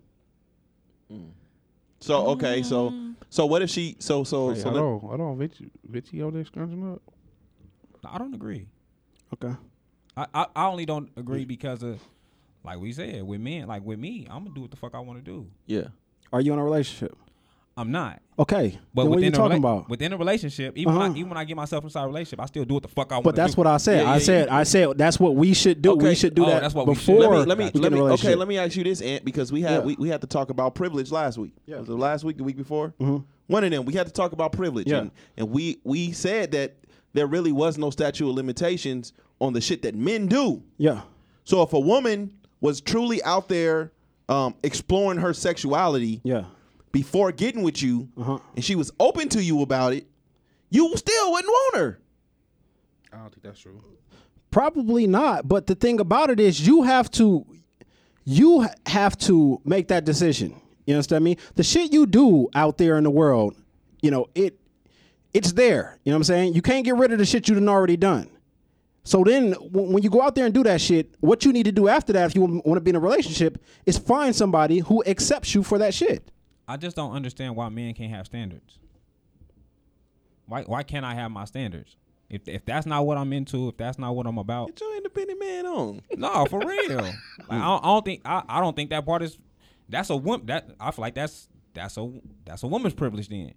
So okay, so so what if she so so
Hey,
so
hold
let-
on, hold on, Vichy, Vichy over there scrunching up.
I don't agree.
Okay.
I, I, I only don't agree because of like we said with men. Like with me, I'm gonna do what the fuck I want to do.
yeah.
Are you in a relationship?
I'm not.
Okay.
But
then what are you
within a
talking
rela-
about?
Within a relationship, even when
Uh-huh.
I, even when I get myself inside a relationship, I still do what the fuck I want.
but that's what I said.
Yeah,
I
yeah,
said I said that's what we should do.
Okay.
We should do
Oh,
that
that's what we should do.
before.
Let me let me let me
we get in a
okay,
relationship.
let me ask you this, Ant, because we had
Yeah.
we, we had to talk about privilege last week.
Yeah. Mm-hmm.
Was it last week, the week before? One of them. We had to talk about privilege.
Yeah.
And and we we said that there really was no statute of limitations on the shit that men do.
Yeah.
So if a woman was truly out there um, exploring her sexuality
Yeah.
before getting with you,
Uh-huh.
and she was open to you about it, you still wouldn't want her.
I don't think that's true.
Probably not. But the thing about it is, you have to, you ha- have to make that decision. You understand me? The shit you do out there in the world, you know it, it's there. You know what I'm saying? You can't get rid of the shit you done already done. So then, when when you go out there and do that shit, what you need to do after that, if you want to be in a relationship, is find somebody who accepts you for that shit.
I just don't understand why men can't have standards. Why why can't I have my standards? If if that's not what I'm into, if that's not what I'm about,
Get your independent man on.
No, for real. Like, I, don't, I don't think I, I don't think that part is. That's a woman. That I feel like that's that's a that's a woman's privilege then,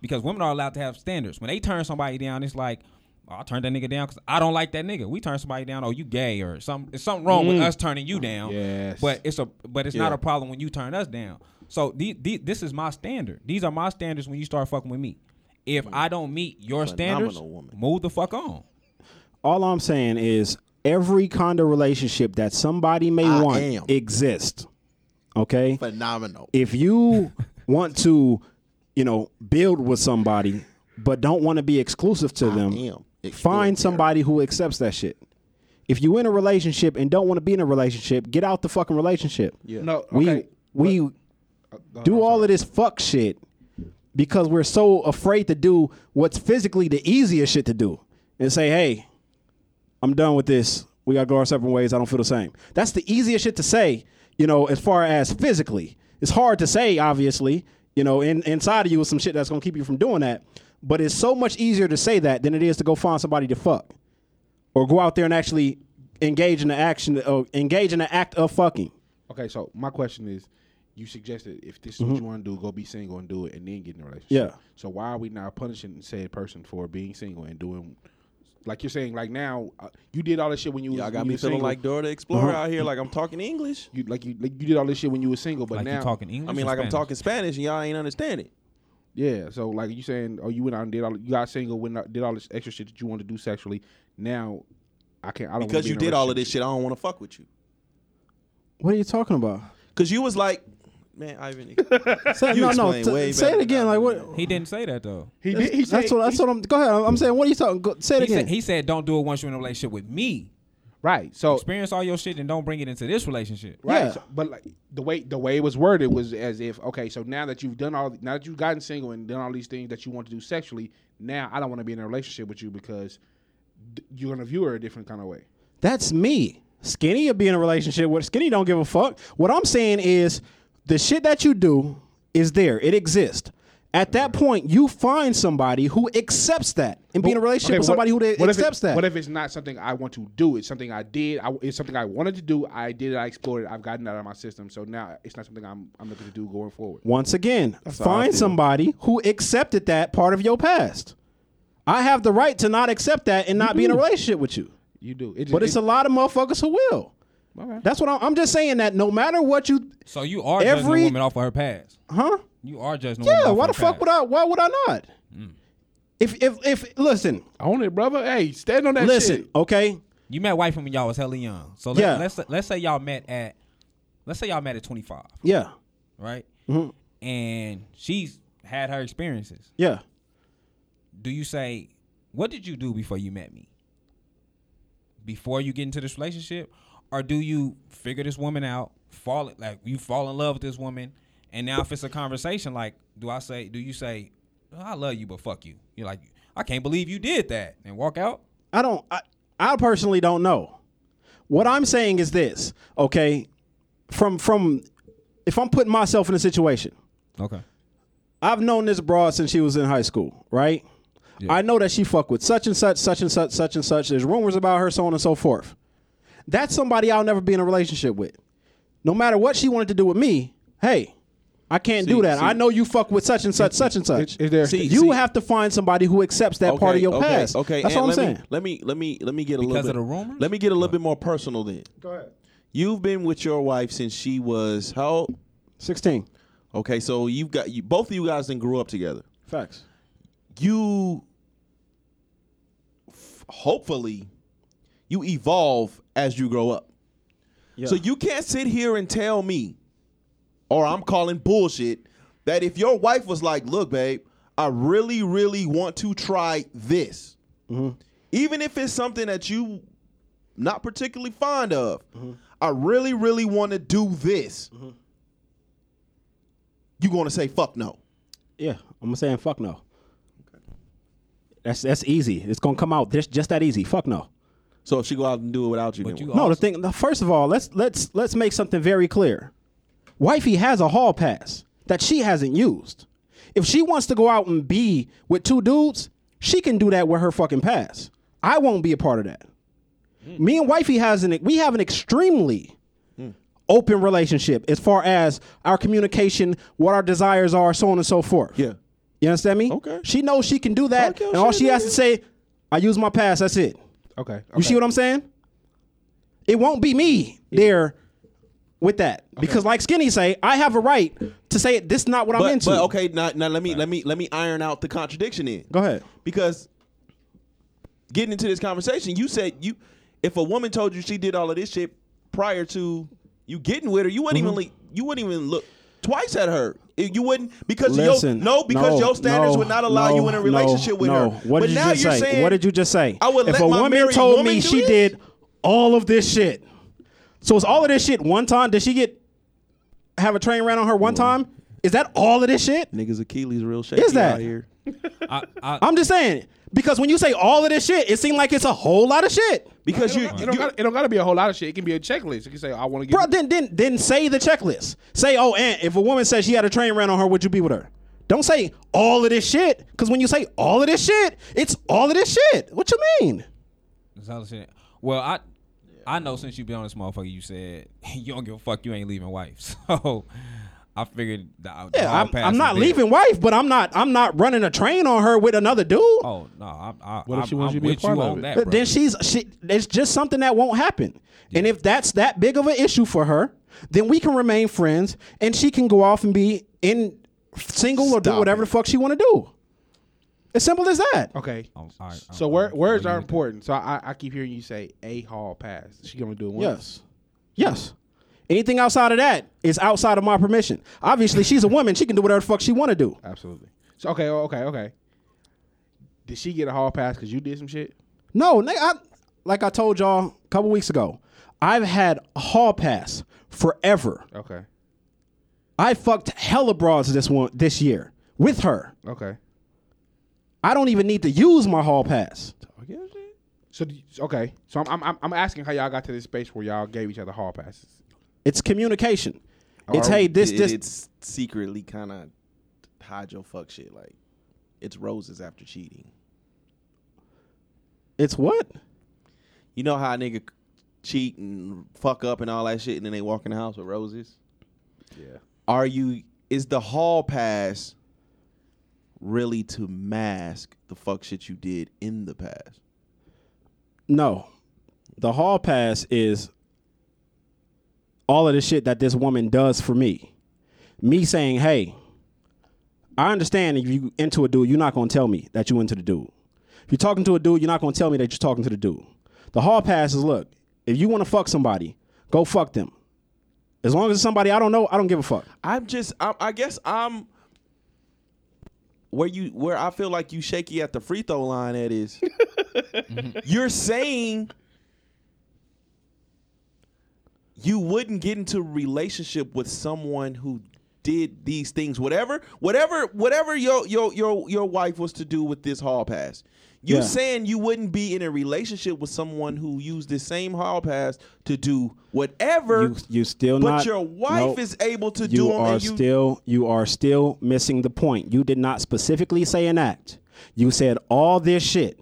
because women are allowed to have standards. When they turn somebody down, it's like oh, I turned that nigga down because I don't like that nigga. We turn somebody down. Oh, you gay or something? It's something wrong with us turning you down.
Yes.
But it's a but it's not a problem when you turn us down. So the, the, this is my standard. These are my standards when you start fucking with me. If I don't meet your standards,
Phenomenal woman.
move the fuck on.
All I'm saying is every kind of relationship that somebody may
I
want
am.
exists. Okay?
Phenomenal.
If you want to, you know, build with somebody but don't want to be exclusive to them,
am
Find somebody who accepts that shit. If you in a relationship and don't want to be in a relationship, get out the fucking relationship.
Yeah.
No,
We
okay.
we do all of this fuck shit because we're so afraid to do what's physically the easiest shit to do and say, "Hey, I'm done with this. We got to go our separate ways. I don't feel the same." That's the easiest shit to say, you know, as far as physically. It's hard to say, obviously, you know, in, inside of you is some shit that's gonna keep you from doing that. But it's so much easier to say that than it is to go find somebody to fuck or go out there and actually engage in the action, uh, engage in the act of fucking.
Okay, so my question is, you suggested if this is
Mm-hmm.
what you want to do, go be single and do it, and then get in a relationship.
Yeah.
So why are we now punishing said person for being single and doing, like you're saying, like now uh, you did all this shit when you was
Y'all
when
got
you
me
was
feeling
single.
like Dora the Explorer out here, like I'm talking English.
you like you like you did all this shit when you were single, but
Like you
now
talking English
I mean,
or
like I'm
Spanish?
talking Spanish and y'all ain't understand it.
Yeah, so like you saying, oh, you went out and did all you got single, went out, did all this extra shit that you wanted to do sexually. Now, I can't. I don't wanna
Because
be
you
in a
did all of
relationship.
this shit, I don't want to fuck with you.
What are you talking about?
Because you was like, man, Ivan.
Say,
You
no, no.
explain
t-
way
say
better
it again.
than I
Like what?
do.
He didn't say that though.
He did. He said,
that's what. That's what I'm. Go ahead. I'm, I'm saying. What are you talking? Go, say it
He
again.
said, he said, "Don't do it once you're in a relationship with me.
right.
Oh.
So
Experience all your shit and don't bring it into this relationship."
Right.
Yeah.
so- but like the way the way it was worded was as if okay, so now that you've done all now that you've gotten single and done all these things that you want to do sexually, now I don't want to be in a relationship with you because d- you're gonna view her a different kind of way.
that's me. Skinny would be in a relationship with Skinny. Don't give a fuck. What I'm saying is, the shit that you do is there. It exists. At that
Mm-hmm.
point, you find somebody who accepts that and be in a relationship
Okay,
with
what-
somebody who
what if it-
accepts that.
What if it's not something I want to do? It's something I did. I, it's something I wanted to do. I did it. I explored it. I've gotten it out of my system. So now it's not something I'm I'm looking to do going forward.
Once again,
how I
find
feel.
somebody who accepted that part of your past. I have the right to not accept that and not be in a
Mm-hmm.
relationship with you.
You do. It just,
But it's
it-
a lot of motherfuckers who will. That's what I'm, I'm just saying. That no matter what you,
So you are judging
Every-
a woman off of her past.
huh?
You are judging. A woman
Yeah.
off
Why
her
the fuck
past.
would I? Why would I not?
Mm.
If if if listen,
own it, brother. Hey, stand on that.
listen.
shit.
Okay.
You met white women y'all was hella young. So let,
Yeah.
let's let's say y'all met at let's say y'all met at 25,
Yeah.
right?
Mm-hmm.
And she's had her experiences.
Yeah.
Do you say what did you do before you met me? Before you get into this relationship, or do you figure this woman out, fall like you fall in love with this woman, and now if it's a conversation, like do I say do you say "Oh, I love you but fuck you? You're like I can't believe you did that and walk out.
I don't. I, I personally don't know. What I'm saying is this. Okay. From from, if I'm putting myself in a situation,
Okay.
I've known this broad since she was in high school, right? I know that she fuck with such and such, such and such, such and such. There's rumors about her, so on and so forth. That's somebody I'll never be in a relationship with. No matter what she wanted to do with me, hey, I can't do that. I know you fuck with such and such, such and such.
is there-
See,
you
see-
have to find somebody who accepts that part of your
okay,
past.
Okay,
that's
and
what I'm
let
saying.
Me, let me let me let me get a
Because
little
of
bit,
the rumors?
Let me get a little bit more personal then.
Go ahead.
You've been with your wife since she was how old?
Sixteen
Okay, so you've got you both of you guys then grew up together.
facts.
You f- hopefully you evolve as you grow up.
Yeah.
So you can't sit here and tell me, or I'm calling bullshit, that if your wife was like, look, babe, I really, really want to try this, even if it's something that you not particularly fond of, I really, really want to do this, you going to say, fuck no.
Yeah, I'm saying fuck no. That's that's easy. It's gonna come out just just that easy. Fuck no.
So if she go out and do it without you,
But
then
you
what?
No, the thing. the- First of all, let's let's let's make something very clear. Wifey has a hall pass that she hasn't used. If she wants to go out and be with two dudes, she can do that with her fucking pass. I won't be a part of that. Me and wifey has an we have an extremely open relationship as far as our communication, what our desires are, so on and so forth.
Yeah.
You understand me?
Okay.
She knows she can do that,
Okay,
and all
shit,
she has to
nigga.
say, "I use my pass. That's it."
Okay. okay.
You see what I'm saying? It won't be me there with that because, like Skinny say, I have a right to say this is not what I'm
But,
into.
but okay, now, now let me let me let me iron out the contradiction in.
go ahead.
because getting into this conversation, you said you if a woman told
Mm-hmm.
you she did all of this shit prior to you getting with her, you wouldn't even le- you wouldn't even look twice at her. If You wouldn't because of
Listen,
your no because
no,
your standards
no,
would not allow you in a
no,
relationship with
no.
her.
What
but
did
now
you just
are
say?
saying
what did you just say?
I would
if
let
a
my
woman
married
told
woman
me
do
she
this?
did all of this shit, so it's all of this shit one time. Did she get have a train ran on her one time? Is that all of this shit?
niggas Achilles real shaky
Is that?
out here.
I, I,
I'm just saying because when you say all of this shit, it seems like it's a whole lot of shit.
Because you,
It don't,
you-
gotta, it don't gotta be a whole lot of shit. It can be a checklist. You can say, I want to get.
Bro, then then then say the checklist. Say, oh, and if a woman says she had a train ran on her, would you be with her? Don't say all of this shit, because when you say all of this shit, it's all of this shit. What you mean?
That's all I'm saying. Well, I I know since you've been on this motherfucker, you said you don't give a fuck. You ain't leaving wife. So I figured the out. the
Yeah,
hall
I'm,
pass
I'm
is
not
there.
leaving wife, but I'm not I'm not running a train on her with another dude.
Oh no, I'm, I,
What if
I'm,
she wants
I'm
you to be a
with
part
you
of
on
it?
that.
Th-
bro.
then she's she. It's just something that won't happen. And if that's that big of an issue for her, then we can remain friends, and she can go off and be in single or do
Stop
whatever
it.
the fuck she want to do. As simple as that.
Okay.
Oh, all right,
So
I'm-
wor-
I'm-
words
I'm
are
with
important. So I, I keep hearing you say a hall pass. She can only do it once.
Yes. Yes. Anything outside of that is outside of my permission. Obviously, she's a woman. She can do whatever the fuck she want to do.
Absolutely. So okay, oh, okay, okay. Did she get a hall pass because you did some shit?
No, nigga, I, like I told y'all a couple weeks ago, I've had a hall pass forever.
Okay.
I fucked hella broads this one this year with her.
Okay.
I don't even need to use my hall pass.
So do you- okay. So I'm, I'm I'm asking how y'all got to this space where y'all gave each other hall passes.
It's communication. It's
Or
hey, this
it-
this
it's secretly kind of hide your fuck shit. Like it's roses after cheating.
it's what?
You know how a nigga cheat and fuck up and all that shit, and then they walk in the house with roses.
Yeah.
Are you? Is the hall pass really to mask the fuck shit you did in the past?
No. The hall pass is all of the shit that this woman does for me. Me saying, hey, I understand if you into a dude, you're not gonna tell me that you into the dude. If you're talking to a dude, you're not gonna tell me that you're talking to the dude. The hall pass is look, if you wanna fuck somebody, go fuck them. As long as it's somebody I don't know, I don't give a fuck.
I'm just. I, I guess I'm. Where you where I feel like you shaky at the free throw line at is you're saying you wouldn't get into a relationship with someone who did these things whatever whatever whatever your your your your wife was to do with this hall pass you
Yeah.
saying you wouldn't be in a relationship with someone who used this same hall pass to do whatever
You you still
but
not
your wife
nope.
is able to do
you
them
are
and you
still you are still missing the point. You did not specifically say an act. You said all this shit.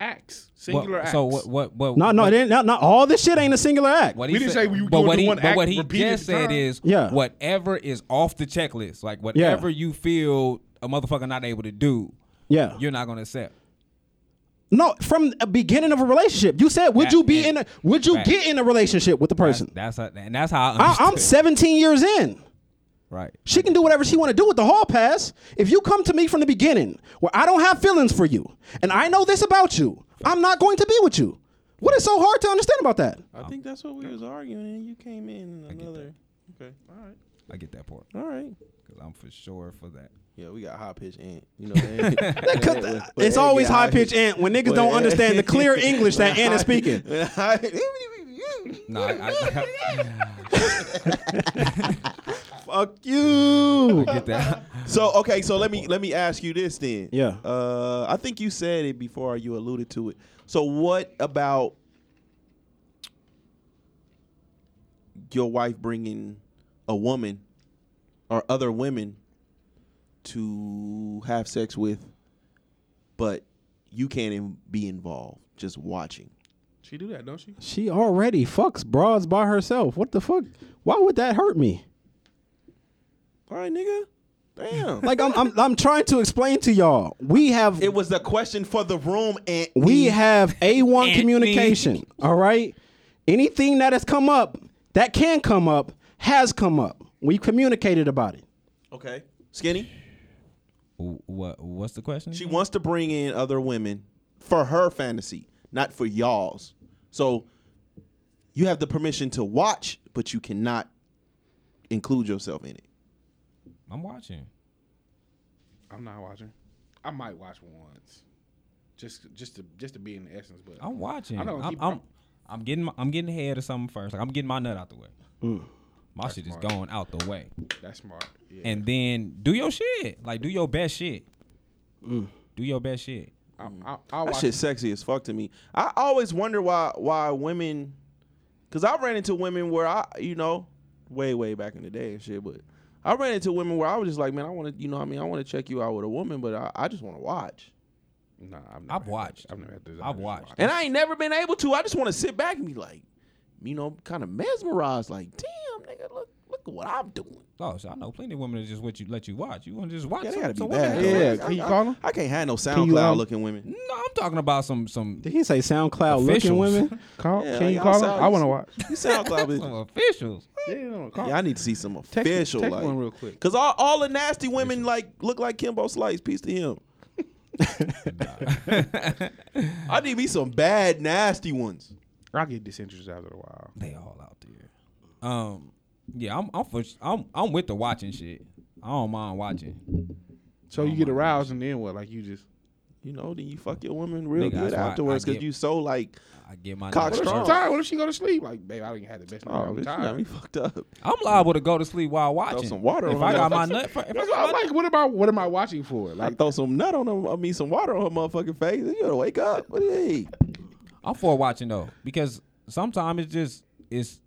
Acts.
Well,
Singular acts.
So what? What? What?
No, no,
what-
it ain't, not, not all this shit ain't a singular act.
What
We
he
didn't
said,
say we
but
doing
what
the
he,
one
but what
act
he
repeated
just
the
said
time.
is,
Yeah.
whatever is off the checklist, like whatever you feel a motherfucker not able to do,
Yeah.
you're not gonna accept.
no, from the beginning of a relationship, you said, would
That-
you be
and-
in a would you
that-
get in a relationship with the
That's,
person?
that's how, and that's how I
I, I'm
understood.
17 years in.
right.
She can do whatever she want to do with the hall pass. If you come to me from the beginning where I don't have feelings for you and I know this about you, I'm not going to be with you. What is so hard to understand about that?
I think that's what we was arguing, and you came in
get
another.
another- I get that part
All right.
because I'm for sure for that.
Yeah, we got high pitch ant. You know, ant-
Cause
when- when ant
it's always
get
high pitched ant when niggas don't
Well,
understand the clear English that Ant is speaking.
When I-
No, I, I,
Fuck you.
I get that.
so okay, so let me let me ask you this then.
Yeah.
Uh, I think you said it before. or You alluded to it. So what about your wife bringing a woman or other women to have sex with, but you can't in- be involved, just watching?
She do that, don't she?
She already fucks broads by herself. What the fuck? Why would that hurt me?
All right, nigga. Damn.
Like I'm I'm, I'm trying to explain to y'all. We have
It was the question for the room, and
we have A1
Anthony.
communication. All right? Anything that has come up, that can come up, has come up. We communicated about it.
okay, skinny.
What? What's the question?
She
again?
wants to bring in other women for her fantasy, not for y'all's. So you have the permission to watch, but you cannot include yourself in it.
I'm watching.
I'm not watching. I might watch once, just just to just to be in the essence. But
I'm watching.
I
I
know,
am
keep-
I'm, I'm getting my, I'm getting ahead of something first. Like I'm getting my nut out the way.
Mm.
My shit
smart.
is going out the way.
that's smart. Yeah.
And then do your shit. Like do your best shit.
Mm.
Do your best shit.
I, I, I
That
watch.
shit's sexy as fuck to me. I always wonder why why women, because I ran into women where I, you know, way way back in the day and shit. But I ran into women where I was just like, man, I want to, you know, what I mean, I want to check you out with a woman, but I, I just want to watch.
Nah, I've, never had
I've
that.
watched.
I've never had this.
I've watched.
And I ain't never been able to. I just want to sit back and be like, you know, kind of mesmerized. Like, damn, nigga, look look at what I'm doing.
Oh, so I know plenty of women that just what you let you watch. You want to just watch?
Yeah, they
some-
gotta be
some women
bad.
do it.
Yeah, can you call 'em?
I can't have no
you, um,
SoundCloud looking women.
No, I'm talking about some some
Did he say SoundCloud looking
Officials.
women?
Call,
Yeah,
can you
like,
call
outside
him? I
you
want to
see-
watch.
You SoundCloud.
some
bitches.
officials.
yeah, no, call.
yeah, I need to see some
text,
official
text
like.
one real quick.
Cause all, all the nasty women like look like Kimbo Slice. Peace to him. I need me some bad nasty ones.
I get disinterested after a while.
They all out there. Um, yeah, I'm I'm for, I'm I'm with the watching shit. I don't mind watching.
So you get aroused and then what? Like you just
You know, then you fuck your woman real
Nigga,
good
that's why I
afterwards because
get-
you so like,
I get my
Cock
nuts
strong.
hurt.
tired. What if she go to sleep? Like, babe, I didn't have the best night.
oh, bitch,
I'm
you got
tired.
me fucked up.
I'm liable to go to sleep while watching.
some water
If
on
I
that.
got my nut, if I
That's
got
what I'm
my
like. What about what am I watching for?
I
Like,
throw some nut on her. I mean, some water on her motherfucking face. You gotta wake up. What do you eat?
I'm for watching though because sometimes it's just it's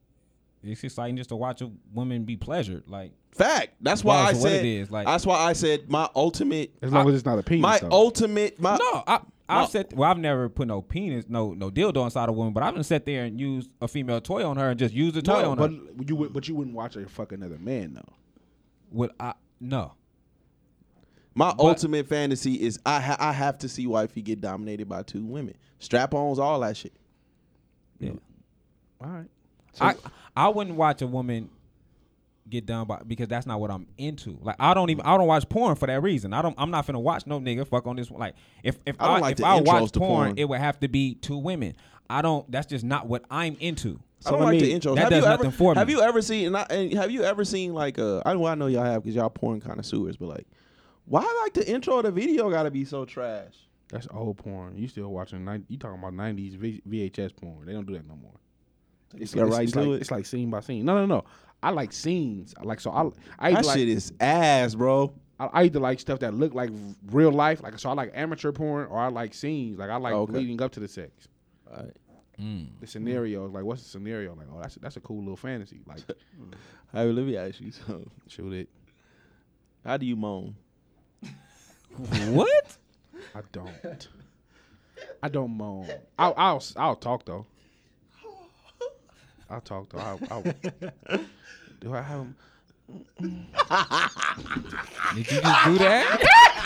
it's exciting just to watch a woman be pleasured. Like
Fact. That's why I
Regardless of what it
said.
is, like-
that's why I said my ultimate.
as long
I-
as it's not a penis.
my
though.
ultimate. My
no, I I've
No.
said well I've never put no penis no no dildo inside a woman, but I've not sat there and used a female toy on her and just used a toy
no,
on
but
her.
you would, but you wouldn't watch her fuck another man though.
Would I no.
my ultimate fantasy is I ha- I have to see wifey get dominated by two women. Strap ons, all that shit.
Yeah.
All right.
I I wouldn't watch a woman get done by because that's not what I'm into. Like I don't even I don't watch porn for that reason. I don't I'm not finna watch no nigga fuck on this one. Like if if
I
I,
don't like
if
the
I
intros
watch
to
porn,
porn.
it would have to be two women. I don't that's just not what I'm into.
I don't
let
like
me-
the intro.
that
have
does
you ever,
nothing for me.
Have you ever seen? And I, and have you ever seen like a? I, well, I know y'all have because y'all porn connoisseurs, but like, why like the intro of the video got to be so trash?
That's old porn. You still watching? nin- You talking about nineties VHS porn? They don't do that no more. It's,
got
it's,
right
it's
to
like
it.
it's like scene by scene. No, no, no. I like scenes. I like so I I
That
either like,
shit is ass, bro.
I, I either like stuff that look like real life, like so I like amateur porn, or I like scenes, like I like
Okay.
leading up to the sex.
Alright.
The scenarios, like what's the scenario? Like oh that's that's a cool little fantasy. Like
Hey, let me ask you something.
shoot it.
How do you moan?
what?
I don't. I don't moan. I'll I'll I'll talk though. I'll talk though. I'll, I'll, do I have?
Did you just do that?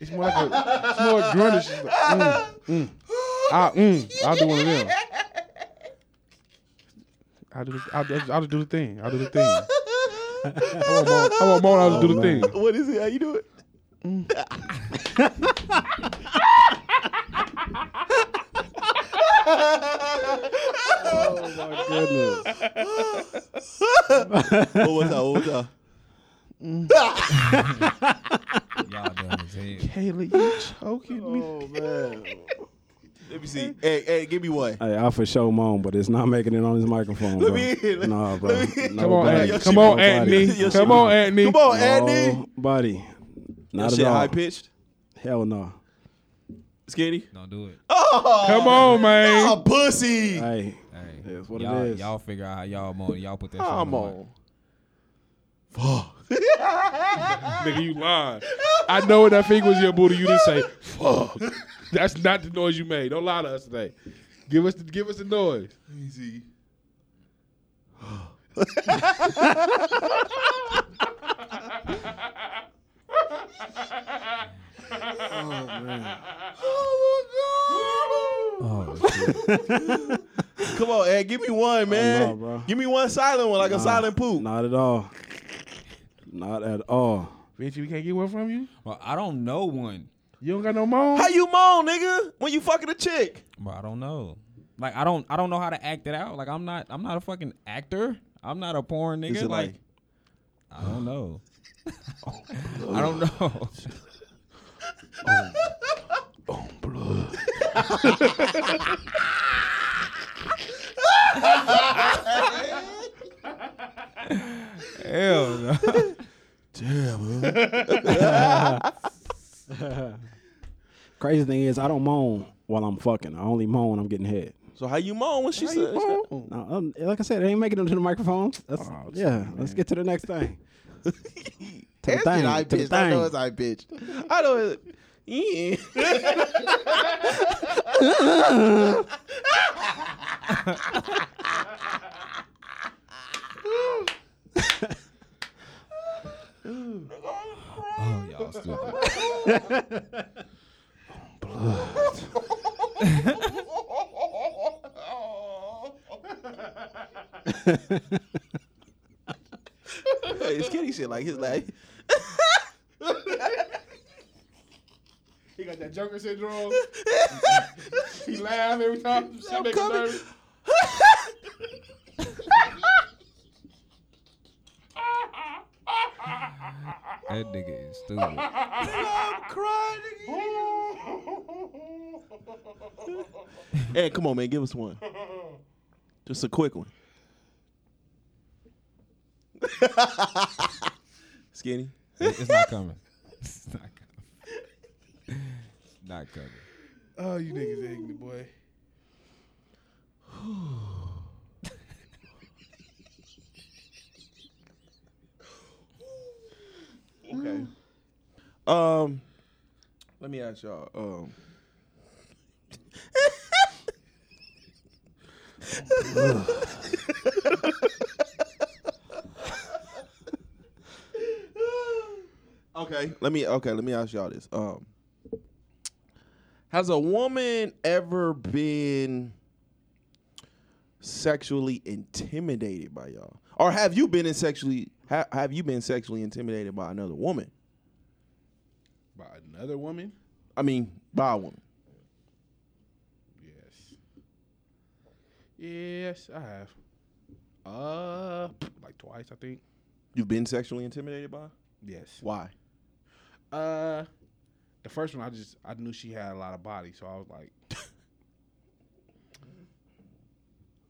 It's more like a, it's more gruntish. It's like, mm, mm. I, mm, I'll do one of them. I'll do, the- I'll, just- I'll just do the thing. I'll do the thing. I won't moan. I won't moan. I'll just do the thing.
What is it? How you do it?
Oh,
What was that? What was that?
Y'all done as hell.
Kayla, you choking me.
Oh, Let me see. Hey, hey, give me one.
Hey, I for sure moan, but it's not making it on his microphone. Let bro.
me in, let-
Nah, bro.
let me in.
Come on,
buddy.
Ant- come on,
Nobody.
Anthony.
Yes,
Come
you
on,
are.
Anthony.
Come on, Andy.
Nobody. Not
Shit,
at all.
high pitched,
Hell no.
skinny.
Don't do it.
Come on, man.
Oh, pussy.
Hey,
Hey,
That's what it
y'all,
is.
Y'all figure out how y'all moan. Y'all put that shit
Come
the mic.
on.
Nigga, you lying. I know when that finger was in your booty, you didn't say "fuck." That's not the noise you made. Don't lie to us today. Give us the give us the noise.
Easy. Come on, Ed. Give me one, man.
no, bro.
give me one silent one, like a silent poop.
not at all. Not at all.
Bitch, we can't get one from you.
Well, I don't know one.
You don't got no moan.
How you moan, nigga? When you fucking a chick?
Bro, I don't know. Like I don't I don't know how to act it out. Like I'm not I'm not a fucking actor. I'm not a porn nigga.
Is it
like,
like-
I don't know. I don't know. Hell no.
Crazy thing is, I don't moan while I'm fucking. I only moan when I'm getting head.
So how you moan when she said?
No, um, like I said, I ain't making it to the microphone. That's, yeah, let's get to the next thing. to the
That's it,
thing.
I
to the
bitched. I know
thing.
it's I bitched. I know it. Yeah.
Oh, y'all stupid.
It's kitty shit. Like his like.
He got that Joker syndrome. he laugh every time. She make him
coming.
nervous.
That nigga is stupid.
Hey, come on, man, give us one. Just a quick one. Skinny.
It- It's not coming. It's not coming. It's not coming.
Oh, you niggas ignorant, boy.
Okay. Um, let me ask y'all. Um. okay. Let me. Okay. Let me ask y'all this. Um. Has a woman ever been sexually intimidated by y'all, or have you been in sexually ha- have you been sexually intimidated by another woman?
By another woman?
I mean, by a woman.
Yes. Yes, I have. Uh, like twice, I think.
You've been sexually intimidated by?
Yes.
Why?
Uh, the first one, I just I knew she had a lot of body, so I was like,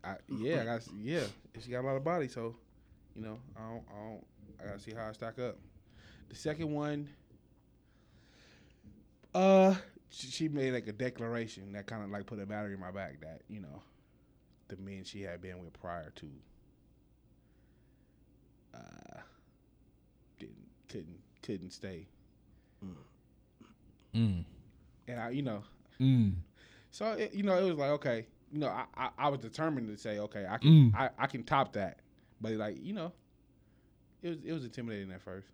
I yeah, I got yeah, she got a lot of body, so you know, I don't, I don't, I gotta see how I stack up. The second one, uh, she, she made like a declaration that kind of like put a battery in my back that you know, the men she had been with prior to, uh, didn't couldn't couldn't stay
Mm.
and I, you know,
Mm.
so it, you know, it was like okay, you know, I, I, I was determined to say okay, I
Mm.
can I, I can top that, but like you know, it was it was intimidating at first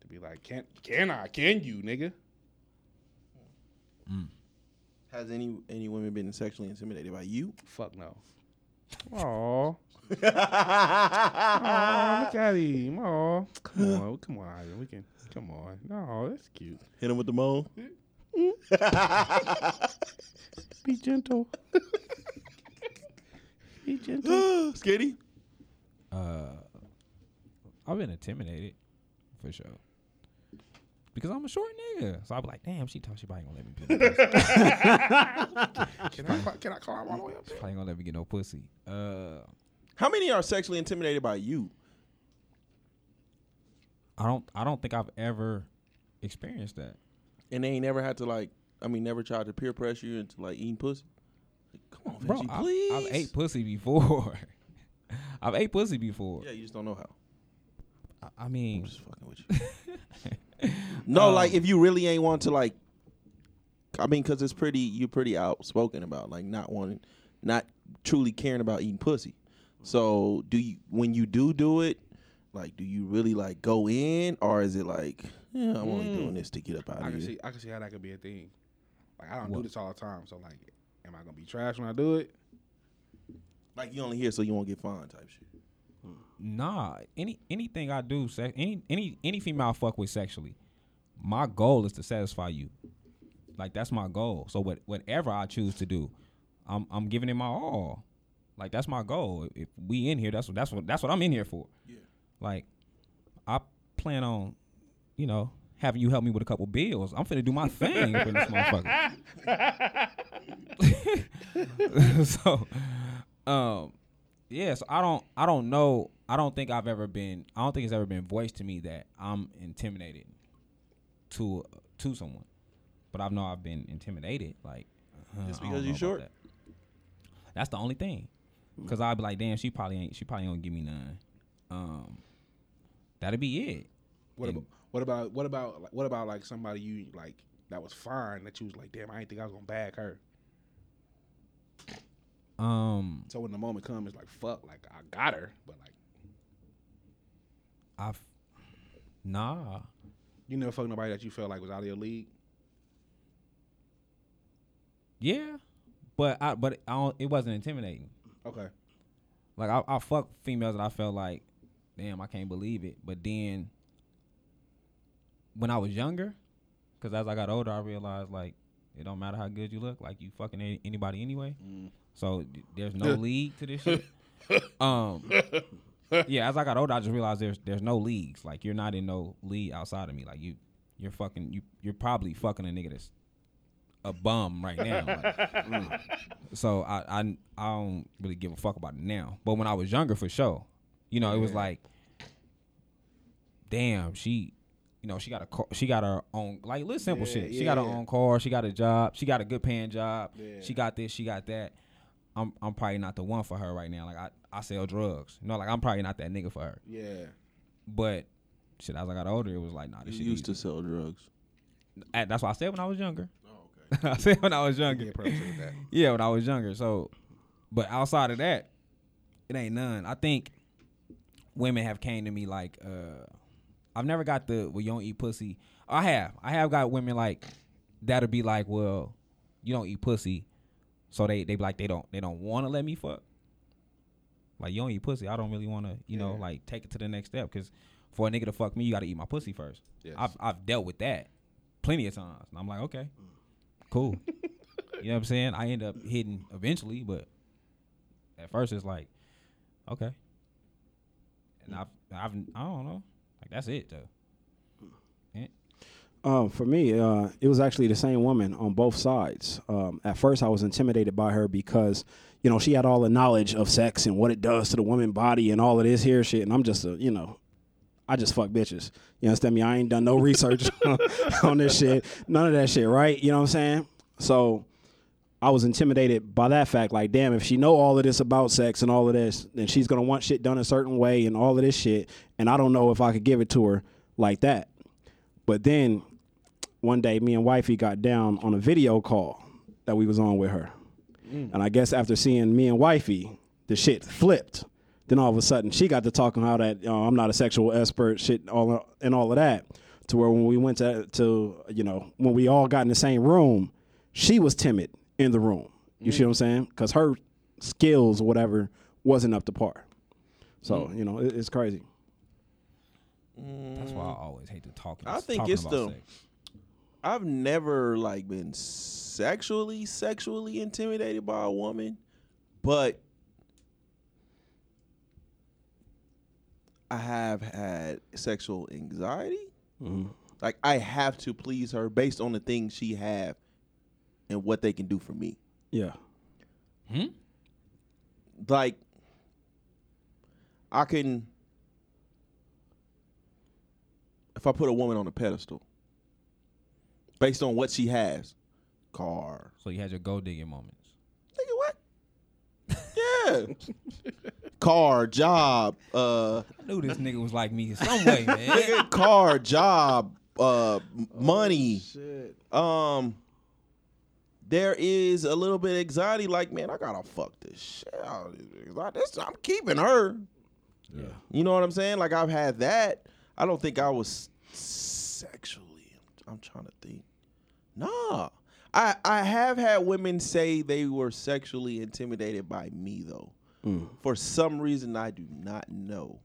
to be like can can I can you nigga
Has any any women been sexually intimidated by you?
fuck no. Aw,
Hit
Aw, look at him. Aw, come on, come on, Ivan, we can come on. No, that's cute.
him with the moan.
Be gentle. Be gentle.
Mm-hmm.
Skitty.
Uh, I've been intimidated for sure because I'm a short nigga. So I be like, damn, she thought she probably gonna let me get no pussy.
Can I cli- can I climb all the way up?
She probably gonna let me get no pussy. Uh,
How many are sexually intimidated by you?
I don't. I don't think I've ever experienced that.
And they ain't never had to like I mean never tried to peer pressure you into like eating pussy? Like, come on,
Bro,
Veggie,
I've,
please.
I've ate pussy before. I've ate pussy before.
Yeah, you just don't know how.
I- I mean,
Just fucking with you. no, like if you really ain't want to like, I mean, because it's pretty, you're pretty outspoken about like not wanting, not truly caring about eating pussy. So do you when you do do it, like do you really like go in or is it like yeah I'm only doing this to get up out
Hmm. I
of
can
here?
see I can see how that could be a thing. Like I don't
What?
do this all the time, so like, am I gonna be trash when I do it?
Like you only here so you won't get fined type shit.
Nah, any anything I do, sex, any any any female I fuck with sexually, my goal is to satisfy you. Like that's my goal. So what whatever I choose to do, I'm I'm giving it my all. Like that's my goal. If we in here, that's what that's what that's what I'm in here for. Yeah. Like I plan on, you know, having you help me with a couple bills. I'm finna do my thing for this motherfucker. so, um, yeah. So I don't I don't know. I don't think I've ever been. I don't think it's ever been voiced to me that I'm intimidated to to someone. But I know I've been intimidated. Like uh,
Just
I
because
don't know
you
about
short?
that. That's the only thing. Cause I'd be like, damn, she probably ain't. She probably don't give me none. Um, that'd be it.
What
And-
about what about what about like, what about like somebody you like that was fine that you was like, damn, I didn't think I was gonna bag her.
Um,
So when the moment comes, it's like, fuck, like I got her, but like
I've nah.
you never fucked nobody that you felt like was out of your league.
Yeah, but I but I don't, it wasn't intimidating.
Okay,
Like I, I fuck females that I felt like, damn, I can't believe it. But then, when I was younger, because as I got older, I realized like it don't matter how good you look, like you fucking a- anybody anyway. So d- there's no league to this shit. Um, yeah, as I got older, I just realized there's there's no leagues. Like you're not in no league outside of me. Like you, you're fucking you you're probably fucking a nigga that's a bum right now. Like, mm. so I, I I don't really give a fuck about it now. But when I was younger, for sure, you know, it was like, damn, she, you know, she got a car, she got her own like little simple shit. She got her
yeah.
own car. She got a job. She got a good paying job.
Yeah.
She got this. She got that. I'm I'm probably not the one for her right now. Like I I sell drugs. You know, like I'm probably not that nigga for her.
yeah,
But shit, as I got older, it was like, nah, this shit.
used to
easy.
sell drugs.
I- That's what I said when I was younger.
Oh,
I said when I was younger.
yeah, probably with that.
Yeah, when I was younger. So, but outside of that, it ain't none. I think women have came to me like, uh, I've never got the well, you don't eat pussy. I have, I have got women like that'll be like, well, you don't eat pussy, so they they be like they don't they don't want to let me fuck. Like you don't eat pussy, I don't really want to, you know, like take it to the next step because for a nigga to fuck me, you got to eat my pussy first.
Yes.
I've I've dealt with that plenty of times, and I'm like, okay, cool. You know what I'm saying? I end up hitting eventually, but at first it's like, okay. And I've, I've, I don't know. Like that's it though.
Uh, for me, uh, it was actually the same woman on both sides. Um, at first, I was intimidated by her because, you know, she had all the knowledge of sex and what it does to the woman body and all of this here shit. And I'm just a, you know, I just fuck bitches. You understand me? I ain't done no research on this shit. None of that shit, right? You know what I'm saying? So I was intimidated by that fact. Like, damn, if she know all of this about sex and all of this, then she's gonna want shit done a certain way and all of this shit. And I don't know if I could give it to her like that. But then one day me and wifey got down on a video call that we was on with her. And I guess after seeing me and wifey, the shit flipped. Then all of a sudden she got to talking how that uh, I'm not a sexual expert shit all and all of that to where when we went to to you know when we all got in the same room, she was timid in the room. You see what I'm saying? Cuz her skills or whatever wasn't up to par. So, you know, it, it's crazy.
That's why I always hate to talk.
I think
talking
it's
about
the-
sex.
I've never like been sexually sexually intimidated by a woman, but I have had sexual anxiety. Like I have to please her based on the things she have and what they can do for me.
Yeah.
Like I can if I put a woman on a pedestal based on what she has, car,
So you had your gold digging moments.
Nigga, what? Yeah. car, job, uh,
I knew this nigga was like me in some way, man.
nigga, car, job, uh, m- money. Um, there is a little bit of anxiety. Like, man, I gotta fuck this shit out. of this bitch. Like, this- I'm keeping her. Yeah. You know what I'm saying? Like, I've had that. I don't think I was sexually. I'm, I'm trying to think. Nah. I, I have had women say they were sexually intimidated by me though. For some reason I do not know.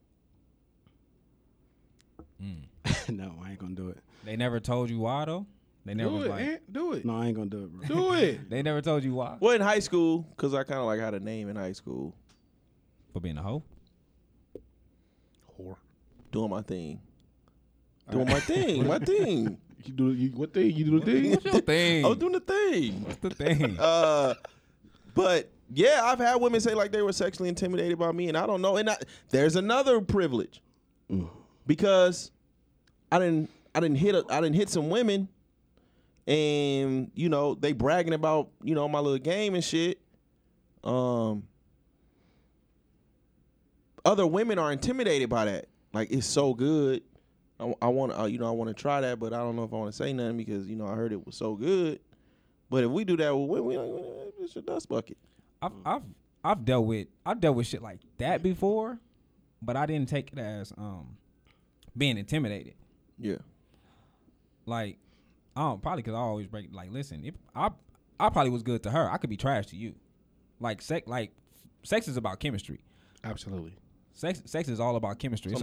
no, I ain't going to do it.
they never told you why though. They never
do
was
it,
like.
Ant, do it,
No, I ain't going to do it, bro.
do it.
They never told you why.
Well, in high school, because I kind of like had a name in high school.
For being a hoe?
Whore.
Doing my thing. Doing my thing. My thing.
You do you, what thing? You do the thing?
What's your thing?
I was doing the thing.
What's the thing?
Uh, but yeah, I've had women say like they were sexually intimidated by me, and I don't know. And I, there's another privilege because I didn't I didn't hit a, I didn't hit some women, and you know they bragging about you know my little game and shit. Um, other women are intimidated by that. Like it's so good. I, want to, you know, I want to try that, but I don't know if I want to say nothing because you know I heard it was so good. But if we do that with women, we like, "Eh, it's your dust bucket.
I've I've I've dealt with I've dealt with shit like that before, but I didn't take it as um being intimidated.
Yeah.
Like I don't probably because I always break like listen if I I probably was good to her I could be trash to you, like sex like sex is about chemistry.
Absolutely.
Sex sex is all about chemistry.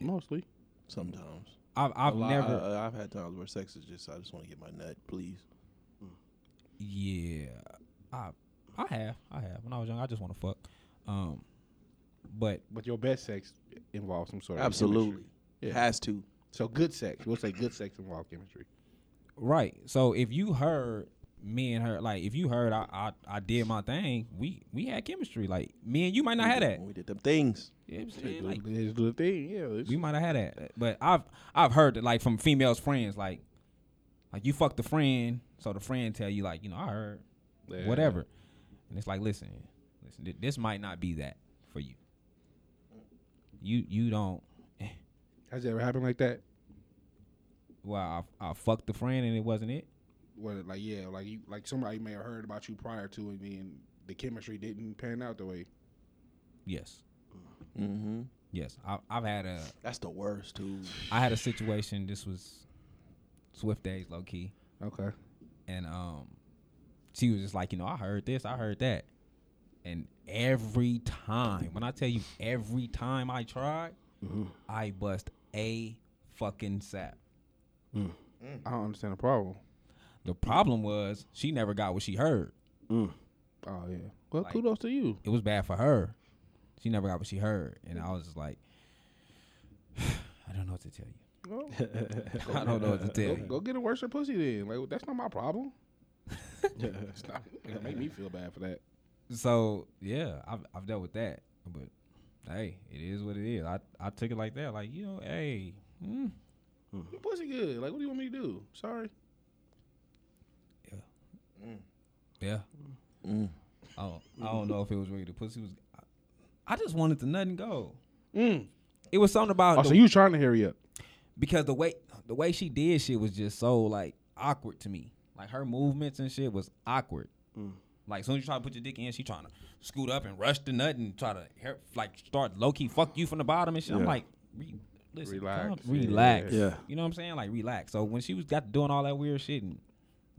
Mostly.
Sometimes.
It's about I've I've never
I, have had times where sex is just I just want to get my nut, please.
Yeah, I I have I have. When I was young, I just want to fuck. Um, but
But your best sex involves some sort of
Absolutely.
chemistry. Yeah.
Has to.
So good sex. We'll say good sex involves chemistry.
right, so if you heard me and her, like if you heard I I, I did my thing, we we had chemistry. Like me and you might not have that.
When we did them things.
It was- it like,
It's the thing. Yeah. it's-
we might have had that. But I've I've heard that like from females friends, like like you fuck the friend, so the friend tell you like you know I heard
Yeah.
whatever, and it's like listen, listen, th- this might not be that for you. You you don't.
Has it ever happened like that?
well, I, I fucked the friend and it wasn't it.
Where like yeah, like you like somebody may have heard about you prior to and then the chemistry didn't pan out the way.
Yes,
Mm-hmm.
yes. I, I've had a
That's the worst too.
I had a situation. This was Swift Days, low key,
Okay.
and um, she was just like, you know, I heard this, I heard that, and every time, when I tell you, every time I tried,
Mm-hmm.
I bust a fucking sap.
I don't understand the problem.
The problem was she never got what she heard.
Oh yeah. Well, kudos to you.
it was bad for her. She never got what she heard, and I was just like, I don't know what to tell you. I don't know what to tell
Go,
you.
go get a worse pussy then. Like that's not my problem. it's not, it make me feel bad for that.
So yeah, I've I've dealt with that, but hey, it is what it is. I I took it like that, like you know, hey, mm,
Your pussy good. Like what do you want me to do? Sorry.
yeah.
Mm.
I don't I don't know if it was really the pussy was. I, I just wanted to nothing go.
Mm.
It was something about
Oh,
the-
so you was trying to hurry up?
because the way the way she did shit was just so like awkward to me. Like her movements and shit was awkward. Like soon as you try to put your dick in, she trying to scoot up and rush the nut and try to her- like start low key fuck you from the bottom and shit. I'm like, re- listen,
Relax.
calm- relax.
Yeah.
you know what I'm saying? Like relax. So when she was got doing all that weird shit, and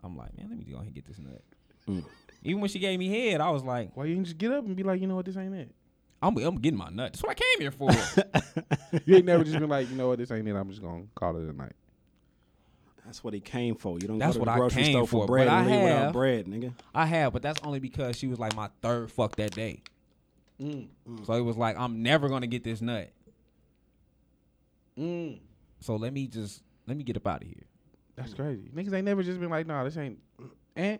I'm like, man, let me go ahead and get this nut. Even when she gave me head, I was like,
Why you didn't just get up and be like, you know what, this ain't it.
I'm, I'm getting my nut. That's what I came here for.
You ain't never just been like, you know what, this ain't it. I'm just gonna call it a night.
That's what he came for. You don't
That's what
go to the
I
grocery
came
store
for,
for bread
but
and
I
leave
have-
without bread, nigga.
I have, but that's only because she was like my third fuck that day.
Mm.
So it was like I'm never gonna get this nut.
Mm.
So let me just let me get up out of here.
That's crazy. Niggas ain't never just been like, nah, this ain't. And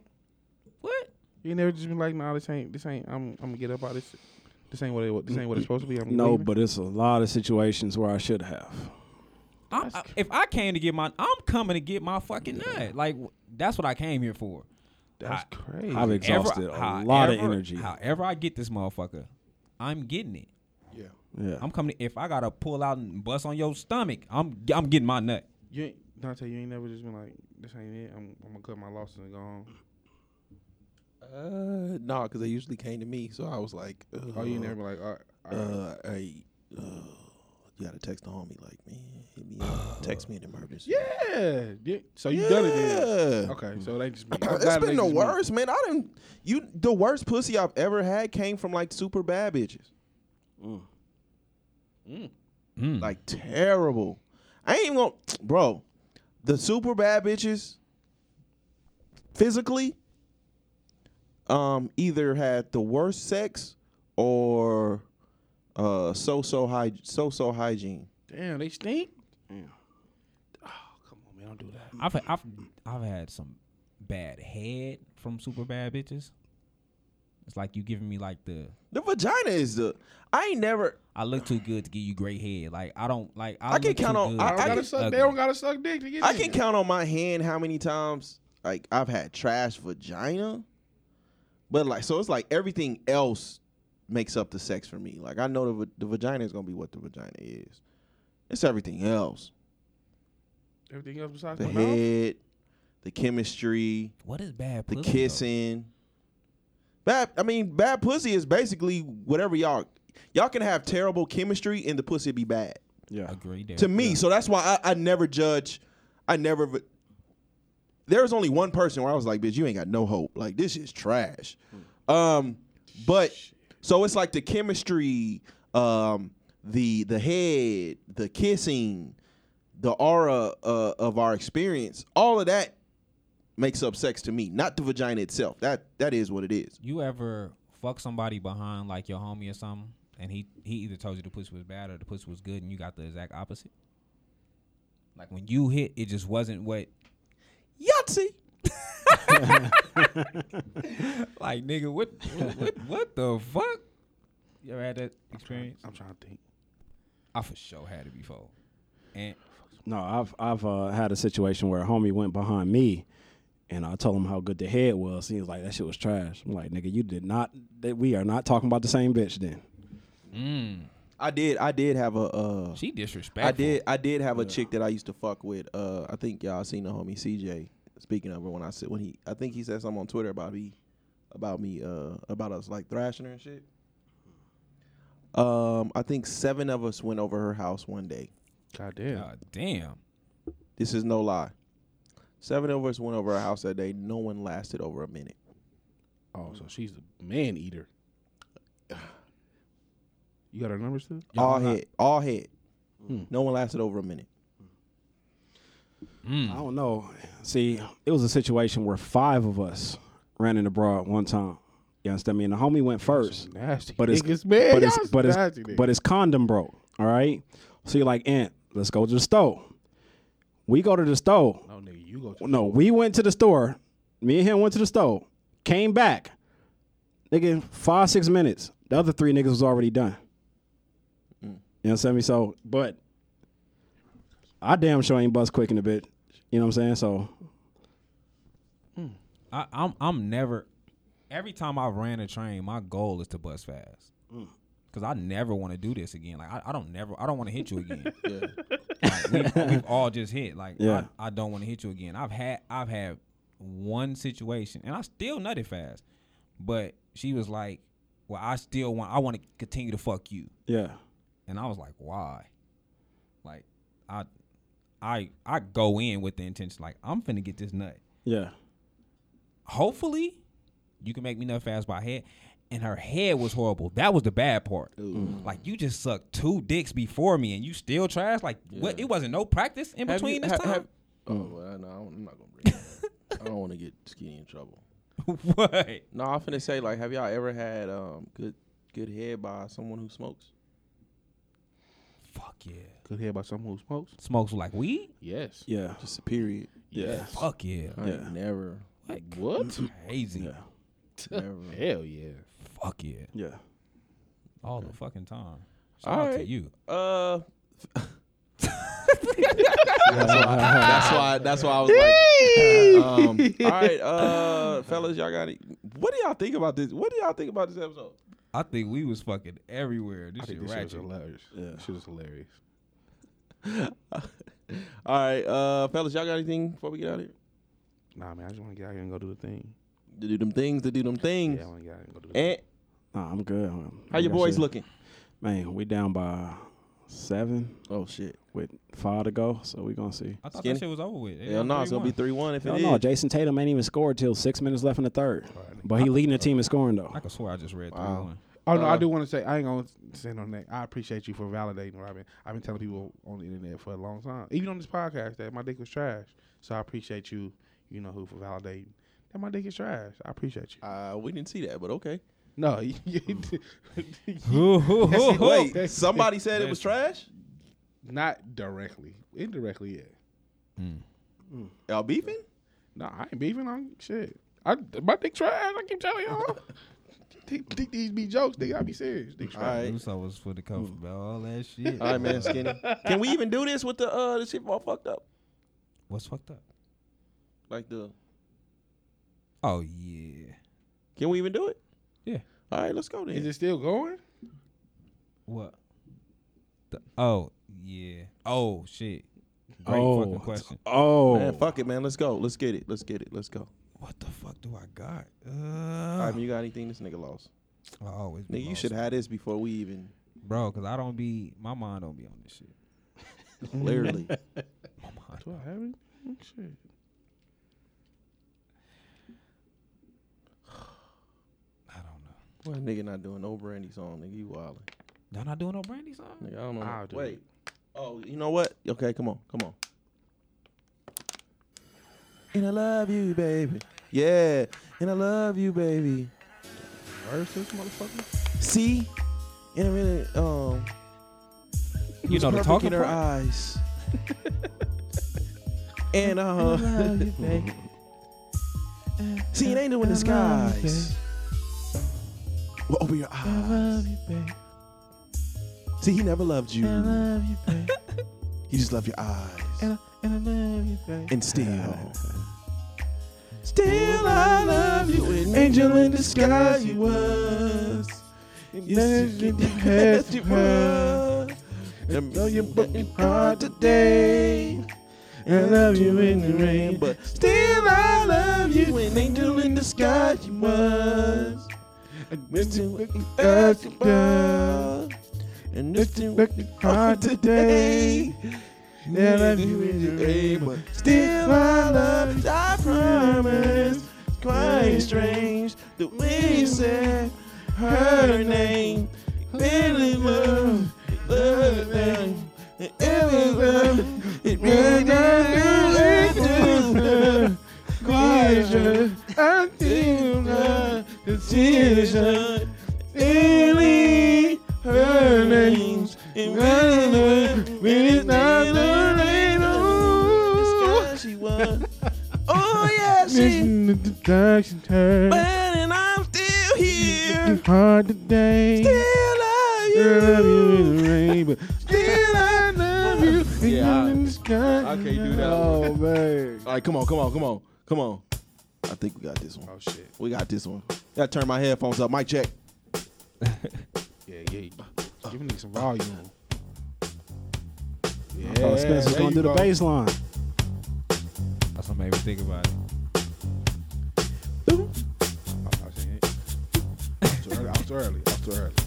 What?
you ain't never just been like, nah, this ain't. This ain't. I'm. I'm gonna get up out this. This ain't what it. This ain't what it's supposed to be. I'm
No,
leaving.
but it's a lot of situations where I should have.
I'm, I- if I came to get my, I'm coming to get my fucking nut. Like w- that's what I came here for.
that's
I-
crazy.
I've exhausted a lot of energy.
However, I get this motherfucker, I'm getting it.
yeah.
I'm coming. If I gotta pull out and bust on your stomach, I'm I'm getting my nut.
you ain't Dante. You ain't never just been like, this ain't it. I'm. I'm gonna cut my losses and go home.
Uh, nah, because they usually came to me, so I was like, Ugh,
Oh, you ain't never been like, all right, all right.
Uh, hey, uh, you gotta text the homie like, man, hit me up, text me an emergency.
yeah. yeah. So you done it then.
Yeah.
Okay. So it ain't just me. I'm
it's
glad it
been
ain't
the
just me.
worst, man. I didn't. You the worst pussy I've ever had came from like super bad bitches, Mm. like terrible. I ain't even gonna, bro. The super bad bitches, physically, um, either had the worst sex or uh, so so high so so hygiene.
Damn, they stink. Oh, come on, man, don't do that.
I've I've I've had some bad head from super bad bitches. It's like you giving me like the
The vagina is the I ain't never
I look too good to give you great head. Like I don't like I,
I can
look too
count on-
good.
I-
I don't
I
gotta
can-
suck. They don't gotta suck dick to get.
I
in
can
there.
count on my hand how many times like I've had trash vagina. But like so it's like everything else makes up the sex for me. Like I know the va- the vagina is going to be what the vagina is. It's everything else.
everything else besides
The
Uh-huh.
my mouth.
head, the chemistry,
what is bad
the
pussy? though?
kissing. Bad I mean bad pussy is basically whatever y'all y'all can have terrible chemistry and the pussy be bad.
Yeah.
Agree there.
to me. So that's why I, I never judge. I never. v- There was only one person where I was like, "Bitch, you ain't got no hope. Like this is trash." Um, but so it's like the chemistry, um, the the head, the kissing, the aura uh, of our experience. All of that makes up sex to me, not the vagina itself. That that is what it is.
You ever fuck somebody behind like your homie or something, and he he either told you the pussy was bad or the pussy was good, and you got the exact opposite. Like when you hit, it just wasn't what.
Yahtzee.
Like nigga, what what what the fuck? You ever had that experience?
I'm trying to think.
I for sure had it before. And
No, I've I've uh, had a situation where a homie went behind me, and I told him how good the head was. He was like, "That shit was trash." I'm like, "Nigga, you did not. That we are not talking about the same bitch." Then
I did. I did have a. Uh,
she disrespectful.
I did. I did have a chick that I used to fuck with. Uh, I think y'all seen the homie CJ. Speaking of her, when I said when he, I think he said something on Twitter about me, about me, uh, about us like thrashing her and shit. Um, I think seven of us went over her house one day.
God damn.
God damn.
This is no lie. Seven of us went over her house that day. No one lasted over a minute.
Oh, so she's a man eater. You got her numbers too?
all head, all head. No one lasted over a minute.
Hmm.
I don't know. See, it was a situation where five of us ran in abroad one time. You understand me? And the homie went first.
Nasty.
but it's
niggas, man.
but it's
Y'all
but it's
nasty niggas.
but it's condom broke. All right. So you're like, Aunt, let's go to the store. We go to the store.
no Oh, nigga, you go. To
No, we went to the store. Me and him went to the store. Came back. Nigga, five six minutes. The other three niggas was already done. You know what I'm saying? So, but I damn sure ain't bust quick in a bit. You know what I'm saying? So
I, I'm I'm never. Every time I ran a train, my goal is to bust fast. Cause I never want to do this again. Like I, I don't never. I don't want to hit you again. Like, we've, we've all just hit. Like
Yeah.
I, I don't want to hit you again. I've had I've had one situation, and I still nutted fast. But she was like, "Well, I still want. I want to continue to fuck you."
yeah.
And I was like, why? Like, I, I, I go in with the intention like I'm finna get this nut.
Yeah.
Hopefully, you can make me nut fast by head. And her head was horrible. That was the bad part. Like you just sucked two dicks before me, and you still trash. Like what? It wasn't no practice in
Have
between
you-
this
ha-
time.
have- oh,
uh,
well, no, I'm not gonna bring. That up. I don't want to get skinny in trouble.
what?
No, I'm finna say like, have y'all ever had um good good head by someone who smokes?
Fuck yeah.
Good head by someone who smokes.
Smokes like weed.
Yes.
Yeah.
Just period.
Yes.
Fuck yeah.
I ain't never,
What?
Crazy.
Yeah.
never.
Hell yeah.
Fuck yeah.
Yeah.
All the fucking time. Shout
All
out to
right.
you.
Uh. that's, why, that's why. That's why I was like, um, all right, uh, fellas, y'all got it. What do y'all think about this? What do y'all think about this episode?
I think we was fucking everywhere. This
I think
shit
this shit was
ratchet.
hilarious. Yeah. This shit was hilarious.
All right, uh, fellas, y'all got anything before we get out of here?
Nah, man, I just want to get out here and go do the thing.
To do them things, to do them things.
Yeah, I want to get out here and go do the thing.
and
Nah, I'm good.
how your boys looking?
Man, we down by seven
Oh shit!
with five to go, so we gonna see.
I thought
Skinny?
that shit was over with.
Hell no, it's gonna be three one if it
No,
is.
no, Jason Tatum ain't even scored till six minutes left in the third, but he leading the team in scoring though.
I can swear I just read three one.
Oh no, I do want to say I ain't gonna say no neck. I appreciate you for validating what I've been. I've been telling people on the internet for a long time, even on this podcast, that my dick was trash. So I appreciate you. You know who for validating that my dick is trash. I appreciate you.
Uh, we didn't Uh, see that, but okay.
No, you, you-
Wait.
Wait, somebody said it was trash.
not directly. Indirectly, yeah.
Y'all beefing?
No, I ain't beefing on shit. I my dick trash. I keep telling y'all. Think think these be jokes, nigga. I be serious. Dick
All
trash.
right,
Uso was for the cover, bro. All that shit.
all right, man, skinny. Can we even do this with the uh the shit all fucked up?
What's fucked up?
Like the
Oh yeah,
can we even do it?
yeah.
All right, let's go then.
Is it still going?
What? The, oh yeah. Oh shit. Great fucking question.
Oh,
man, fuck it, man. Let's go. Let's get it. Let's get it. Let's go.
What the fuck do I got?
All
Uh,
right, man, you got anything this nigga lost?
I always be
Nigga, you
lost.
should have this before we even.
bro, cause I don't be my mind don't be on this shit.
Clearly,
My mind.
Do I have it? Oh, Shit.
I don't know.
Why nigga not doing no brandy song? Nigga, you wildin'.
Y'all not doing no brandy song?
Nigga, I don't know.
I'll do
Wait.
it.
Oh, you know what? Okay, come on, come on. And I love you, baby. Yeah, and I love you, baby.
First this motherfucker.
See, and I really um.
You know the
perfect
talking
in her
part.
eyes. and uh, see, it ain't doing the skies. Well,
Oh,
open your eyes. See, he never loved you. He just loved your eyes. And, still, still I love you. An angel in disguise you was. And yes, you past you were. And though you're working hard today, I love you in the rain, but still I love you. An angel in the sky you was. And missing what you asked you were. And missing what you hard today. I love you in the rain, but still I love you. I promise. Quite strange the way you said her name. Really love, love name. Really love, it really does. Quiet, I
Ah,
think not the tears. Really, her name's in running when it's not the rain. Ooh, she was. Oh yeah, she.
the deduction turn.
But and I'm still here.
Hard today.
Still love you.
the rain, but
Still I love you. Yeah. I-
sky.
I can't do that.
Oh man.
All right, come on, come on, come on, come on. I think we got this one.
Oh shit.
We got this one. Gotta turn my headphones up. Mic check.
Yeah, yeah. Give me some volume. Yeah.
oh Spencer's
there
gonna
you
do the
go.
baseline.
That's what made me think about it.
Oh, I was saying it. I was too early. I was too early. I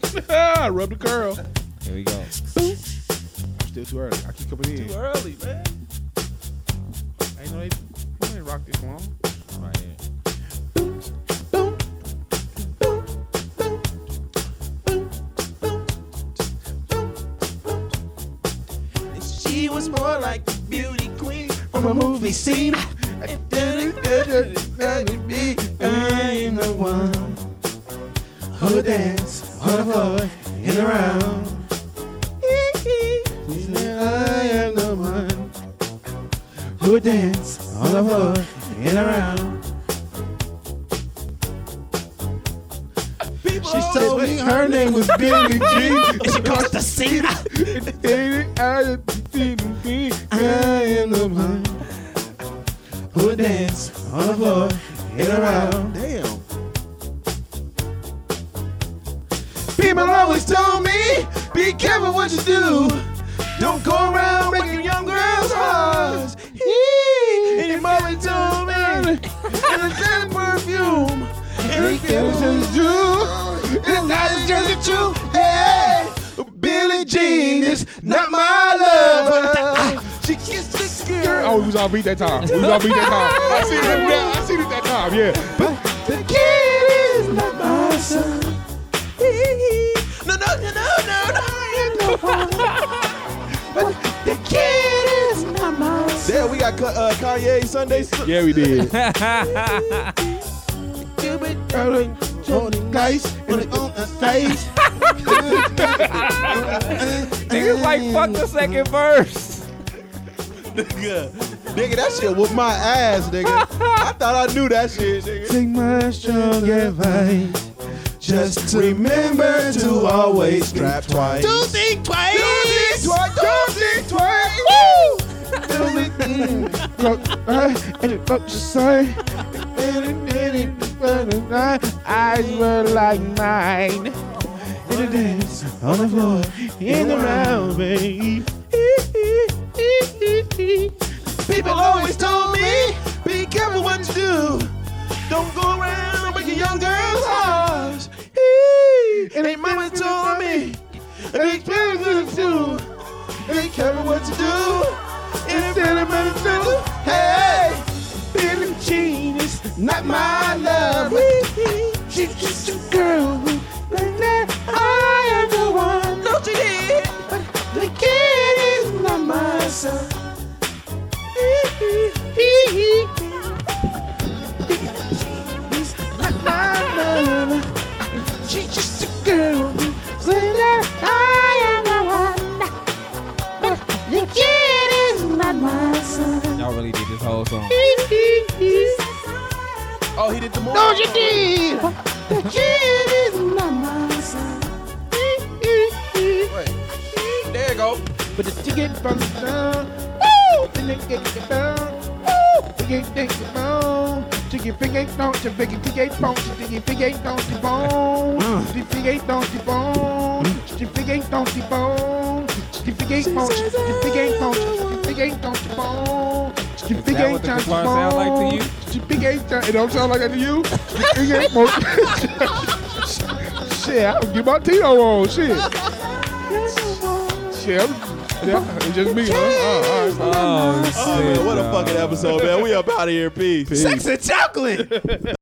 was too early. Rub the curl.
Here we go.
I'm still too early. I keep coming in.
Early, man.
Ain't no, they, they rock this long.
Right here.
She was more like a beauty queen from a movie scene. I'm the one who would dance on the floor and around. I am the one who would dance on the floor and around. She told me her name was Billie Jean. She crossed the scene. I am the one who would dance on the floor and around. Damn. People always told me, be careful what you do. Don't go around breaking young girls' hearts. Eee. And your mother told me, and it's not perfume. And it's just you. It's not just you. Yeah. Billie Jean is not my love. She kissed this girl.
Oh, we was all beat that time. We was all beat that time. I seen it that, I seen it that time. Yeah.
But the kid is not my son. No, no, no, no, no, no, no. But the kid is not my son. There we got uh, Kanye Sunday.
Yeah, we did.
Stupid
Rolling, rolling dice, and it's on the dice.
Niggas like fuck the second verse.
Nigga, that shit whooped my ass, nigga. I thought I knew that shit, nigga.
Take my strong advice. Just remember to always strap twice.
Do think twice. Do think twice. Do think twice.
Eyes were like mine. In the dance, on the floor, in the round, babe.
People always told me, be careful what you do. Don't go around breaking young girls' hearts. And they mama told me, they tell you to do. Be careful what you do. And tell them what to do. Hey, Billie Jean is not my love. She's just a girl. who like that. I am the one. Don't you did. But the kid is not my son. She's just a girl. Say that I am the one. But the kid is not my son.
Y'all really did this whole song.
Oh, he did the more. No, you did.
The kid is not my son.
There you go. But the ticket from the sun.
Mm. Is that what the guitar sound like to you?
It don't sound like that to you. It ain't more- Shit, I don't get my Tito on. Shit. Shit, I'm- yeah, it's just me. huh? Uh, all right.
Oh, shit.
what a fucking episode, man. We up out of here. Peace.
Sex
and chocolate.